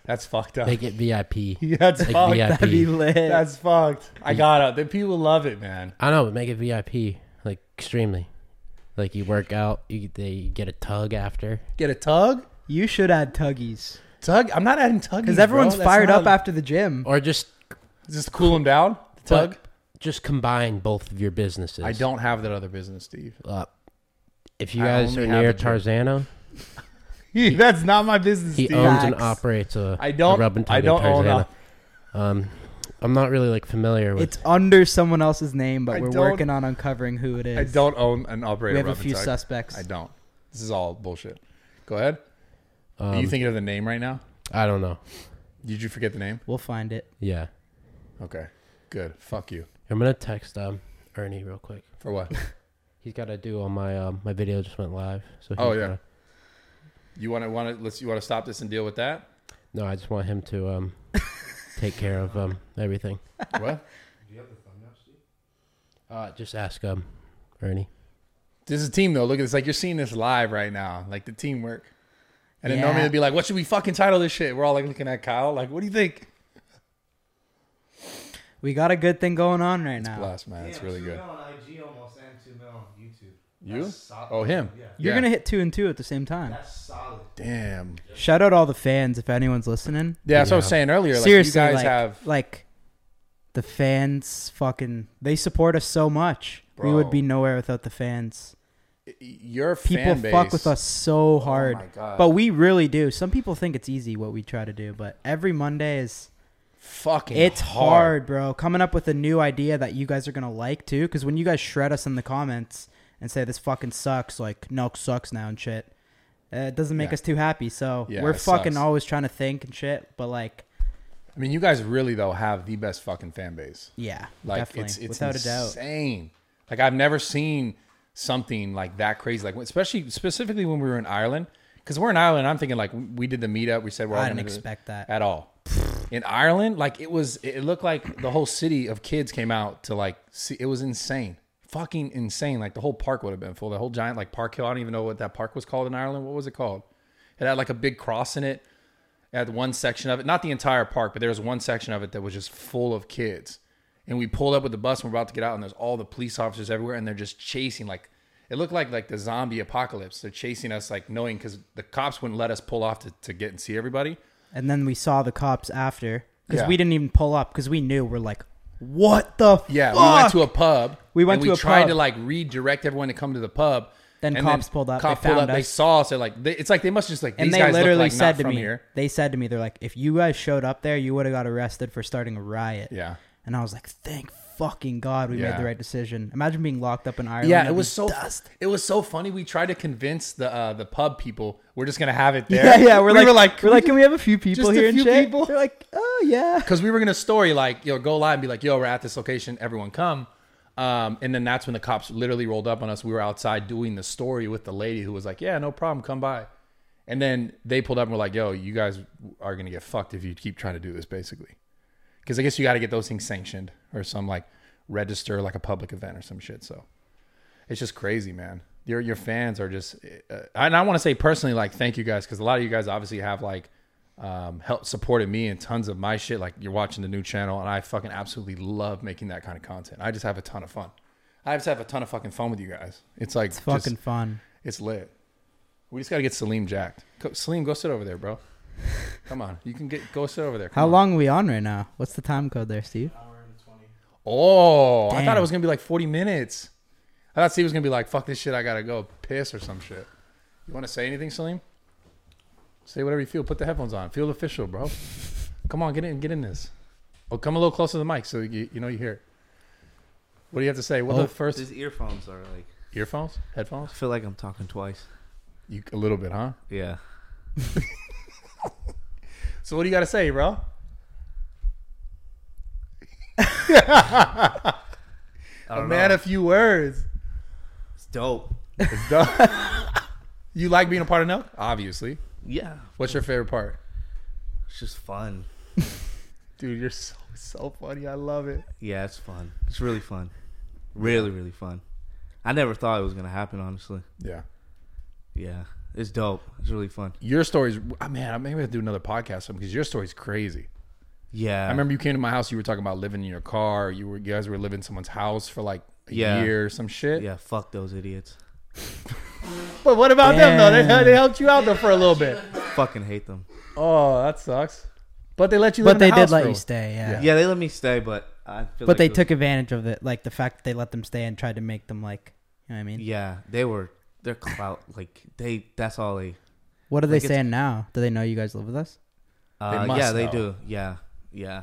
Speaker 1: That's fucked up.
Speaker 3: Make it VIP.
Speaker 1: That's
Speaker 3: Like
Speaker 1: fucked.
Speaker 3: VIP.
Speaker 2: that'd be lit.
Speaker 1: That's fucked. I got it. The people love it, man.
Speaker 3: I know, but make it VIP. Like extremely. Like you work out, you they get a tug after.
Speaker 1: Get a tug?
Speaker 2: you should add tuggies
Speaker 1: Tug? I'm not adding tug.
Speaker 2: because everyone's fired up after the gym.
Speaker 1: Oh,
Speaker 3: Or just
Speaker 1: Just to cool them down. Tug?
Speaker 3: but just combine both of your businesses.
Speaker 1: I don't have that other business, Steve.
Speaker 3: Uh, if you
Speaker 1: I
Speaker 3: guys
Speaker 1: only
Speaker 3: are
Speaker 1: have
Speaker 3: near
Speaker 1: a
Speaker 3: Tarzana,
Speaker 1: gym. That's not my business,
Speaker 3: he
Speaker 1: Steve.
Speaker 3: owns and
Speaker 2: Facts.
Speaker 3: operates a,
Speaker 1: I don't-
Speaker 3: a rub and tug
Speaker 1: I
Speaker 3: in
Speaker 1: don't own
Speaker 3: Tarzana. um, I'm not really like familiar with.
Speaker 2: It's under someone else's name, but
Speaker 1: I
Speaker 2: we're
Speaker 1: don't-
Speaker 2: working on uncovering who it is.
Speaker 1: I don't own an operator.
Speaker 2: We have a
Speaker 1: Robin
Speaker 2: few
Speaker 1: Tug.
Speaker 2: suspects.
Speaker 1: I don't. This is all bullshit. Go ahead. Are
Speaker 3: um,
Speaker 1: you thinking of the name right now?
Speaker 3: I don't know.
Speaker 1: Did you forget the name?
Speaker 2: We'll find it.
Speaker 3: Yeah,
Speaker 1: Okay. Good. Fuck you.
Speaker 3: I'm gonna text um Ernie real quick.
Speaker 1: For what?
Speaker 3: He's got to do all my um my video just went live. So he's
Speaker 1: Oh, yeah.
Speaker 3: Gonna,
Speaker 1: You want to want to let's you want to stop this and deal with that?
Speaker 3: no, I just want him to um take care of um everything.
Speaker 1: What?
Speaker 4: Do you have the thumbnail, Steve?
Speaker 3: Uh, just ask um Ernie.
Speaker 1: This is a team though. Look at this. Like you're seeing this live right now. Like the teamwork. And then
Speaker 2: Yeah.
Speaker 1: normally they'd be like, "What should we fucking title this shit?" We're all like looking at Kyle, like, "What do you think?"
Speaker 2: We got a good thing going on right now.
Speaker 1: Blast, man, it's
Speaker 4: Damn,
Speaker 1: really
Speaker 4: two
Speaker 1: good.
Speaker 4: mil on IG almost and two mil on YouTube.
Speaker 1: You?
Speaker 4: That's solid.
Speaker 1: Oh, him.
Speaker 4: Yeah.
Speaker 2: You're
Speaker 1: Yeah.
Speaker 2: gonna hit two and two at the same time.
Speaker 4: That's solid.
Speaker 1: Damn.
Speaker 2: Shout out all the fans if anyone's listening.
Speaker 1: Yeah, that's what I was
Speaker 3: Yeah.
Speaker 1: saying earlier. Like,
Speaker 2: Seriously,
Speaker 1: you guys
Speaker 2: like,
Speaker 1: have
Speaker 2: like the fans fucking they support us so much. We
Speaker 1: Bro.
Speaker 2: would be nowhere without the fans.
Speaker 1: your
Speaker 2: People
Speaker 1: fan base. Oh
Speaker 2: fuck with us so hard.
Speaker 1: my God.
Speaker 2: But we really do. Some people think it's easy what we try to do, but every Monday is
Speaker 1: Fucking,
Speaker 2: it's hard, bro. Coming up with a new idea that you guys are gonna like too, because when you guys shred us in the comments and say this fucking sucks, like Nelk sucks now and shit, uh, it doesn't make
Speaker 1: Yeah.
Speaker 2: us too happy. So
Speaker 1: Yeah,
Speaker 2: we're
Speaker 1: it
Speaker 2: fucking
Speaker 1: sucks.
Speaker 2: always trying to think and shit, but like,
Speaker 1: I mean, you guys really though have the best fucking fan base.
Speaker 2: yeah,
Speaker 1: Like
Speaker 2: definitely,
Speaker 1: it's it's
Speaker 2: without a doubt.
Speaker 1: insane. Like I've never seen something like that crazy. Like especially specifically when we were in Ireland, because we're in Ireland. I'm thinking like we did the meetup. We said we're all
Speaker 2: I didn't
Speaker 1: gonna do it
Speaker 2: expect that.
Speaker 1: at all. In Ireland, like it was, it looked like the whole city of kids came out to like see. It was insane, fucking insane. Like the whole park would have been full. The whole giant like park hill. I don't even know what that park was called in Ireland. What was it called? It had like a big cross in it. At one section of it, not the entire park, but there was one section of it that was just full of kids. And we pulled up with the bus and we're about to get out, and there's all the police officers everywhere, and they're just chasing like it looked like like the zombie apocalypse. They're chasing us like knowing because the cops wouldn't let us pull off to, to get and see everybody.
Speaker 2: And then we saw the cops after because
Speaker 1: Yeah.
Speaker 2: we didn't even pull up because we knew we're like, what the
Speaker 1: Yeah,
Speaker 2: fuck?
Speaker 1: we went to a pub.
Speaker 2: We went
Speaker 1: and
Speaker 2: to
Speaker 1: we
Speaker 2: a
Speaker 1: tried
Speaker 2: pub.
Speaker 1: to like redirect everyone to come to the pub.
Speaker 2: Then
Speaker 1: and
Speaker 2: cops pulled up, they
Speaker 1: Cops pulled up.
Speaker 2: found
Speaker 1: They
Speaker 2: us.
Speaker 1: saw us. They're like, they, it's like they must just like.
Speaker 2: and
Speaker 1: these
Speaker 2: they
Speaker 1: guys
Speaker 2: literally
Speaker 1: look like
Speaker 2: said
Speaker 1: not
Speaker 2: to
Speaker 1: from
Speaker 2: me,
Speaker 1: here.
Speaker 2: they said to me, they're like, if you guys showed up there, you would have got arrested for starting a riot.
Speaker 1: Yeah.
Speaker 2: And I was like, thank fucking God we
Speaker 1: Yeah.
Speaker 2: made the right decision. Imagine being locked up in Ireland.
Speaker 1: Yeah,
Speaker 2: That'd
Speaker 1: it was
Speaker 2: be
Speaker 1: so
Speaker 2: dust.
Speaker 1: it was so funny. We tried to convince the uh, the pub people we're just gonna have it there.
Speaker 2: Yeah, yeah. We're
Speaker 1: we
Speaker 2: like,
Speaker 1: were like,
Speaker 2: we're like, can we have a few people
Speaker 1: just a
Speaker 2: here and
Speaker 1: few
Speaker 2: shit?
Speaker 1: people?
Speaker 2: They're like, oh yeah.
Speaker 1: because we were gonna story like yo go live and be like yo we're at this location everyone come um, and then that's when the cops literally rolled up on us we were outside doing the story with the lady who was like yeah no problem come by and then they pulled up and were like yo you guys are gonna get fucked if you keep trying to do this basically because i guess you got to get those things sanctioned or some like register like a public event or some shit so it's just crazy, man. Your your fans are just, uh, and I want to say personally, like, thank you guys because a lot of you guys obviously have like um, helped supported me and tons of my shit. Like, you're watching the new channel, and I fucking absolutely love making that kind of content. I just have a ton of fun. I just have a ton of fucking fun with you guys. It's like
Speaker 2: It's
Speaker 1: just-
Speaker 2: fucking fun.
Speaker 1: it's lit. We just gotta get Salim jacked. Go, Salim, go sit over there, bro. Come on, you can get go sit over there. Come
Speaker 2: How
Speaker 1: on.
Speaker 2: long are we on right now? What's the time code there, Steve?
Speaker 4: Hour and twenty.
Speaker 1: Oh, I thought
Speaker 2: Damn.
Speaker 1: it was gonna be like 40 minutes. I thought Steve was gonna be like, "Fuck this shit, I gotta go piss or some shit." You want to say anything, Salim? Say whatever you feel. Put the headphones on. Feel official, bro. Come on, get in, get in this. Oh, come a little closer to the mic so you, you know you hear it. What do you have to say? What
Speaker 3: Oh.
Speaker 1: the first
Speaker 4: These earphones are like.
Speaker 1: earphones, headphones?
Speaker 4: I feel like I'm talking twice.
Speaker 1: You a little bit, huh?
Speaker 4: Yeah.
Speaker 1: So what do you got to say, bro?
Speaker 4: I
Speaker 1: A
Speaker 4: don't
Speaker 1: man
Speaker 4: know.
Speaker 1: of few words.
Speaker 4: it's dope.
Speaker 1: It's done. you like being a part of Nelk? Obviously.
Speaker 4: Yeah.
Speaker 1: What's your favorite part?
Speaker 4: It's just fun.
Speaker 1: Dude, you're so so funny. I love it.
Speaker 4: Yeah, it's fun. It's really fun. Really, really fun. I never thought it was gonna happen. Honestly.
Speaker 1: Yeah.
Speaker 4: Yeah. It's dope. It's really fun.
Speaker 1: Your story's oh, man, I maybe we have to do another podcast because your story's crazy.
Speaker 4: Yeah.
Speaker 1: I remember you came to my house, you were talking about living in your car, you were you guys were living in someone's house for like a
Speaker 4: Yeah.
Speaker 1: year or some shit.
Speaker 4: Yeah. Fuck those idiots.
Speaker 1: But what about them though?
Speaker 2: Damn.
Speaker 1: They, they helped you out though for a little bit.
Speaker 4: Fucking hate them.
Speaker 1: Oh, that sucks. But they let you live
Speaker 2: But
Speaker 1: in
Speaker 2: they
Speaker 1: the
Speaker 2: did
Speaker 1: house
Speaker 2: let
Speaker 1: for a-
Speaker 2: you stay, yeah.
Speaker 1: Yeah.
Speaker 4: Yeah, they let me stay, but I feel
Speaker 2: But
Speaker 4: like
Speaker 2: they
Speaker 4: those-
Speaker 2: took advantage of it, like the fact that they let them stay and tried to make them like, you know what I mean?
Speaker 4: Yeah, they were. They're clout. Like they. That's all they.
Speaker 2: What are they
Speaker 4: Like, it's-
Speaker 2: saying now? Do they know you guys live with us?
Speaker 4: Uh,
Speaker 1: must,
Speaker 4: yeah, they
Speaker 1: though.
Speaker 4: do. Yeah, yeah.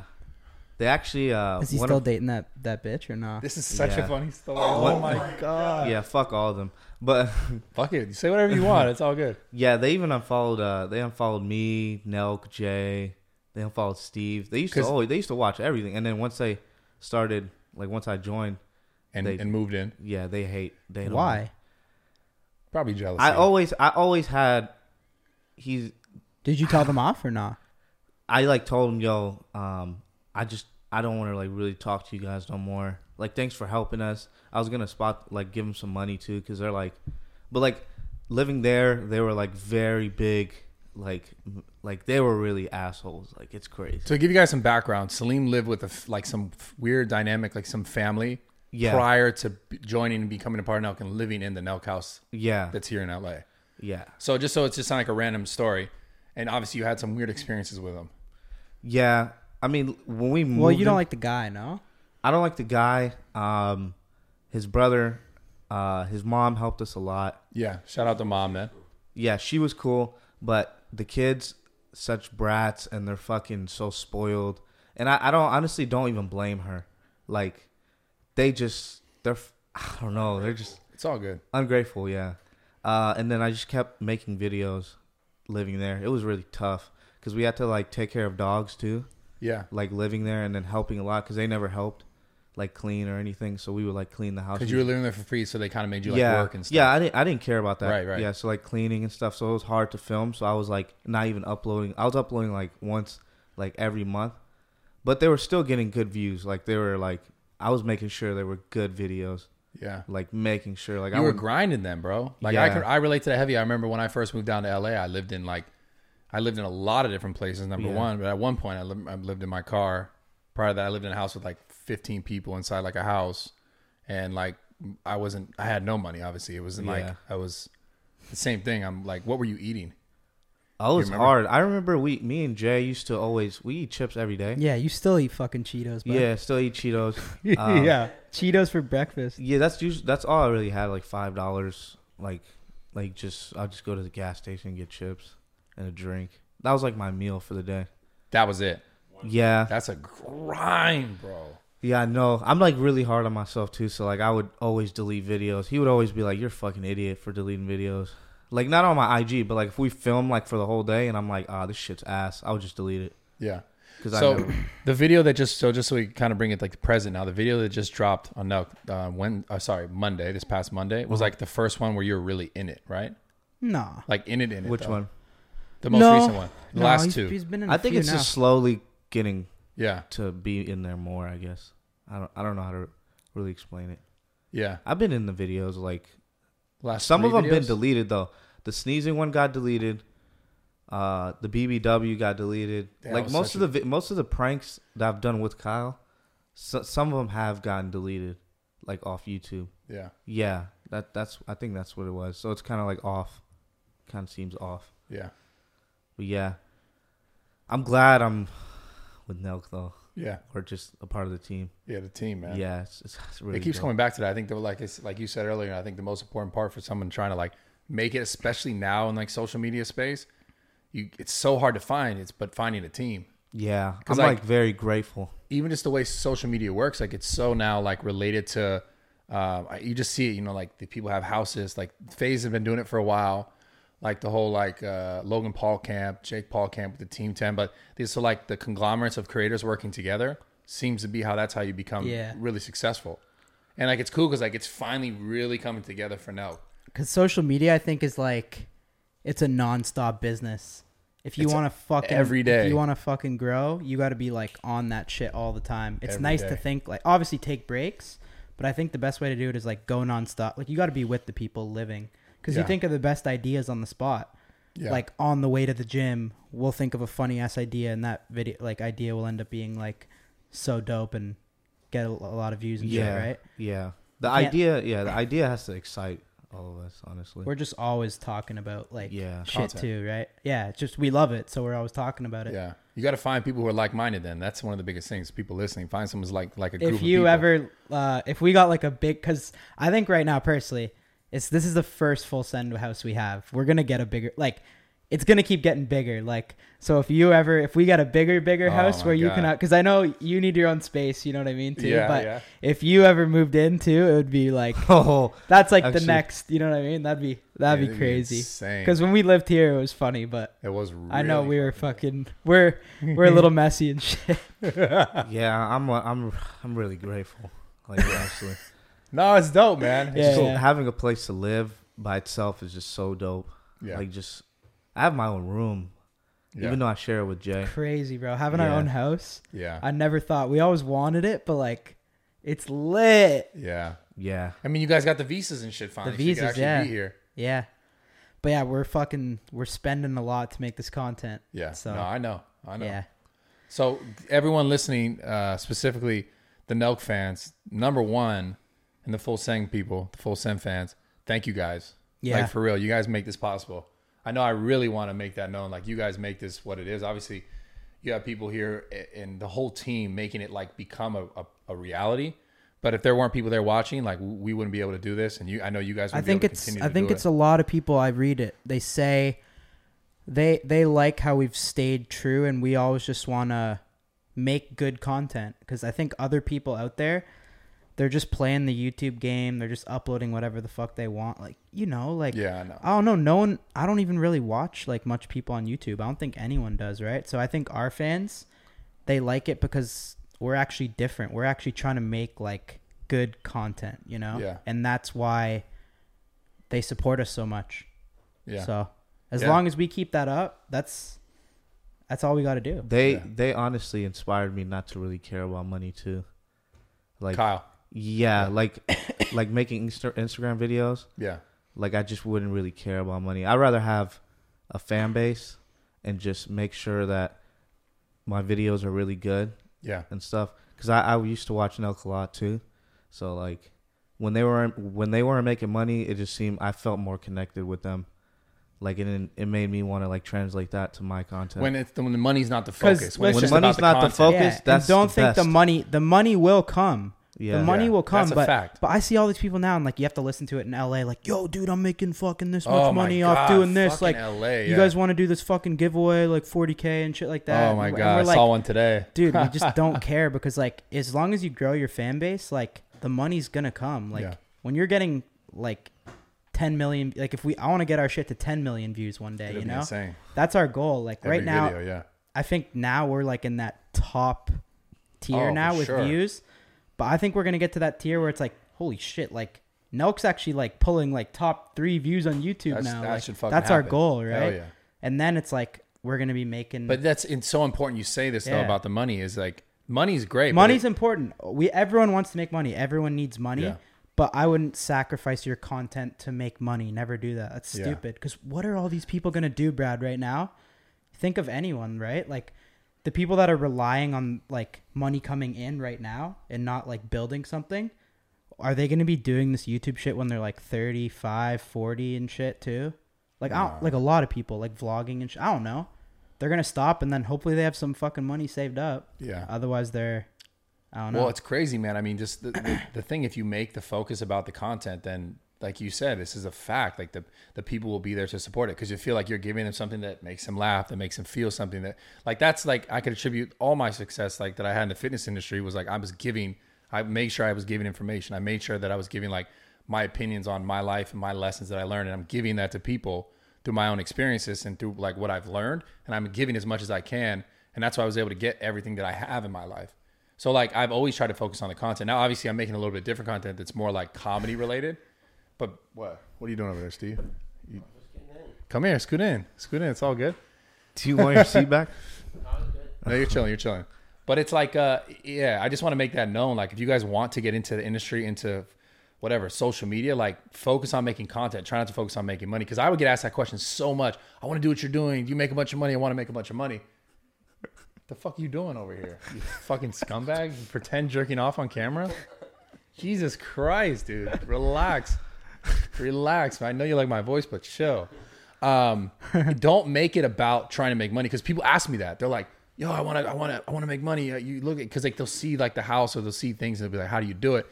Speaker 4: They actually. Uh,
Speaker 2: Is he
Speaker 4: one
Speaker 2: still
Speaker 4: of-
Speaker 2: dating that that bitch or not?
Speaker 1: This is such
Speaker 4: Yeah.
Speaker 1: a funny story. Oh, my god.
Speaker 4: yeah, fuck all of them. But
Speaker 1: Fuck it. You say whatever you want. It's all good.
Speaker 4: yeah, they even unfollowed. Uh, they unfollowed me, Nelk, Jay. They unfollowed Steve. They used to
Speaker 1: 'Cause-
Speaker 4: always. They used to watch everything, and then once they started, like once I joined,
Speaker 1: And
Speaker 4: They-
Speaker 1: and moved in.
Speaker 4: yeah, they hate. They don't-
Speaker 2: Why?
Speaker 1: Probably jealous.
Speaker 4: I always, I always had. He's
Speaker 2: Did you tell them off or not?
Speaker 4: I like told him, yo, um, I just I don't want to like really talk to you guys no more. Like, thanks for helping us. I was gonna spot like give him some money too, cause they're like, but like living there, they were like very big, like m- like they were really assholes. Like it's crazy.
Speaker 1: So to give you guys some background, Salim lived with a f like some f- weird dynamic, like some family
Speaker 4: Yeah.
Speaker 1: prior to b- joining and becoming a part of Nelk and living in the Nelk house
Speaker 4: Yeah,
Speaker 1: that's here in LA.
Speaker 4: yeah,
Speaker 1: So just so it's just not like a random story, and obviously you had some weird experiences with him.
Speaker 4: yeah. I mean, when we moved
Speaker 2: Well, you
Speaker 4: in-
Speaker 2: don't like the guy, no?
Speaker 4: I don't like the guy. Um, his brother, uh, his mom helped us a lot.
Speaker 1: Yeah, shout out to mom, man.
Speaker 4: Yeah, she was cool, but the kids, such brats, and they're fucking so spoiled. And I, I don't honestly don't even blame her. Like, they just they're f- I don't know they're just
Speaker 1: It's all good.
Speaker 4: ungrateful. Yeah. Uh, and then I just kept making videos, living there. It was really tough because we had to like take care of dogs too
Speaker 1: Yeah,
Speaker 4: like living there and then helping a lot because they never helped like clean or anything so we would like clean the house
Speaker 1: because you were living there for free, so they kind of made you like
Speaker 4: yeah
Speaker 1: work and stuff.
Speaker 4: yeah I didn't, I didn't care about that
Speaker 1: Right, right.
Speaker 4: yeah so like cleaning and stuff so it was hard to film so i was like not even uploading i was uploading like once like every month but they were still getting good views like they were like i was making sure they were good videos
Speaker 1: yeah.
Speaker 4: like making sure like i
Speaker 1: you were
Speaker 4: would
Speaker 1: grinding them, bro. Like I
Speaker 4: Yeah.
Speaker 1: could, I relate to that heavy. I remember when I first moved down to LA, I lived in like, I lived in a lot of different places. Number
Speaker 4: Yeah.
Speaker 1: one, but at one point I, lived I lived in my car. Prior to that, I lived in a house with like 15 people inside like a house, and like I wasn't, I had no money. Obviously, it wasn't
Speaker 4: Yeah.
Speaker 1: like I was the same thing. I'm like, what were you eating?
Speaker 4: i was
Speaker 1: remember?
Speaker 4: hard i remember we me and jay used to always we eat chips every day
Speaker 2: Yeah, you still eat fucking Cheetos, bro.
Speaker 4: yeah still eat cheetos Um,
Speaker 2: yeah. Cheetos for breakfast.
Speaker 4: Yeah, that's usually that's all I really had. Like five dollars, like like just I'll just go to the gas station and get chips and a drink. That was like my meal for the day.
Speaker 1: That was it.
Speaker 4: Yeah,
Speaker 1: That's a grind, bro.
Speaker 4: yeah, I know. I'm like really hard on myself too. So like I would always delete videos. He would always be like, "You're a fucking idiot for deleting videos." Like not on my IG, but like if we film like for the whole day and I'm like, "Ah, this shit's ass," I would just delete it
Speaker 1: Yeah.
Speaker 4: because I
Speaker 1: So
Speaker 4: never,
Speaker 1: the video that just so just so we kind of bring it like the present now. The video that just dropped on uh, uh, when uh, sorry Monday this past Monday was
Speaker 4: Uh-huh.
Speaker 1: like the first one where you were really in it, right?
Speaker 2: Nah.
Speaker 1: Like in it in it.
Speaker 4: which
Speaker 1: though.
Speaker 4: one?
Speaker 1: The most
Speaker 2: No.
Speaker 1: recent one. The
Speaker 2: No,
Speaker 1: last
Speaker 2: he's-
Speaker 1: two.
Speaker 2: He's been in
Speaker 4: I think it's
Speaker 2: now.
Speaker 4: just slowly getting
Speaker 1: yeah.
Speaker 4: to be in there more. I guess I don't I don't know how to really explain it.
Speaker 1: Yeah.
Speaker 4: I've been in the videos like
Speaker 1: Last
Speaker 4: Some
Speaker 1: three
Speaker 4: of them been
Speaker 1: videos?
Speaker 4: deleted though. The sneezing one got deleted. Uh, the BBW got deleted.
Speaker 1: That
Speaker 4: like
Speaker 1: was
Speaker 4: most
Speaker 1: such
Speaker 4: of the vi- most of the pranks that I've done with Kyle, so, some of them have gotten deleted, like off YouTube.
Speaker 1: Yeah.
Speaker 4: Yeah, that that's I think that's what it was. So it's kind of like off, kind of seems off.
Speaker 1: Yeah.
Speaker 4: But yeah, I'm glad I'm with Nelk though,
Speaker 1: Yeah.
Speaker 4: or just a part of the team.
Speaker 1: Yeah. The team, man.
Speaker 4: Yeah, it's, it's, it's really.
Speaker 1: it keeps
Speaker 4: dope.
Speaker 1: coming back to that. I think that like it's like you said earlier, I think the most important part for someone trying to like make it, especially now in like social media space, you it's so hard to find. It's but finding a team.
Speaker 4: Yeah, I'm
Speaker 1: 'Cause, like-
Speaker 4: like very grateful.
Speaker 1: even just the way social media works, like it's so now like related to, uh, you just see it, you know, like the people have houses, like FaZe have been doing it for a while, like the whole like uh, Logan Paul camp, Jake Paul camp with the Team 10, but these are like the conglomerates of creators working together seems to be how that's how you become
Speaker 2: Yeah.
Speaker 1: really successful. And like it's cool because like it's finally really coming together for now.
Speaker 2: Because social media, I think, is like it's a nonstop business. If you
Speaker 1: It's
Speaker 2: want to fucking
Speaker 1: every day.
Speaker 2: if you want to fucking grow, you got to be like on that shit all the time. It's
Speaker 1: Every
Speaker 2: nice
Speaker 1: day.
Speaker 2: to think like obviously take breaks, but I think the best way to do it is like go nonstop. Like you got to be with the people living because
Speaker 1: Yeah.
Speaker 2: you think of the best ideas on the spot.
Speaker 1: Yeah.
Speaker 2: Like on the way to the gym, we'll think of a funny ass idea, and that video like idea will end up being like so dope and get a, a lot of views and shit, right?
Speaker 4: Yeah. The
Speaker 2: can't-
Speaker 4: idea, yeah, the idea has to excite all of us, honestly.
Speaker 2: We're just always talking about like
Speaker 4: Yeah.
Speaker 2: shit
Speaker 1: Content.
Speaker 2: too, right? Yeah, it's just we love it, so we're always talking about it.
Speaker 1: yeah. You got to find people who are like minded. Then that's one of the biggest things. People listening, find someone's like like a group.
Speaker 2: If
Speaker 1: of
Speaker 2: you
Speaker 1: people.
Speaker 2: ever, uh, if we got like a big, because I think right now personally, it's this is the first full send house we have. We're gonna get a bigger, like, it's gonna keep getting bigger. Like, so if you ever, if we got a bigger, bigger
Speaker 1: Oh
Speaker 2: house
Speaker 1: my
Speaker 2: where you
Speaker 1: God.
Speaker 2: can, because I know you need your own space. You know what I mean? Too,
Speaker 1: Yeah,
Speaker 2: but
Speaker 1: yeah.
Speaker 2: if you ever moved in too, it would be like
Speaker 4: oh,
Speaker 2: that's like the
Speaker 4: Actually-
Speaker 2: next. You know what I mean? That'd be that'd
Speaker 1: Yeah,
Speaker 2: be crazy.
Speaker 1: Insane.
Speaker 2: Because when we lived here, it was funny, but.
Speaker 1: it was. Really
Speaker 2: I know we were fucking we're we're a little messy and shit.
Speaker 4: yeah, I'm uh, I'm I'm really grateful. Like honestly.
Speaker 1: No, it's dope, man. It's
Speaker 2: Yeah,
Speaker 4: So
Speaker 2: yeah.
Speaker 4: having a place to live by itself is just so dope.
Speaker 1: Yeah.
Speaker 4: Like just I have my own room
Speaker 1: Yeah.
Speaker 4: even though I share it with Jay.
Speaker 2: Crazy, bro. Having our
Speaker 4: Yeah.
Speaker 2: own house.
Speaker 1: yeah.
Speaker 2: I never thought we always wanted it, but like it's lit.
Speaker 1: yeah.
Speaker 4: Yeah.
Speaker 1: I mean, you guys got the visas and shit finally. so you can
Speaker 2: visas,
Speaker 1: actually
Speaker 2: yeah.
Speaker 1: Be here.
Speaker 2: Yeah. But yeah, we're fucking we're spending a lot to make this content.
Speaker 1: Yeah.
Speaker 2: So
Speaker 1: no, I know. I know.
Speaker 2: yeah,
Speaker 1: So everyone listening, uh, specifically the Nelk fans, number one, and the Full Seng people, the Full Seng fans, thank you guys.
Speaker 2: Yeah.
Speaker 1: Like for real, you guys make this possible. I know I really want to make that known. Like you guys make this what it is. Obviously, you have people here a- and the whole team making it like become a, a, a reality. But if there weren't people there watching, like we wouldn't be able to do this. And you, I know you guys. Would
Speaker 2: I
Speaker 1: be
Speaker 2: think
Speaker 1: able to
Speaker 2: it's
Speaker 1: continue
Speaker 2: I
Speaker 1: to
Speaker 2: think
Speaker 1: do
Speaker 2: it's
Speaker 1: it.
Speaker 2: a lot of people. I read it. They say they they like how we've stayed true, and we always just want to make good content because I think other people out there they're just playing the YouTube game. They're just uploading whatever the fuck they want. Like you know, like
Speaker 1: yeah. I know.
Speaker 2: I don't know. No one. I don't even really watch like much people on YouTube. I don't think anyone does, right? So I think our fans, they like it because we're actually different. We're actually trying to make like good content, you know.
Speaker 1: Yeah.
Speaker 2: And that's why they support us so much.
Speaker 1: Yeah.
Speaker 2: So as
Speaker 1: Yeah.
Speaker 2: long as we keep that up, that's that's all we got to do.
Speaker 4: They
Speaker 1: Yeah.
Speaker 4: they honestly inspired me not to really care about money too. Like
Speaker 1: Kyle.
Speaker 4: yeah, like like making Insta- Instagram videos.
Speaker 1: Yeah.
Speaker 4: Like I just wouldn't really care about money. I'd rather have a fan base and just make sure that my videos are really good
Speaker 1: Yeah.
Speaker 4: and stuff. Because I, I used to watch Nelk a lot too, so like when they weren't when they weren't making money, it just seemed I felt more connected with them. Like it it made me want to like translate that to my content.
Speaker 1: When it's when the money's not the
Speaker 2: 'Cause
Speaker 1: focus. When, it's
Speaker 2: listen-
Speaker 1: just
Speaker 4: When
Speaker 1: about
Speaker 4: money's not the
Speaker 1: content.
Speaker 4: focus,
Speaker 2: Yeah, and
Speaker 4: that's
Speaker 2: don't
Speaker 4: the
Speaker 2: think the
Speaker 4: best.
Speaker 2: money. The money will come.
Speaker 4: yeah,
Speaker 2: The money
Speaker 1: Yeah,
Speaker 2: will come,
Speaker 1: that's a
Speaker 2: but
Speaker 1: fact.
Speaker 2: but I see all these people now, and like you have to listen to it in L.A. Like, yo, dude, I'm making fucking this much
Speaker 1: Oh my
Speaker 2: money
Speaker 1: God,
Speaker 2: off doing this. Like,
Speaker 1: fucking LA,
Speaker 2: you
Speaker 1: yeah.
Speaker 2: guys want to do this fucking giveaway, like 40k and shit like that.
Speaker 1: Oh my
Speaker 2: And
Speaker 1: god, I
Speaker 2: we're like,
Speaker 1: saw one today.
Speaker 2: dude, we just don't care because like as long as you grow your fan base, like the money's gonna come. Like
Speaker 1: Yeah.
Speaker 2: when you're getting like 10 million, like if we, I want to get our shit to 10 million views one day.
Speaker 1: It'd
Speaker 2: you
Speaker 1: be
Speaker 2: know,
Speaker 1: insane.
Speaker 2: that's our goal. Like
Speaker 1: Every
Speaker 2: right now,
Speaker 1: video, yeah.
Speaker 2: I think now we're like in that top tier
Speaker 1: Oh,
Speaker 2: now
Speaker 1: for
Speaker 2: with
Speaker 1: sure.
Speaker 2: views. But I think we're gonna get to that tier where it's like, holy shit, like Nelk's actually like pulling like top three views on YouTube
Speaker 1: That's-
Speaker 2: now.
Speaker 1: that
Speaker 2: Like,
Speaker 1: should fucking
Speaker 2: that's our
Speaker 1: happen.
Speaker 2: goal,
Speaker 1: Hell
Speaker 2: right?
Speaker 1: yeah.
Speaker 2: And then it's like we're gonna be making
Speaker 1: But that's it's so important you say this though
Speaker 2: Yeah.
Speaker 1: about the money is like money's great. but
Speaker 2: money's
Speaker 1: it-
Speaker 2: important. We everyone wants to make money. Everyone needs money.
Speaker 1: Yeah.
Speaker 2: But I wouldn't sacrifice your content to make money. Never do that. That's
Speaker 1: Yeah.
Speaker 2: stupid. Because what are all these people gonna do, Brad? Right now, think of anyone, right? Like the people that are relying on like money coming in right now and not like building something. Are they gonna be doing this YouTube shit when they're like 35, 40 and shit too? Like I don't, like a lot of people like vlogging and shit. I don't know. They're gonna stop and then hopefully they have some fucking money saved up.
Speaker 1: yeah.
Speaker 2: Otherwise, they're I don't know.
Speaker 1: Well, it's crazy, man. I mean, just the, the, the thing if you make the focus about the content, then like you said, this is a fact. Like the the people will be there to support it because you feel like you're giving them something that makes them laugh, that makes them feel something that like that's like I could attribute all my success like that I had in the fitness industry was like I was giving. I made sure I was giving information. I made sure that I was giving like my opinions on my life and my lessons that I learned, and I'm giving that to people through my own experiences and through like what I've learned, and I'm giving as much as I can, and that's why I was able to get everything that I have in my life. So like I've always tried to focus on the content. Now obviously I'm making a little bit different content that's more like comedy related. But what? What are you doing over there, Steve? You- Come here, scoot in, scoot in. It's all good.
Speaker 4: Do you want your seat back?
Speaker 1: No, you're chilling. You're chilling. But it's like, uh, yeah, I just want to make that known. Like, if you guys want to get into the industry, into whatever social media, like focus on making content. Try not to focus on making money because I would get asked that question so much. I want to do what you're doing. You make a bunch of money. I want to make a bunch of money. The fuck you doing over here? You fucking scumbag! You pretend jerking off on camera. Jesus Christ, dude! Relax, relax. man. I know you like my voice, but chill um, don't make it about trying to make money because people ask me that they're like yo i want to i want to i want to make money Uh, you look at because like they'll see like the house or they'll see things and they'll be like how do you do it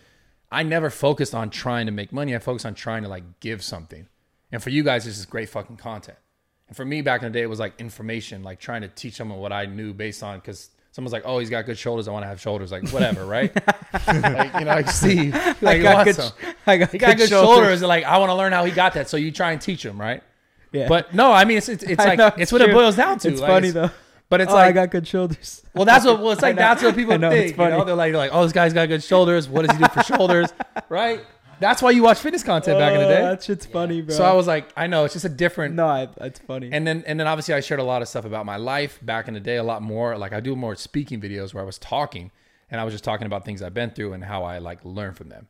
Speaker 1: i never focused on trying to make money i focused on trying to like give something and for you guys this is great fucking content and for me back in the day it was like information like trying to teach someone what i knew based on because someone's like oh he's got good shoulders i want to have shoulders like whatever right like you know like steve like,
Speaker 2: I
Speaker 1: he
Speaker 2: got
Speaker 1: wants
Speaker 2: good.
Speaker 1: some.
Speaker 2: I got,
Speaker 1: he got good shoulders. and like i want to learn how he got that so you try and teach him right
Speaker 2: Yeah.
Speaker 1: but no, I mean it's it's, it's
Speaker 2: I
Speaker 1: like
Speaker 2: know,
Speaker 1: it's what it
Speaker 2: true.
Speaker 1: boils down to.
Speaker 2: It's
Speaker 1: Like,
Speaker 2: funny though.
Speaker 1: but it's
Speaker 2: oh,
Speaker 1: like
Speaker 2: I got good shoulders.
Speaker 1: well, that's what well it's like
Speaker 2: know.
Speaker 1: that's what people
Speaker 2: I know, it's
Speaker 1: think. You know,
Speaker 2: funny.
Speaker 1: they're like they're like, oh, this guy's got good shoulders. What does he do for shoulders? Right. That's why you watch fitness content back in the
Speaker 2: Oh,
Speaker 1: day.
Speaker 2: that shit's funny, bro.
Speaker 1: So I was like, I know it's just a different.
Speaker 2: no, I, that's funny.
Speaker 1: And then and then obviously I shared a lot of stuff about my life back in the day, a lot more. Like I do more speaking videos where I was talking and I was just talking about things I've been through and how I like learn from them.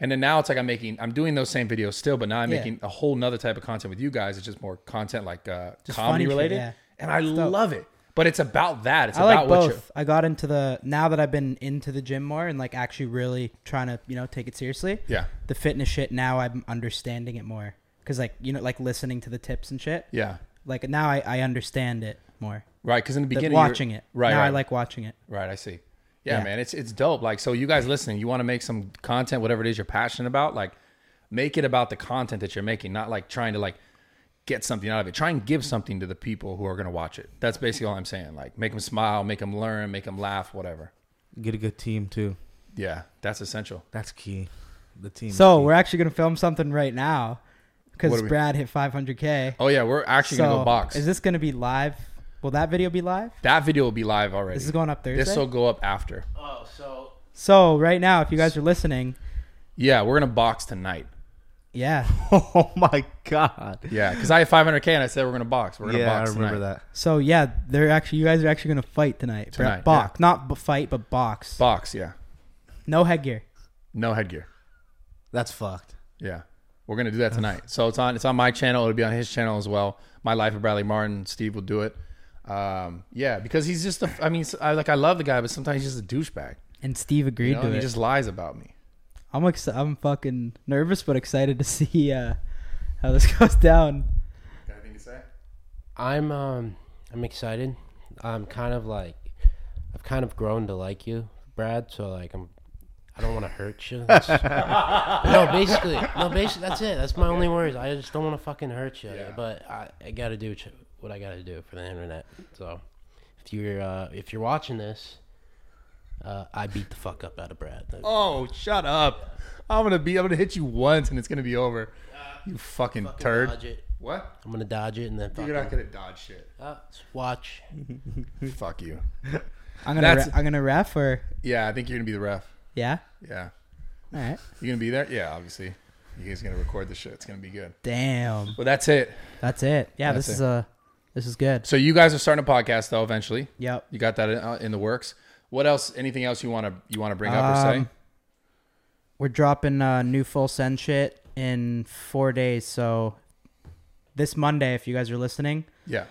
Speaker 1: And And then now it's like I'm making, I'm doing those same videos still, but now I'm
Speaker 2: Yeah.
Speaker 1: making a whole nother type of content with you guys. It's just more content like uh,
Speaker 2: Just funny
Speaker 1: comedy
Speaker 2: shit,
Speaker 1: related,
Speaker 2: yeah.
Speaker 1: and I
Speaker 2: dope.
Speaker 1: love it. But it's about that. It's
Speaker 2: I
Speaker 1: about
Speaker 2: like
Speaker 1: what you're.
Speaker 2: both. I got into the now that I've been into the gym more and like actually really trying to you know take it seriously.
Speaker 1: Yeah.
Speaker 2: The fitness shit now I'm understanding it more because like you know like listening to the tips and shit.
Speaker 1: Yeah.
Speaker 2: Like now I, I understand it more.
Speaker 1: Right. Because in the
Speaker 2: The-
Speaker 1: beginning, you're-
Speaker 2: watching it.
Speaker 1: Right.
Speaker 2: Now
Speaker 1: right.
Speaker 2: I like watching it.
Speaker 1: Right, I see. Yeah,
Speaker 2: Yeah.
Speaker 1: man, it's it's dope. Like, so you guys listening, you want to make some content, whatever it is you're passionate about, like, make it about the content that you're making, not like trying to like get something out of it. Try and give something to the people who are gonna watch it. That's basically all I'm saying. Like, make them smile, make them learn, make them laugh, whatever.
Speaker 4: Get a good team too.
Speaker 1: Yeah, that's essential.
Speaker 4: That's key. The team. is
Speaker 2: So
Speaker 4: key.
Speaker 2: we're actually gonna film something right now
Speaker 1: What
Speaker 2: because
Speaker 1: are we-
Speaker 2: Brad hit 500k.
Speaker 1: Oh yeah, we're actually gonna go box.
Speaker 2: Is this gonna be live? Will that video be live?
Speaker 1: that video will be live already.
Speaker 2: This is going up Thursday.
Speaker 1: This will go up after.
Speaker 3: Oh, so
Speaker 2: so right now, if you guys are listening,
Speaker 1: Yeah, we're gonna box tonight.
Speaker 2: yeah.
Speaker 4: Oh my god.
Speaker 1: Yeah, because I had 500k and I said we're gonna box. We're gonna
Speaker 4: Yeah, I
Speaker 1: box
Speaker 4: remember
Speaker 1: tonight.
Speaker 4: that.
Speaker 2: So yeah, they're actually you guys are actually gonna fight tonight.
Speaker 1: Tonight,
Speaker 2: box, not b- fight, but box.
Speaker 1: Box, yeah.
Speaker 2: no headgear.
Speaker 1: No headgear.
Speaker 4: That's fucked.
Speaker 1: Yeah. We're gonna do that tonight. So it's on it's on my channel. It'll be on his channel as well. My life with Bradley Martin. Steve will do it. Um, yeah, because he's just a. I mean, I, like I love the guy, but sometimes he's just a douchebag.
Speaker 2: And Steve agreed
Speaker 1: You know,
Speaker 2: to
Speaker 1: and
Speaker 2: it.
Speaker 1: he just lies about me.
Speaker 2: I'm ex- I'm fucking nervous, but excited to see uh, how this goes down.
Speaker 1: Got anything to say?
Speaker 3: I'm um I'm excited. I'm kind of like I've kind of grown to like you, Brad. So like I'm I don't want to hurt you. That's- no, basically, no, basically that's it. That's my only worries. I just don't want to fucking hurt you.
Speaker 1: Yeah.
Speaker 3: But I, I gotta do ch- what I gotta do for the internet. So if you're uh, if you're watching this, uh, I beat the fuck up out of Brad.
Speaker 1: Oh, shut up! I'm gonna be. I'm gonna hit you once, and it's gonna be over. You fucking,
Speaker 3: Fucking
Speaker 1: Oh, turd.
Speaker 3: dodge it.
Speaker 1: What?
Speaker 3: I'm gonna dodge it and then fucking,
Speaker 1: You're not gonna dodge shit.
Speaker 3: uh, watch.
Speaker 1: Fuck you.
Speaker 2: I'm gonna
Speaker 1: That's-
Speaker 2: re- I'm gonna ref or
Speaker 1: Yeah, I think you're gonna be the ref.
Speaker 2: yeah.
Speaker 1: Yeah,
Speaker 2: All right.
Speaker 1: you gonna be there? Yeah, obviously. You guys gonna record the shit. It's gonna be good.
Speaker 2: Damn.
Speaker 1: Well, that's it.
Speaker 2: That's it. Yeah.
Speaker 1: That's
Speaker 2: this is
Speaker 1: it.
Speaker 2: uh this is good.
Speaker 1: So you guys are starting a podcast though, eventually.
Speaker 2: Yep.
Speaker 1: You got that in, uh, in the works. What else? Anything else you want to you want to bring up or
Speaker 2: Um,
Speaker 1: say?
Speaker 2: We're dropping uh, new full send shit in four days. So this Monday, if you guys are listening,
Speaker 1: Yeah,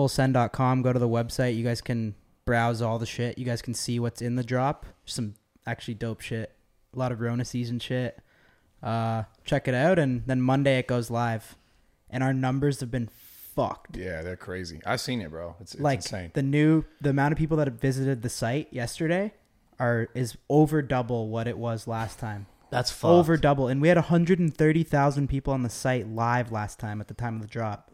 Speaker 2: fullsend.com. Go to the website. You guys can browse all the shit. You guys can see what's in the drop. Some actually dope shit. A lot of Rona season shit. Uh, check it out. And then Monday it goes live. And our numbers have been fucked.
Speaker 1: yeah, they're crazy. I've seen it, bro. It's, it's
Speaker 2: like
Speaker 1: insane.
Speaker 2: the new the amount of people that have visited the site yesterday are is over double what it was last time.
Speaker 4: That's fucked.
Speaker 2: Over double, and we had 130,000 people on the site live last time at the time of the drop.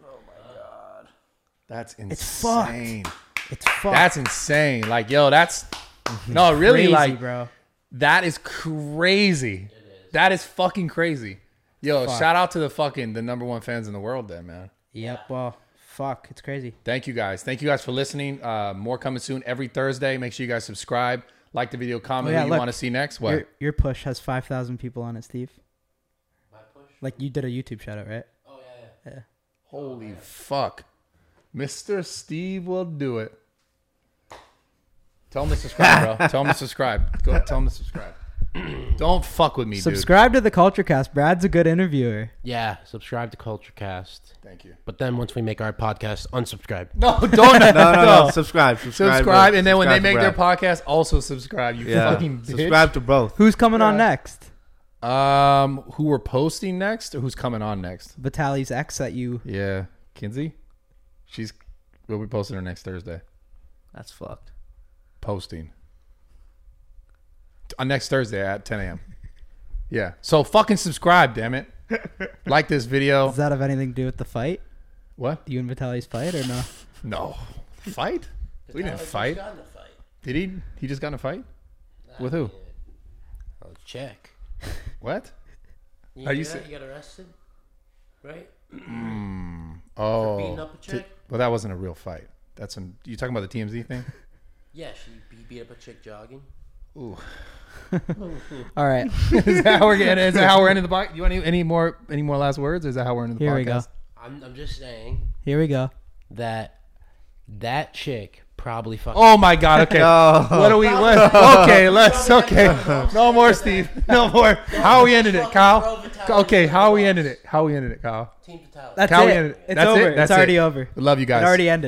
Speaker 1: That's insane.
Speaker 2: fucked. It's fucked.
Speaker 1: That's insane. Like, yo, that's no, really,
Speaker 2: Mhm. crazy,
Speaker 1: like
Speaker 2: bro.
Speaker 1: that is crazy. That is fucking crazy. Yo, shout out to the fucking the number one fans in the world, then, man.
Speaker 2: Yep. Well, fuck. It's crazy.
Speaker 1: Thank you guys. Thank you guys for listening. Uh, more coming soon every Thursday. Make sure you guys subscribe, like the video, comment
Speaker 2: Oh, yeah,
Speaker 1: who you
Speaker 2: look.
Speaker 1: want to see next. What?
Speaker 2: Your, your push has 5,000 people on it, Steve.
Speaker 3: My push.
Speaker 2: Like you did a YouTube shout out, right?
Speaker 3: Oh yeah. yeah.
Speaker 4: Oh,
Speaker 1: Holy fuck. Mr. Steve will do it. Tell him to subscribe, bro. tell him to subscribe. Go tell him to subscribe. Don't fuck with me,
Speaker 2: Subscribe to the Culture Cast. Brad's a good interviewer.
Speaker 3: Yeah, subscribe to Culture Cast.
Speaker 1: dude. Thank you.
Speaker 3: But then once we make our podcast, unsubscribe.
Speaker 1: No, don't. no,
Speaker 4: No, no, no. Subscribe, subscribe,
Speaker 1: Subscribe, and then when they
Speaker 4: subscribe
Speaker 1: make
Speaker 4: to
Speaker 1: their
Speaker 4: Brad.
Speaker 1: podcast, also subscribe. You
Speaker 4: yeah,
Speaker 1: fucking bitch.
Speaker 4: subscribe to both.
Speaker 2: Who's coming on next?
Speaker 1: Um, who we're posting next, or who's coming on next?
Speaker 2: Vitaly's ex that you.
Speaker 1: Yeah, Kinsey. She's. We'll be posting her next Thursday.
Speaker 4: That's fucked.
Speaker 1: posting on next Thursday at 10 a.m. Yeah. So fucking subscribe, damn it. Like this video.
Speaker 2: Does that have anything to do with the fight?
Speaker 1: What?
Speaker 2: You and Vitaly's fight or no?
Speaker 1: No. Fight? We
Speaker 3: Oh,
Speaker 1: didn't fight. Did he? He just got in a fight? With who?
Speaker 3: I'll check.
Speaker 1: What?
Speaker 3: You,
Speaker 1: Are you
Speaker 3: do
Speaker 1: se-
Speaker 3: that? you got arrested, right?
Speaker 1: Oh.
Speaker 3: beating up a
Speaker 1: Ti-
Speaker 3: chick?
Speaker 1: Oh. well, that wasn't a real fight. That's an. You talking about the TMZ thing?
Speaker 3: Yeah, she be- beat up a chick jogging.
Speaker 2: All right.
Speaker 1: is that how we're getting? Is that how we're ending the podcast? You want any, any more? Any more last words? Is that how we're ending the
Speaker 2: Here
Speaker 1: podcast?
Speaker 2: we go.
Speaker 3: I'm, I'm just saying
Speaker 2: Here we go.
Speaker 3: that that chick probably fucking.
Speaker 1: Oh my God. Okay.
Speaker 2: Oh.
Speaker 1: What do we? What? Okay. Let's. Okay. No more, Steve. No more. How we ended it, Kyle? Okay. How we ended it? How we ended it, Kyle?
Speaker 3: Team Fatality.
Speaker 2: That's
Speaker 1: Cal, we
Speaker 2: it.
Speaker 1: ended it.
Speaker 2: It's
Speaker 1: That's it.
Speaker 2: over.
Speaker 1: That's
Speaker 2: it's already
Speaker 1: it.
Speaker 2: over.
Speaker 1: Love you
Speaker 2: It
Speaker 1: guys.
Speaker 2: already ended.